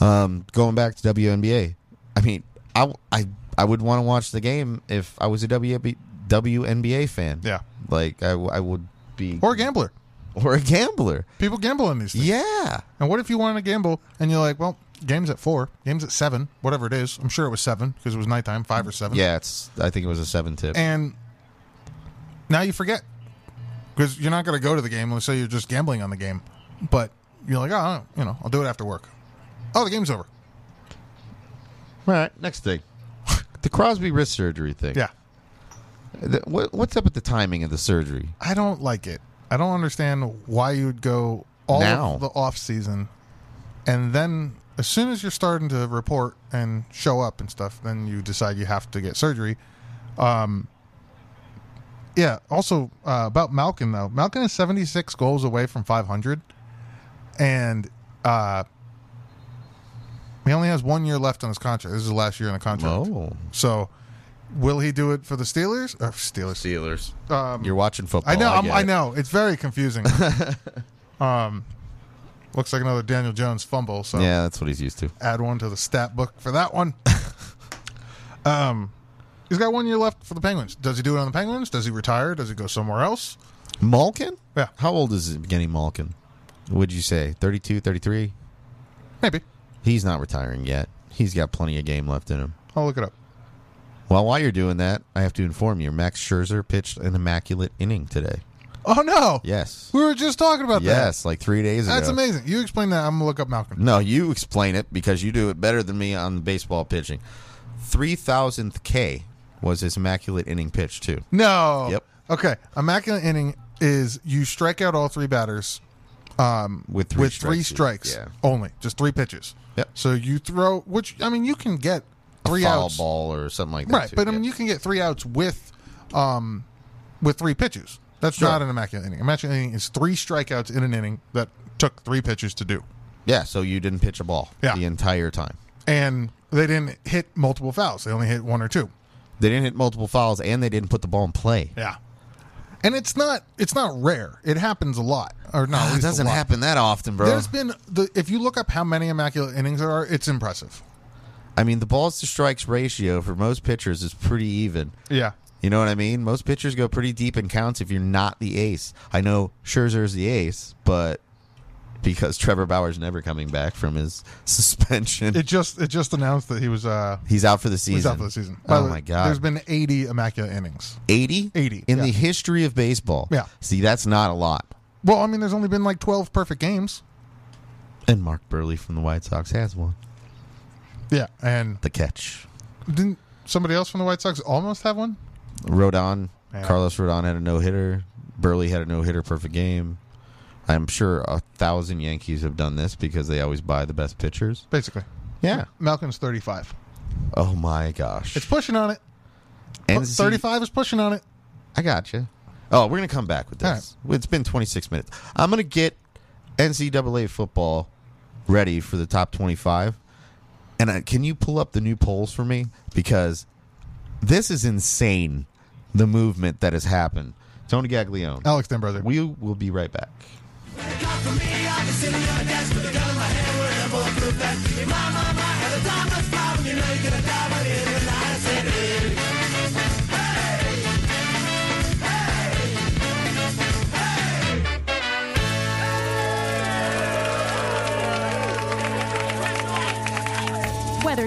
Speaker 1: Um, going back to WNBA, I mean, I, I, I would want to watch the game if I was a WNBA, WNBA fan.
Speaker 2: Yeah.
Speaker 1: Like, I, w- I would be
Speaker 2: or a gambler.
Speaker 1: Or a gambler.
Speaker 2: People gamble on these things.
Speaker 1: Yeah.
Speaker 2: And what if you want to gamble and you're like, well, game's at four, game's at seven, whatever it is. I'm sure it was seven because it was nighttime, five or seven.
Speaker 1: Yeah, it's. I think it was a seven tip.
Speaker 2: And now you forget because you're not going to go to the game. Let's say you're just gambling on the game, but you're like, oh, you know, I'll do it after work. Oh, the game's over.
Speaker 1: All right, next thing, <laughs> the Crosby wrist surgery thing.
Speaker 2: Yeah.
Speaker 1: The- what, what's up with the timing of the surgery?
Speaker 2: I don't like it. I don't understand why you'd go all
Speaker 1: Now.
Speaker 2: of the off season, and then as soon as you're starting to report and show up and stuff, then you decide you have to get surgery. Um, yeah. Also uh, about Malkin though, Malkin is 76 goals away from 500, and uh, he only has one year left on his contract. This is the last year in the contract.
Speaker 1: Oh,
Speaker 2: So, will he do it for the Steelers? Or Steelers.
Speaker 1: Steelers.
Speaker 2: Um,
Speaker 1: You're watching football.
Speaker 2: I know. I'm,
Speaker 1: Oh, get
Speaker 2: I
Speaker 1: it.
Speaker 2: know. It's
Speaker 1: <laughs>
Speaker 2: very confusing. um, looks like another Daniel Jones fumble. So
Speaker 1: Yeah, that's what he's used to.
Speaker 2: add one to the stat book for
Speaker 1: <laughs>
Speaker 2: that one. um, he's got one year left for the Penguins. Does he do it on the Penguins? Does he retire? Does he go somewhere else?
Speaker 1: Malkin?
Speaker 2: Yeah.
Speaker 1: How old is Evgeny Malkin? Would you say 32, 33?
Speaker 2: Maybe.
Speaker 1: He's not retiring yet. He's got plenty of game left in him.
Speaker 2: I'll look it up.
Speaker 1: Well, while you're doing that, I have to inform you Max Scherzer pitched an immaculate inning today.
Speaker 2: Oh no!
Speaker 1: Yes.
Speaker 2: We were just talking about that.
Speaker 1: Yes, like three days ago.
Speaker 2: That's amazing. You explain that. I'm gonna look up Malcolm.
Speaker 1: No, you explain it because you do it better than me on baseball pitching. 3,000th K was his immaculate inning pitch, too.
Speaker 2: No.
Speaker 1: Yep.
Speaker 2: Okay. Immaculate inning is you strike out all three batters. Um,
Speaker 1: With three
Speaker 2: with three
Speaker 1: strikes,
Speaker 2: strikes
Speaker 1: yeah.
Speaker 2: only, just three pitches.
Speaker 1: Yep.
Speaker 2: So you throw, which I mean, you can get three
Speaker 1: Foul
Speaker 2: outs,
Speaker 1: ball or something like that.
Speaker 2: right?
Speaker 1: too,
Speaker 2: But I mean,
Speaker 1: yeah.
Speaker 2: you can get three outs with, um, with three pitches. That's
Speaker 1: Sure.
Speaker 2: not an immaculate inning. Immaculate inning is three strikeouts in an inning that took three pitches to do,
Speaker 1: Yeah, so you didn't pitch a ball
Speaker 2: Yeah.
Speaker 1: the entire time.
Speaker 2: and they didn't hit multiple fouls. They only hit one or two.
Speaker 1: They didn't hit multiple fouls and they didn't put the ball in play.
Speaker 2: Yeah. And it's not it's not rare. It happens a lot, or not.
Speaker 1: Ah, it doesn't happen that often, bro.
Speaker 2: There's been the if you look up how many immaculate innings there are, it's impressive.
Speaker 1: I mean, the balls to strikes ratio for most pitchers is pretty even.
Speaker 2: Yeah.
Speaker 1: You know what I mean? Most pitchers go pretty deep in counts if you're not the ace. I know Scherzer is the ace, but because <laughs> Trevor Bauer's never coming back from his <laughs> suspension,
Speaker 2: It just it just announced that he was uh
Speaker 1: he's out for the season.
Speaker 2: he was out for the season. By
Speaker 1: Oh
Speaker 2: the way,
Speaker 1: my god!
Speaker 2: There's been 80 immaculate innings.
Speaker 1: 80?
Speaker 2: 80,
Speaker 1: in
Speaker 2: yeah.
Speaker 1: the history of baseball.
Speaker 2: Yeah.
Speaker 1: See, that's not a lot.
Speaker 2: Well, I mean, there's only been like 12 perfect games.
Speaker 1: And Mark Burley from the White Sox has one.
Speaker 2: Yeah, and
Speaker 1: The catch.
Speaker 2: didn't somebody else from the White Sox almost have one?
Speaker 1: Rodon,
Speaker 2: Yeah.
Speaker 1: Carlos Rodon had a no hitter. Burley had a no hitter, perfect game. I'm sure a thousand Yankees have done this because they always buy the best pitchers.
Speaker 2: Basically,
Speaker 1: Yeah.
Speaker 2: Malcolm's 35.
Speaker 1: Oh my gosh.
Speaker 2: It's pushing on it.
Speaker 1: And
Speaker 2: 35 is pushing on it.
Speaker 1: I got you. Oh, we're gonna come back with
Speaker 2: All
Speaker 1: this. It's been 26 minutes. I'm gonna get NCAA football ready for the top 25. And I, can you pull up the new polls for me because this is insane. The movement that has happened. Tony Gaglione.
Speaker 2: Alex Denbrother.
Speaker 1: We will be right back.
Speaker 10: Whether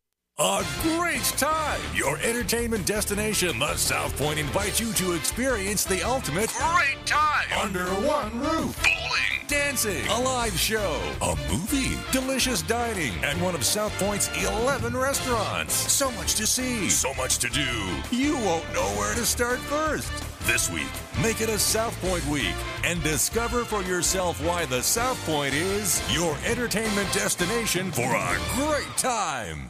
Speaker 11: A great time! Your entertainment destination, the South Point, invites you to experience the ultimate great time under one roof. Bowling, dancing, a live show, a movie, delicious dining, and one of South Point's 11 restaurants. So much to see, so much to do. You won't know where to start first. This week, make it a South Point week and discover for yourself why the South Point is your entertainment destination for a great time.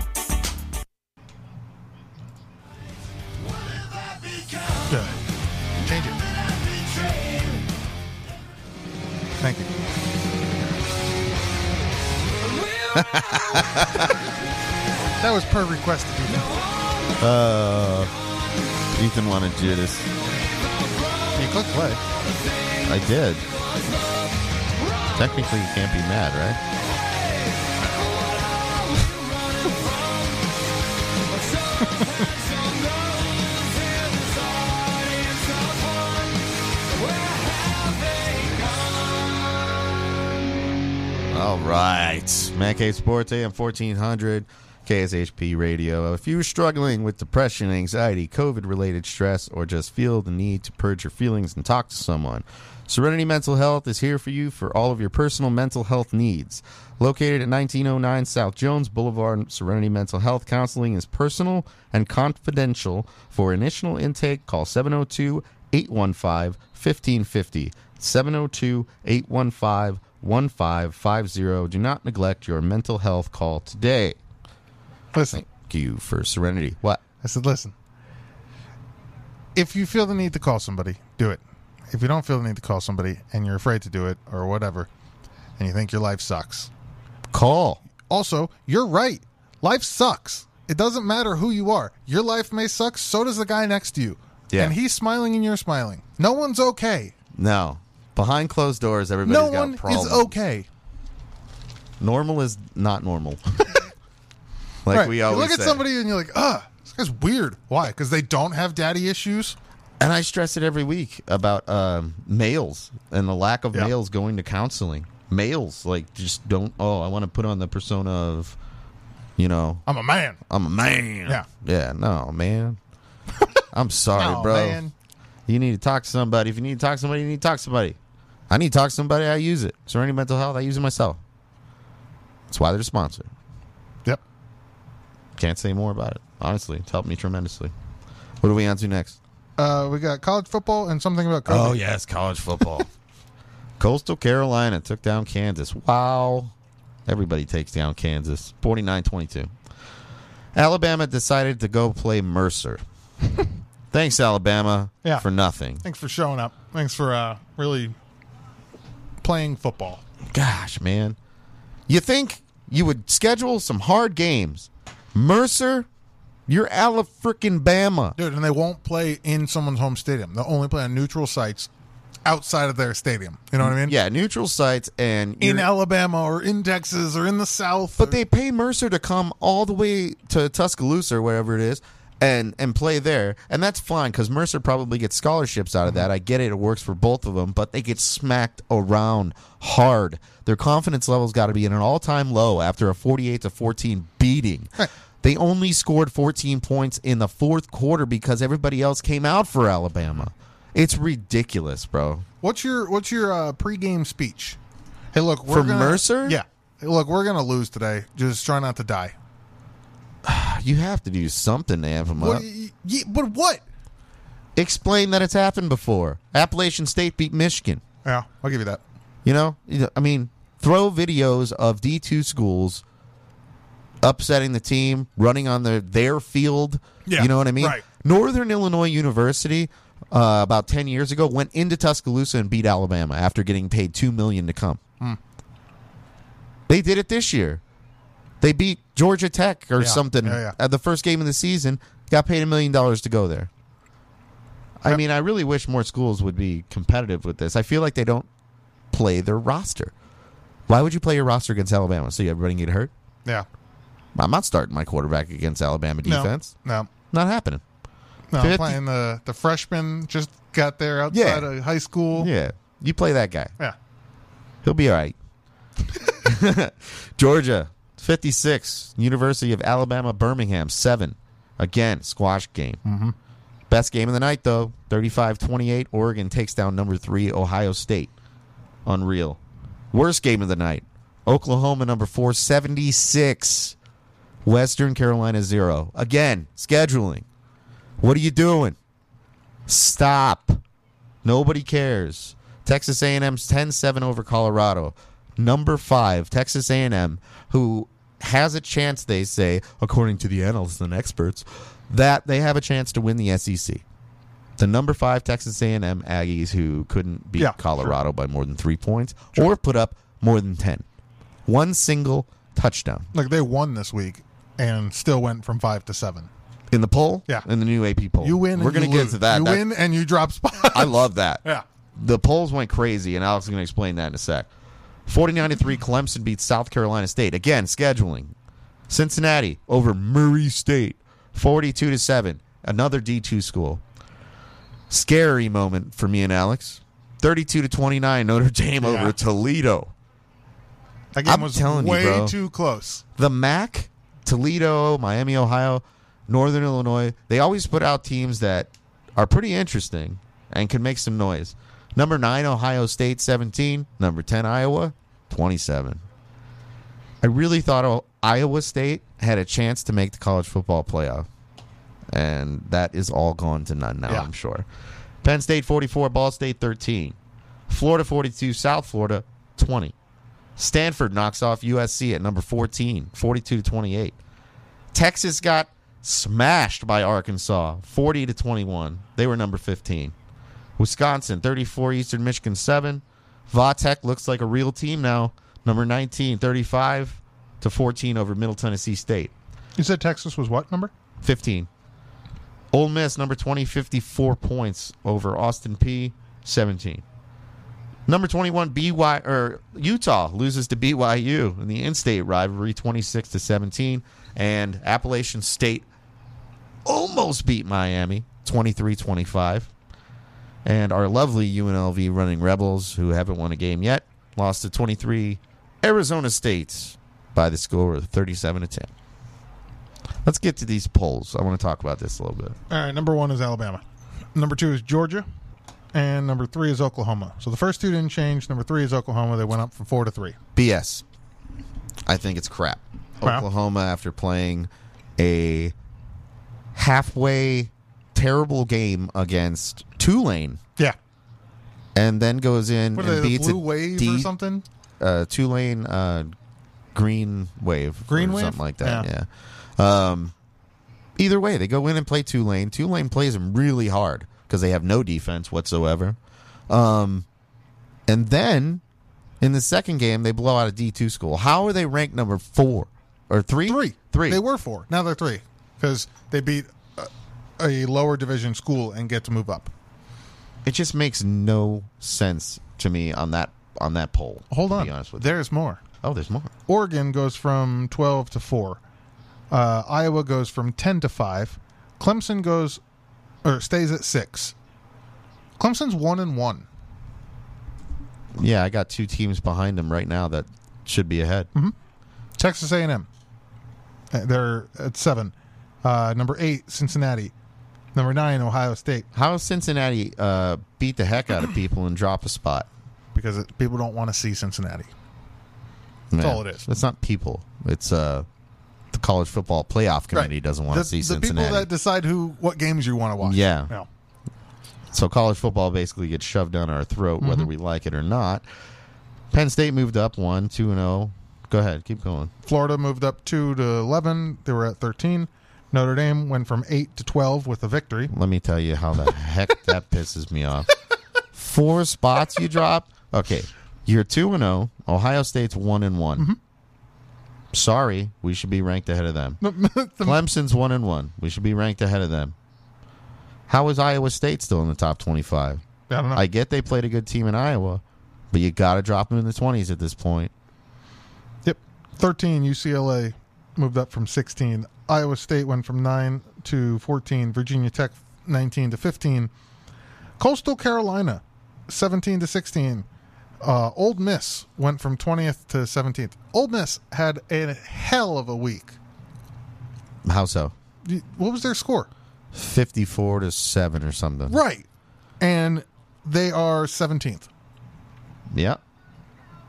Speaker 2: Good. Change it. Thank
Speaker 1: <laughs>
Speaker 2: you. that was per request.
Speaker 1: Uh, Ethan wanted Judas.
Speaker 2: You click play.
Speaker 1: I did. Technically, you can't be mad, right? All right. Matt K Sports AM 1400, KSHP Radio. If you're struggling with depression, anxiety, COVID related stress, or just feel the need to purge your feelings and talk to someone, Serenity Mental Health is here for you for all of your personal mental health needs. Located at 1909 South Jones Boulevard, Serenity Mental Health Counseling is personal and confidential. For initial intake, call 702 815 1550. 702 815 1550. Do not neglect your mental health call today.
Speaker 2: Listen.
Speaker 1: Thank you for Serenity. What?
Speaker 2: I said, listen. If you feel the need to call somebody, do it. If you don't feel the need to call somebody and you're afraid to do it or whatever, and you think your life sucks,
Speaker 1: call.
Speaker 2: Also, you're right. Life sucks. It doesn't matter who you are. Your life may suck. So does the guy next to you.
Speaker 1: Yeah.
Speaker 2: And he's smiling and you're smiling. No one's okay.
Speaker 1: No. Behind closed doors, everybody's
Speaker 2: no
Speaker 1: got
Speaker 2: one
Speaker 1: a problem.
Speaker 2: is okay.
Speaker 1: Normal is not
Speaker 2: <laughs>
Speaker 1: normal. like
Speaker 2: Right.
Speaker 1: we
Speaker 2: You
Speaker 1: always
Speaker 2: look
Speaker 1: say.
Speaker 2: at somebody and you're like, ah, this guy's weird. Why? Because they don't have daddy issues.
Speaker 1: And I stress it every week about um, males and the lack of
Speaker 2: Yeah.
Speaker 1: males going to counseling. Males like just don't. Oh, I want to put on the persona of, you know,
Speaker 2: I'm a man.
Speaker 1: I'm a man.
Speaker 2: Yeah.
Speaker 1: yeah. No,
Speaker 2: <laughs>
Speaker 1: man. I'm sorry,
Speaker 2: No,
Speaker 1: bro.
Speaker 2: Oh, man.
Speaker 1: You need to talk to somebody. If you need to talk to somebody, you need to talk to somebody. I need to talk to somebody. I use it. Serenity Mental Health. I use it myself. That's why they're a sponsor.
Speaker 2: Yep.
Speaker 1: Can't say more about it. Honestly, it's helped me tremendously. What are we on to next?
Speaker 2: Uh, we got college football and something about COVID.
Speaker 1: Oh yes, college football. <laughs> Coastal Carolina took down Kansas. Wow. Everybody takes down Kansas. 49-22. Alabama decided to go play Mercer. Thanks Alabama
Speaker 2: Yeah.
Speaker 1: for nothing.
Speaker 2: Thanks for showing up. Thanks for uh, really playing football.
Speaker 1: Gosh, man. You think you would schedule some hard games. Mercer, you're Alabama.
Speaker 2: Dude, and they won't play in someone's home stadium. They'll only play on neutral sites outside of their stadium. You know what I mean?
Speaker 1: Yeah, neutral sites and
Speaker 2: In
Speaker 1: you're-
Speaker 2: Alabama or in Texas or in the South.
Speaker 1: But they pay Mercer to come all the way to Tuscaloosa or wherever it is and and play there. And that's fine because Mercer probably gets scholarships out of that. I get it. It works for both of them, but they get smacked around hard. Their confidence level's got to be at an all time low after a 48 to 14 beating. They only scored 14 points in the fourth quarter because everybody else came out for Alabama. It's ridiculous, bro.
Speaker 2: What's your what's your uh, pregame speech? Hey, look, we're
Speaker 1: For
Speaker 2: gonna-
Speaker 1: Mercer?
Speaker 2: Yeah. Hey, look, we're gonna lose today. Just try not to die.
Speaker 1: You have to do something to amp them
Speaker 2: What,
Speaker 1: up.
Speaker 2: y- y- but what?
Speaker 1: Explain that it's happened before. Appalachian State beat Michigan.
Speaker 2: Yeah, I'll give you that.
Speaker 1: You know, You know, I mean, throw videos of D two schools upsetting the team, running on their their field.
Speaker 2: Yeah,
Speaker 1: you know what I mean.
Speaker 2: right.
Speaker 1: Northern Illinois University, uh, about ten years ago, went into Tuscaloosa and beat Alabama after getting paid two million to come.
Speaker 2: Hmm.
Speaker 1: They did it this year. They beat Georgia Tech or
Speaker 2: Yeah.
Speaker 1: something
Speaker 2: Yeah, yeah.
Speaker 1: at the first game of the season. Got paid a million dollars to go there. I mean, I really wish more schools would be competitive with this. I feel like they don't play their roster. Why would you play your roster against Alabama? So everybody can get hurt?
Speaker 2: Yeah.
Speaker 1: I'm not starting my quarterback against Alabama
Speaker 2: No.
Speaker 1: defense.
Speaker 2: No.
Speaker 1: Not happening.
Speaker 2: No, I'm
Speaker 1: 50
Speaker 2: playing the the freshman just got there outside
Speaker 1: Yeah.
Speaker 2: of high school.
Speaker 1: Yeah. You play that guy.
Speaker 2: Yeah.
Speaker 1: He'll be all right. Georgia, 56. University of Alabama, Birmingham, 7. Again, squash game.
Speaker 2: Mhm.
Speaker 1: Best game of the night, though. 35 28. Oregon takes down number 3, Ohio State. Unreal. Worst game of the night. Oklahoma, number 4, 76. Western Carolina, 0. Again, scheduling. What are you doing? Stop. Nobody cares. Texas A&M's 10-7 over Colorado. Number 5, Texas A&M, who has a chance they say, according to the analysts and experts, that they have a chance to win the SEC. The number 5 Texas A&M Aggies who couldn't beat
Speaker 2: Yeah,
Speaker 1: Colorado by more than 3 points or put up more than 10. One single touchdown.
Speaker 2: Like they won this week and still went from five to seven.
Speaker 1: In the poll?
Speaker 2: Yeah.
Speaker 1: In the new AP poll.
Speaker 2: You win.
Speaker 1: We're
Speaker 2: and you
Speaker 1: gonna get
Speaker 2: lose.
Speaker 1: to that.
Speaker 2: You
Speaker 1: That-
Speaker 2: win and you drop <laughs> spot.
Speaker 1: I love that.
Speaker 2: Yeah.
Speaker 1: The polls went crazy, and Alex is going to explain that in a sec. 49 to 3, Clemson beats South Carolina State. Again, scheduling. Cincinnati over Murray State. 42 to 7, another D2 school. Scary moment for me and Alex. 32 to 29, Notre Dame over Toledo.
Speaker 2: That game
Speaker 1: I'm
Speaker 2: was
Speaker 1: telling you,
Speaker 2: way
Speaker 1: bro.
Speaker 2: too close.
Speaker 1: The MAC, Toledo, Miami, Ohio, Northern Illinois, they always put out teams that are pretty interesting and can make some noise. Number 9 Ohio State 17, number 10 Iowa 27. I really thought oh, Iowa State had a chance to make the college football playoff. And that is all gone to none now,
Speaker 2: Yeah.
Speaker 1: I'm sure. Penn State 44, Ball State 13. Florida 42, South Florida 20. Stanford knocks off USC at number 14, 42 to 28. Texas got smashed by Arkansas, 40 to 21. They were number 15. Wisconsin 34, Eastern Michigan 7. Vatech looks like a real team now, number 19, 35 to 14 over Middle Tennessee State.
Speaker 2: You said Texas was what number?
Speaker 1: 15. Ole Miss, number 20, 54 points over Austin P, 17. Number 21, BY, or Utah loses to BYU in the in state rivalry, 26 to 17. And Appalachian State almost beat Miami, 23 25. And our lovely UNLV running Rebels, who haven't won a game yet, lost to 23 Arizona State by the score of 37 to 10. Let's get to these polls. I want to talk about this a little bit.
Speaker 2: All right, Uh, number one is Alabama. Number two is Georgia. And number three is Oklahoma. So the first two didn't change. Number three is Oklahoma. They went up from four to three.
Speaker 1: BS. I think it's crap.
Speaker 2: Wow.
Speaker 1: Oklahoma, after playing a halfway terrible game against Tulane,
Speaker 2: Yeah.
Speaker 1: and then goes in
Speaker 2: What
Speaker 1: and
Speaker 2: are they, the
Speaker 1: beats
Speaker 2: Blue
Speaker 1: a
Speaker 2: Wave
Speaker 1: D-
Speaker 2: or something?
Speaker 1: Uh, Tulane, uh, Green Wave,
Speaker 2: Green
Speaker 1: or
Speaker 2: Wave?
Speaker 1: something like that. Yeah. Um, either way, they go in and play Tulane. Tulane plays them really hard because they have no defense whatsoever. Um, and then in the second game, they blow out a D two school. How are they ranked number four or three? Three, three.
Speaker 2: They were four. Now they're three because they beat a, a lower division school and get to move up.
Speaker 1: It just makes no sense to me on that on that poll.
Speaker 2: Hold
Speaker 1: to
Speaker 2: on.
Speaker 1: be honest with you.
Speaker 2: There's more.
Speaker 1: Oh, there's more.
Speaker 2: Oregon goes from 12 to 4. Uh, Iowa goes from 10 to 5. Clemson goes or stays at 6. Clemson's 1 and 1.
Speaker 1: Yeah, I got two teams behind them right now that should be ahead.
Speaker 2: Texas A&M. Uh, They're at 7. Uh, number 8 Cincinnati. Number 9 Ohio State
Speaker 1: How does Cincinnati uh, beat the heck out of people and drop a spot?
Speaker 2: because it, people don't want to see Cincinnati.
Speaker 1: That's
Speaker 2: all it is.
Speaker 1: It's not people. It's uh, the college football playoff committee doesn't want
Speaker 2: The-
Speaker 1: to see
Speaker 2: the
Speaker 1: Cincinnati.
Speaker 2: people that decide who what games you want to watch.
Speaker 1: Yeah. So college football basically gets shoved down our throat,
Speaker 2: Mm-hmm.
Speaker 1: whether we like it or not. Penn State moved up one, two and zero. Go ahead, keep going.
Speaker 2: Florida moved up 2 to 11. They were at 13. Notre Dame went from 8 to 12 with a victory.
Speaker 1: Let me tell you how the heck that pisses me off. Four spots oh. you drop. Okay, you're two and zero. Ohio State's one and one. Sorry, we should be ranked ahead of them. Clemson's one and one. We should be ranked ahead of them. How is Iowa State still in the top twenty-five?
Speaker 2: I don't know.
Speaker 1: I get they played a good team in Iowa, but you got to drop them in the twenties at this point.
Speaker 2: Yep. 13, UCLA moved up from 16. Iowa State went from 9 to 14. Virginia Tech 19 to 15. Coastal Carolina 17 to 16. Uh, Old Miss went from 20th to 17th. Old Miss had a hell of a week.
Speaker 1: How so?
Speaker 2: Y- What was their score?
Speaker 1: Fifty-four to seven or something.
Speaker 2: Right. And they are 17th.
Speaker 1: Yeah.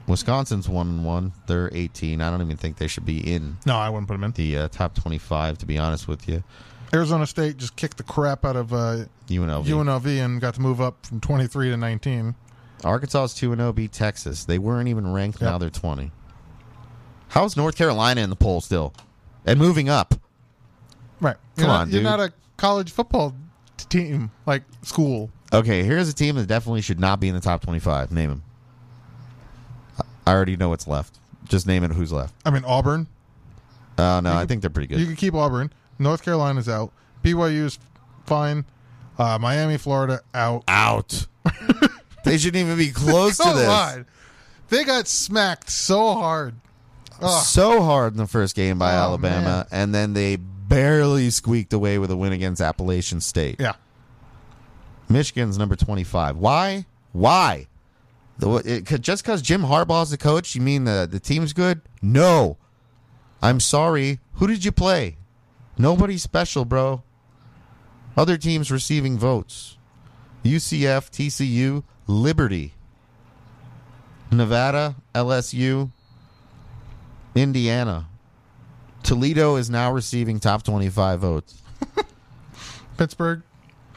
Speaker 1: Wisconsin's one and one. They're eighteen. I don't even think they should be in
Speaker 2: No, I wouldn't put them in.
Speaker 1: the uh, top twenty-five. To be honest with you,
Speaker 2: Arizona State just kicked the crap out of uh,
Speaker 1: UNLV.
Speaker 2: UNLV and got to move up from 23 to 19.
Speaker 1: Arkansas's two and zero beat Texas. They weren't even ranked. Now they're twenty. How's North Carolina in the poll still, and moving up?
Speaker 2: Right.
Speaker 1: Come
Speaker 2: you're not,
Speaker 1: on,
Speaker 2: You're
Speaker 1: dude.
Speaker 2: not a college football t- team, like school.
Speaker 1: Okay, here's a team that definitely should not be in the top twenty-five. Name them. I already know what's left. Just name it. Who's left?
Speaker 2: I mean, Auburn.
Speaker 1: Uh, no, I think they're pretty
Speaker 2: You
Speaker 1: good.
Speaker 2: can keep Auburn. North Carolina's out. BYU is fine. Uh, Miami, Florida out.
Speaker 1: Out. they shouldn't
Speaker 2: <laughs>
Speaker 1: even be close to
Speaker 2: Come
Speaker 1: this.
Speaker 2: on. They got smacked so hard. Ugh.
Speaker 1: so hard in the first game by
Speaker 2: Oh,
Speaker 1: Alabama, and then they barely squeaked away with a win against Appalachian State.
Speaker 2: Yeah.
Speaker 1: Michigan's number 25. Why? Why? The, it, could- just because Jim Harbaugh's the coach, you mean the, the team's good? No. I'm sorry. Who did you play? Nobody special, bro. Other teams receiving votes UCF, TCU, Liberty, Nevada, LSU, Indiana. Toledo is now receiving top 25 votes.
Speaker 2: Pittsburgh.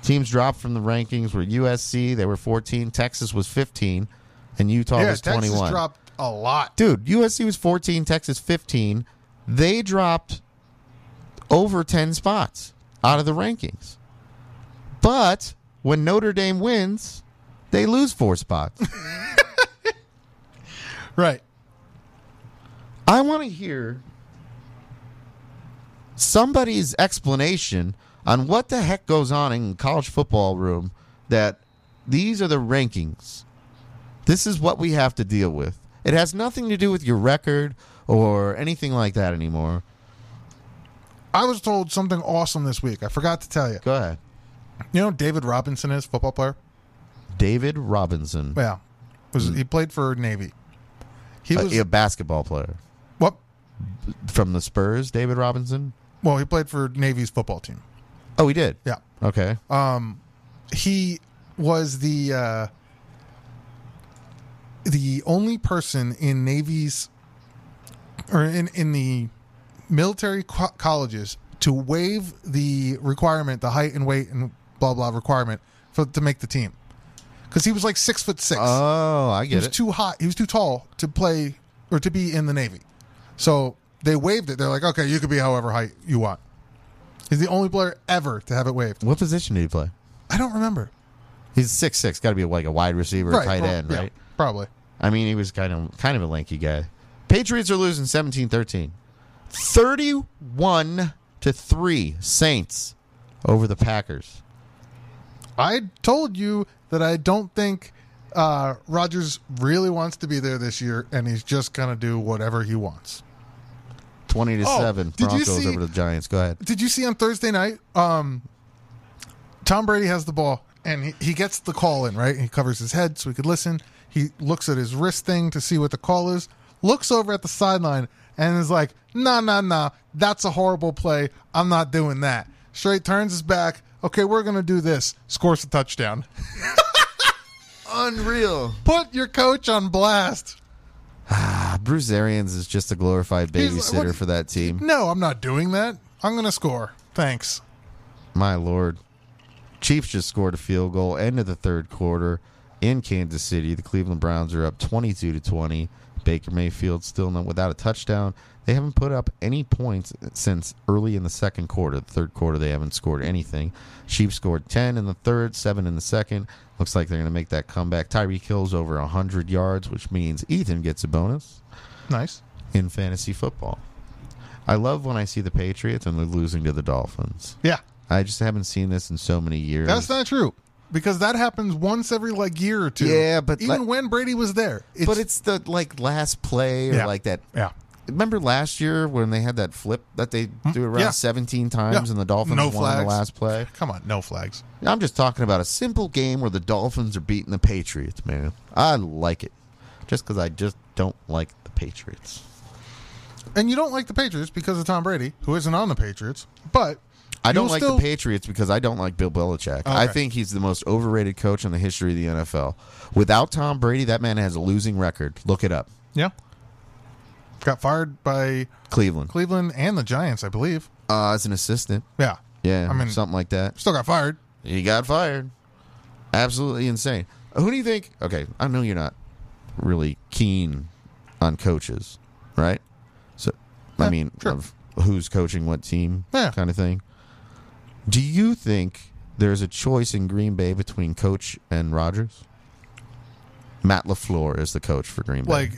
Speaker 1: Teams dropped from the rankings were USC, they were 14, Texas was 15, and Utah
Speaker 2: yeah,
Speaker 1: Oh, was
Speaker 2: Texas
Speaker 1: 21.
Speaker 2: dropped a lot.
Speaker 1: Dude, USC was 14, Texas 15. They dropped over 10 spots out of the rankings. But when Notre Dame wins, they lose four spots.
Speaker 2: Right.
Speaker 1: I want to hear somebody's explanation on what the heck goes on in college football room that these are the rankings. This is what we have to deal with. It has nothing to do with your record or anything like that anymore.
Speaker 2: I was told something awesome this week. I forgot to tell you.
Speaker 1: Go ahead.
Speaker 2: You know who David Robinson is football player.
Speaker 1: David Robinson,
Speaker 2: Yeah, was he played for Navy? He
Speaker 1: a,
Speaker 2: was
Speaker 1: uh, a basketball player
Speaker 2: what?
Speaker 1: from the Spurs, David Robinson.
Speaker 2: Well, he played for Navy's football team.
Speaker 1: Oh, he did.
Speaker 2: Yeah,
Speaker 1: Okay.
Speaker 2: um, he was the uh, the only person in Navy's or in in the military co- colleges to waive the requirement, the height and weight and blah blah requirement for to make the team because he was like six foot six.
Speaker 1: Oh, I
Speaker 2: he
Speaker 1: get
Speaker 2: was
Speaker 1: it.
Speaker 2: too hot. He was too tall to play or to be in the Navy. So they waived it. They're like, okay, you could be however height you want. He's the only player ever to have it waived.
Speaker 1: what position did he play?
Speaker 2: I don't remember.
Speaker 1: He's six six. Got to be like a wide receiver, or tight
Speaker 2: prob-
Speaker 1: end,
Speaker 2: yeah,
Speaker 1: right?
Speaker 2: probably.
Speaker 1: I mean, he was kind of kind of a lanky guy. Patriots are losing 17-13. 31 to 3 Saints over the Packers.
Speaker 2: I told you that I don't think uh, Rogers really wants to be there this year, and he's just gonna do whatever he wants.
Speaker 1: 20 to
Speaker 2: Oh,
Speaker 1: 7
Speaker 2: did you
Speaker 1: Broncos
Speaker 2: see-
Speaker 1: over the Giants. Go ahead.
Speaker 2: Did you see on Thursday night? Um, Tom Brady has the ball, and he, he gets the call in. Right, he covers his head so he could listen. He looks at his wrist thing to see what the call is. Looks over at the sideline and is like, "Nah, nah, nah, that's a horrible play. I'm not doing that." Straight turns his back. Okay, we're gonna do this. Scores a touchdown.
Speaker 1: Unreal.
Speaker 2: Put your coach on blast.
Speaker 1: Ah, Bruce Arians is just a glorified
Speaker 2: He's like,
Speaker 1: babysitter
Speaker 2: what-
Speaker 1: for that team.
Speaker 2: No, I'm not doing that. I'm going to score. Thanks.
Speaker 1: My lord. Chiefs just scored a field goal end of the third quarter in Kansas City. The Cleveland Browns are up 22 to 20. Baker Mayfield still not without a touchdown. They haven't put up any points since early in the second quarter. The third quarter they haven't scored anything. Chiefs scored 10 in the third, 7 in the second. Looks like they're going to make that comeback. Tyreek Hill's over 100 yards, which means Ethan gets a bonus
Speaker 2: Nice.
Speaker 1: in fantasy football. I love when I see the Patriots and they're losing to the Dolphins.
Speaker 2: Yeah.
Speaker 1: I just haven't seen this in so many years.
Speaker 2: That's not true because that happens once every like year or two.
Speaker 1: Yeah, but
Speaker 2: even
Speaker 1: like-
Speaker 2: when Brady was there, it's,
Speaker 1: but it's the like last play or
Speaker 2: Yeah.
Speaker 1: like that.
Speaker 2: Yeah.
Speaker 1: Remember last year when they had that flip that they threw around
Speaker 2: Hmm? Yeah.
Speaker 1: 17 times
Speaker 2: Yeah.
Speaker 1: and the Dolphins
Speaker 2: No
Speaker 1: won the
Speaker 2: flags.
Speaker 1: last play?
Speaker 2: come on, no flags.
Speaker 1: I'm just talking about a simple game where the Dolphins are beating the Patriots, man. I like it. Just because I just don't like the Patriots.
Speaker 2: And you don't like the Patriots because of Tom Brady, who isn't on the Patriots. But
Speaker 1: I
Speaker 2: you'll
Speaker 1: don't like
Speaker 2: still-
Speaker 1: the Patriots because I don't like Bill Belichick. I
Speaker 2: Okay.
Speaker 1: think he's the most overrated coach in the history of the NFL. Without Tom Brady, that man has a losing record. Look it up.
Speaker 2: Yeah, got fired by
Speaker 1: Cleveland.
Speaker 2: Cleveland and the Giants, I believe.
Speaker 1: Uh, as an assistant.
Speaker 2: Yeah,
Speaker 1: Yeah.
Speaker 2: I mean-
Speaker 1: something like that.
Speaker 2: still got fired.
Speaker 1: He got fired. Absolutely insane. Who do you think? Okay, I know you're not really keen on coaches, right? So, I
Speaker 2: Yeah,
Speaker 1: mean,
Speaker 2: sure.
Speaker 1: of who's coaching what team,
Speaker 2: Yeah.
Speaker 1: kind of thing. Do you think there's a choice in Green Bay between coach and Rodgers? Matt Lafleur is the coach for Green Bay.
Speaker 2: Like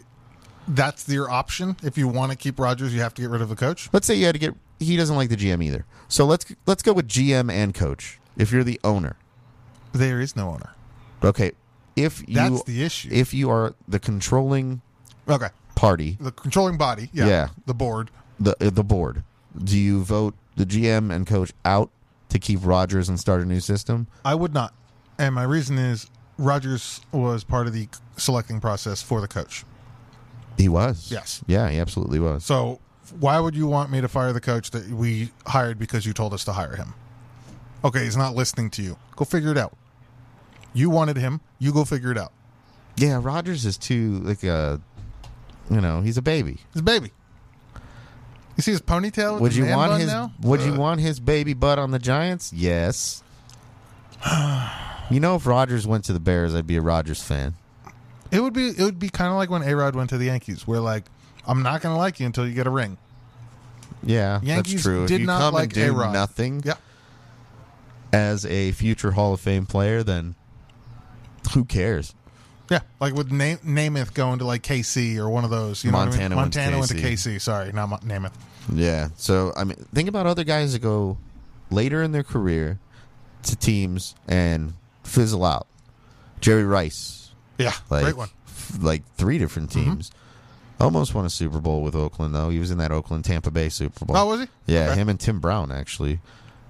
Speaker 2: that's your option if you want to keep Rodgers, you have to get rid of the coach.
Speaker 1: let's say you had to get. He doesn't like the GM either. So let's let's go with GM and coach. If you're the owner,
Speaker 2: There is no owner.
Speaker 1: okay. If you
Speaker 2: That's the issue.
Speaker 1: if you are the controlling
Speaker 2: Okay,
Speaker 1: party,
Speaker 2: the controlling body. Yeah,
Speaker 1: Yeah.
Speaker 2: the board.
Speaker 1: the uh, the board, do you vote the GM and coach out to keep Rodgers and start a new system?
Speaker 2: I would not, and my reason is Rodgers was part of the selecting process for the coach.
Speaker 1: He was.
Speaker 2: Yes.
Speaker 1: Yeah, he absolutely was.
Speaker 2: So why would you want me to fire the coach that we hired because you told us to hire him? Okay, he's not listening to you. Go figure it out. You wanted him. You go figure it out.
Speaker 1: yeah, Rodgers is too like a, you know, he's a baby.
Speaker 2: His baby. You see his ponytail. With
Speaker 1: Would
Speaker 2: his
Speaker 1: you
Speaker 2: man
Speaker 1: want
Speaker 2: bun
Speaker 1: his
Speaker 2: Now?
Speaker 1: Would you
Speaker 2: Ugh.
Speaker 1: want his baby butt on the Giants?
Speaker 2: <sighs>
Speaker 1: Yes. you know, if Rodgers went to the Bears, I'd be a Rodgers fan.
Speaker 2: It would be. It would be kind of like when A Rod went to the Yankees, where like, I'm not going to like you until you get a ring.
Speaker 1: Yeah,
Speaker 2: Yankees
Speaker 1: that's true.
Speaker 2: did
Speaker 1: if you
Speaker 2: not
Speaker 1: come
Speaker 2: like
Speaker 1: and do
Speaker 2: A-Rod.
Speaker 1: nothing
Speaker 2: Yeah.
Speaker 1: as a future Hall of Fame player, then who cares?
Speaker 2: Yeah, like with Na- Namath going to like KC or one of those. You know what I
Speaker 1: Montana
Speaker 2: mean?
Speaker 1: went to
Speaker 2: Montana went to
Speaker 1: KC.
Speaker 2: KC. Sorry, not Mon- Namath.
Speaker 1: Yeah. So I mean, think about other guys that go later in their career to teams and fizzle out. Jerry Rice,
Speaker 2: Yeah,
Speaker 1: like
Speaker 2: great one. Mm-hmm.
Speaker 1: f- like three different teams. Almost won a Super Bowl with Oakland though. He was in that Oakland Tampa Bay Super Bowl.
Speaker 2: Oh, was he?
Speaker 1: Yeah,
Speaker 2: Okay.
Speaker 1: him and Tim Brown actually.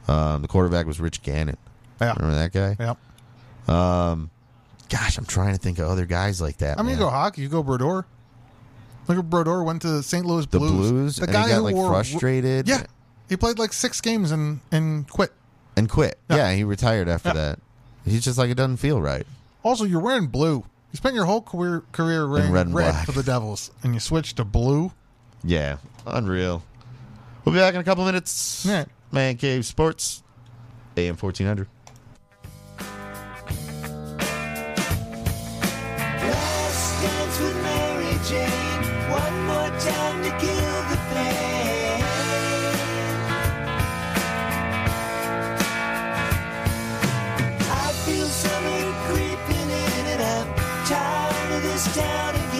Speaker 1: Um, the quarterback was Rich Gannon.
Speaker 2: Yeah.
Speaker 1: Remember that guy?
Speaker 2: Yeah.
Speaker 1: Um, gosh, I'm trying to think of other guys like that.
Speaker 2: I mean,
Speaker 1: man.
Speaker 2: you go hockey. You go Brodeur. Look at Brodeur went to the St. Louis
Speaker 1: the
Speaker 2: Blues.
Speaker 1: Blues.
Speaker 2: The
Speaker 1: and
Speaker 2: guy
Speaker 1: he got
Speaker 2: who
Speaker 1: like
Speaker 2: wore
Speaker 1: frustrated.
Speaker 2: Yeah, he played like six games and and quit.
Speaker 1: and quit.
Speaker 2: Yeah.
Speaker 1: Yeah, he retired after
Speaker 2: Yeah.
Speaker 1: that. He's just like it doesn't feel right.
Speaker 2: Also, you're wearing blue. You spent your whole career career wearing
Speaker 1: red
Speaker 2: red,
Speaker 1: and black.
Speaker 2: for the Devils, and you switched to blue.
Speaker 1: Yeah, unreal. We'll be back in a couple minutes.
Speaker 2: Yeah.
Speaker 1: Man Cave Sports, AM fourteen hundred.
Speaker 5: Last dance with Mary Jane. One more time to kill the pain. I feel summer creeping in, and I'm tired of this town again.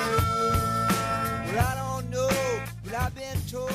Speaker 5: Well, I don't know, but I've been told.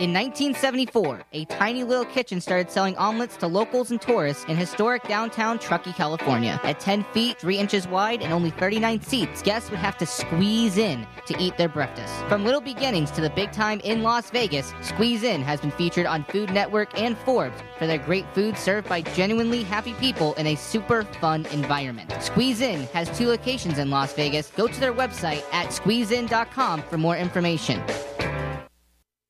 Speaker 12: In 1974, a tiny little kitchen started selling omelets to locals and tourists in historic downtown Truckee, California. At 10 feet, 3 inches wide, and only 39 seats, guests would have to squeeze in to eat their breakfast. From little beginnings to the big time in Las Vegas, Squeeze In has been featured on Food Network and Forbes for their great food served by genuinely happy people in a super fun environment. Squeeze In has two locations in Las Vegas. Go to their website at squeezein.com for more information.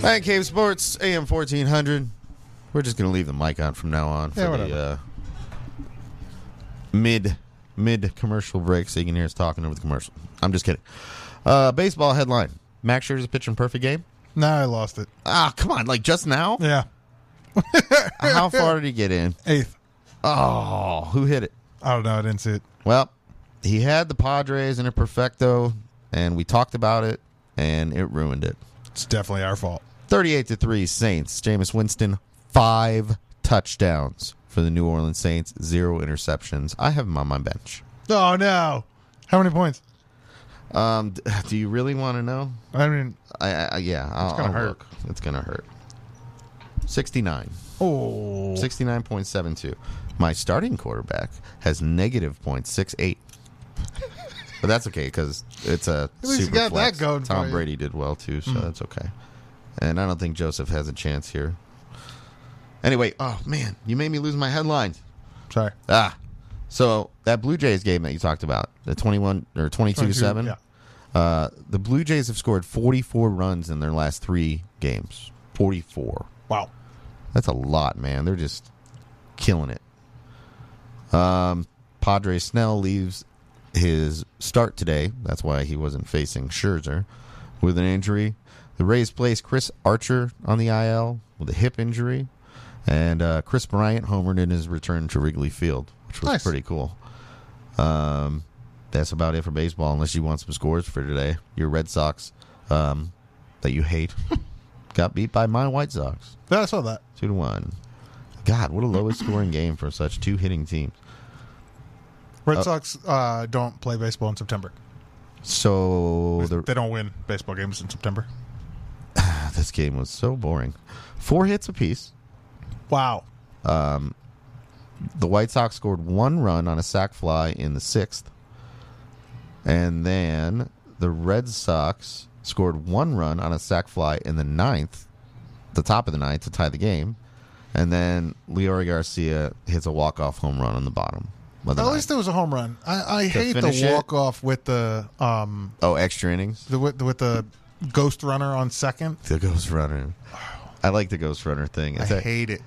Speaker 1: Hey, Cave Sports, AM 1400. We're just going to leave the mic on from now on for
Speaker 2: Yeah,
Speaker 1: the
Speaker 2: whatever.
Speaker 1: uh, mid mid commercial break so you can hear us talking over the commercial. I'm just kidding. Uh, baseball headline Max Scherzer's pitching perfect game?
Speaker 2: Nah, I lost it.
Speaker 1: Ah, come on. Like just <laughs> now?
Speaker 2: Yeah.
Speaker 1: How far did he get in?
Speaker 2: Eighth.
Speaker 1: Oh, who hit it?
Speaker 2: I don't know. I didn't see it.
Speaker 1: Well, he had the Padres in a perfecto, and we talked about it, and it ruined it.
Speaker 2: It's definitely our fault.
Speaker 1: 38 to 3 Saints. Jameis Winston, five touchdowns for the New Orleans Saints, zero interceptions. I have him on my bench.
Speaker 2: Oh, no. How many points?
Speaker 1: Um, d- <laughs> do you really want to know?
Speaker 2: I mean,
Speaker 1: I, I I- yeah, I'll,
Speaker 2: gonna
Speaker 1: I'll
Speaker 2: hurt.
Speaker 1: look. It's gonna hurt. 69.
Speaker 2: Oh.
Speaker 1: 69.72. My starting quarterback has negative 0.68. but that's okay because it's a
Speaker 2: At least you
Speaker 1: super
Speaker 2: got
Speaker 1: flex.
Speaker 2: that going for
Speaker 1: Tom
Speaker 2: you.
Speaker 1: Brady did well too, so
Speaker 2: Mm.
Speaker 1: that's okay. And I don't think Joseph has a chance here. Anyway, oh man, you made me lose my headlines.
Speaker 2: Sorry.
Speaker 1: Ah, so that Blue Jays game that you talked about, the twenty-one or twenty-two
Speaker 2: 22,
Speaker 1: seven.
Speaker 2: yeah.
Speaker 1: Uh, the Blue Jays have scored forty-four runs in their last three games. Forty-four.
Speaker 2: Wow.
Speaker 1: That's a lot, man. They're just killing it. Um, Padre Snell leaves his start today. That's why he wasn't facing Scherzer with an injury. The Rays place Chris Archer on the IL with a hip injury, and uh, Chris Bryant homered in his return to Wrigley Field, which was
Speaker 2: Nice.
Speaker 1: pretty cool. Um, that's about it for baseball, unless you want some scores for today. Your Red Sox um, that you hate <laughs> got beat by my White Sox.
Speaker 2: Yeah, I saw that.
Speaker 1: Two to one. God, what a lowest scoring game for such two hitting teams.
Speaker 2: Red
Speaker 1: Uh,
Speaker 2: Sox uh, don't play baseball in September. <laughs>
Speaker 1: So the, ah,
Speaker 2: They don't win baseball games in September.
Speaker 1: this game was so boring. Four hits apiece.
Speaker 2: Wow.
Speaker 1: Um, the White Sox scored one run on a sac fly in the sixth, and then the Red Sox scored one run on a sac fly in the ninth, the top of the ninth to tie the game, and then Leori Garcia hits a walk off home run on the bottom. Of the
Speaker 2: At
Speaker 1: ninth.
Speaker 2: least it was a home run. I, I
Speaker 1: To
Speaker 2: hate
Speaker 1: finish
Speaker 2: the
Speaker 1: it?
Speaker 2: walk off with the um
Speaker 1: oh, extra innings.
Speaker 2: the, with, with the ghost runner on second.
Speaker 1: The Ghost Runner. I like the Ghost Runner thing.
Speaker 2: I
Speaker 1: It's a-
Speaker 2: hate it.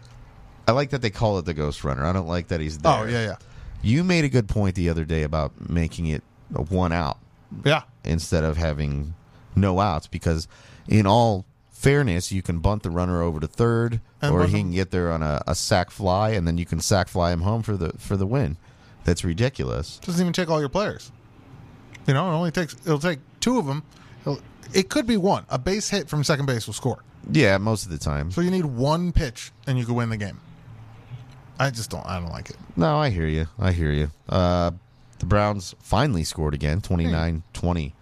Speaker 1: I like that they call it the Ghost Runner. I don't like that he's there.
Speaker 2: Oh, yeah, yeah.
Speaker 1: You made a good point the other day about making it a one out
Speaker 2: Yeah.
Speaker 1: instead of having no outs because, in all fairness, you can bunt the runner over to third,
Speaker 2: And
Speaker 1: or
Speaker 2: let
Speaker 1: he
Speaker 2: him-
Speaker 1: can get there on a, a sack fly, and then you can sack fly him home for the for the win. That's ridiculous.
Speaker 2: Doesn't even take all your players. You know, it only takes it'll take two of them. It'll, it could be one. A base hit from second base will score.
Speaker 1: Yeah, most of the time.
Speaker 2: So you need one pitch and you can win the game. I just don't. I don't like it.
Speaker 1: No, I hear you. I hear you. Uh, the Browns finally scored again, 29 20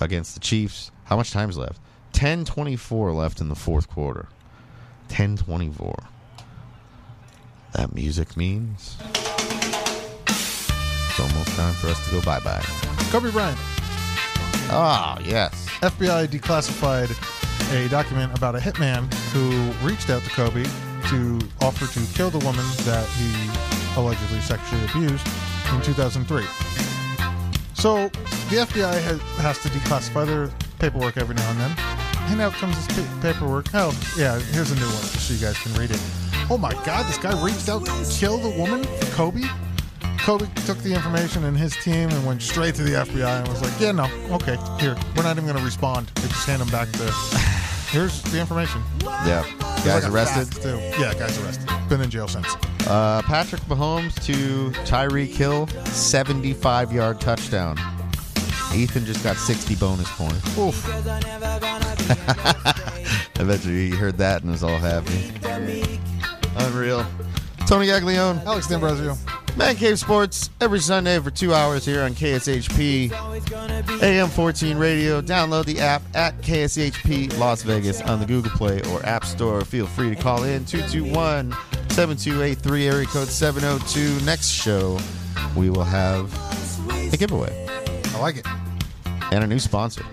Speaker 1: against the Chiefs. How much time's left? 10 24 left in the fourth quarter. 10 24. That music means it's almost time for us to go bye bye.
Speaker 2: Kobe Bryant,
Speaker 1: Ah, yes.
Speaker 2: FBI declassified a document about a hitman who reached out to Kobe to offer to kill the woman that he allegedly sexually abused in 2003. So the FBI has, has to declassify their paperwork every now and then. And out comes this pa- paperwork. Oh, yeah, here's a new one so you guys can read it. Oh my God, this guy reached out to kill the woman for Kobe? Kobe took the information and his team and went straight to the FBI and was like, yeah, no, okay, here. We're not even going to respond. They just hand him back the. Here's the information.
Speaker 1: Yeah.
Speaker 2: It's
Speaker 1: Guys
Speaker 2: like a
Speaker 1: arrested.
Speaker 2: fax, too. Yeah, guys arrested. Been in jail since.
Speaker 1: Uh, Patrick Mahomes to Tyreek Hill, 75 yard touchdown. Ethan just got 60 bonus points.
Speaker 2: Oof.
Speaker 1: <laughs> I bet you he heard that and was all happy. Unreal. Tony Gaglione.
Speaker 2: Alex D'Ambrosio.
Speaker 1: Man Cave Sports every Sunday for two hours here on KSHP AM 14 Radio. Download the app at KSHP Las Vegas on the Google Play or App Store. Feel free to call in 221 7283, area code 702. Next show, we will have a giveaway
Speaker 2: I like it.
Speaker 1: and a new sponsor.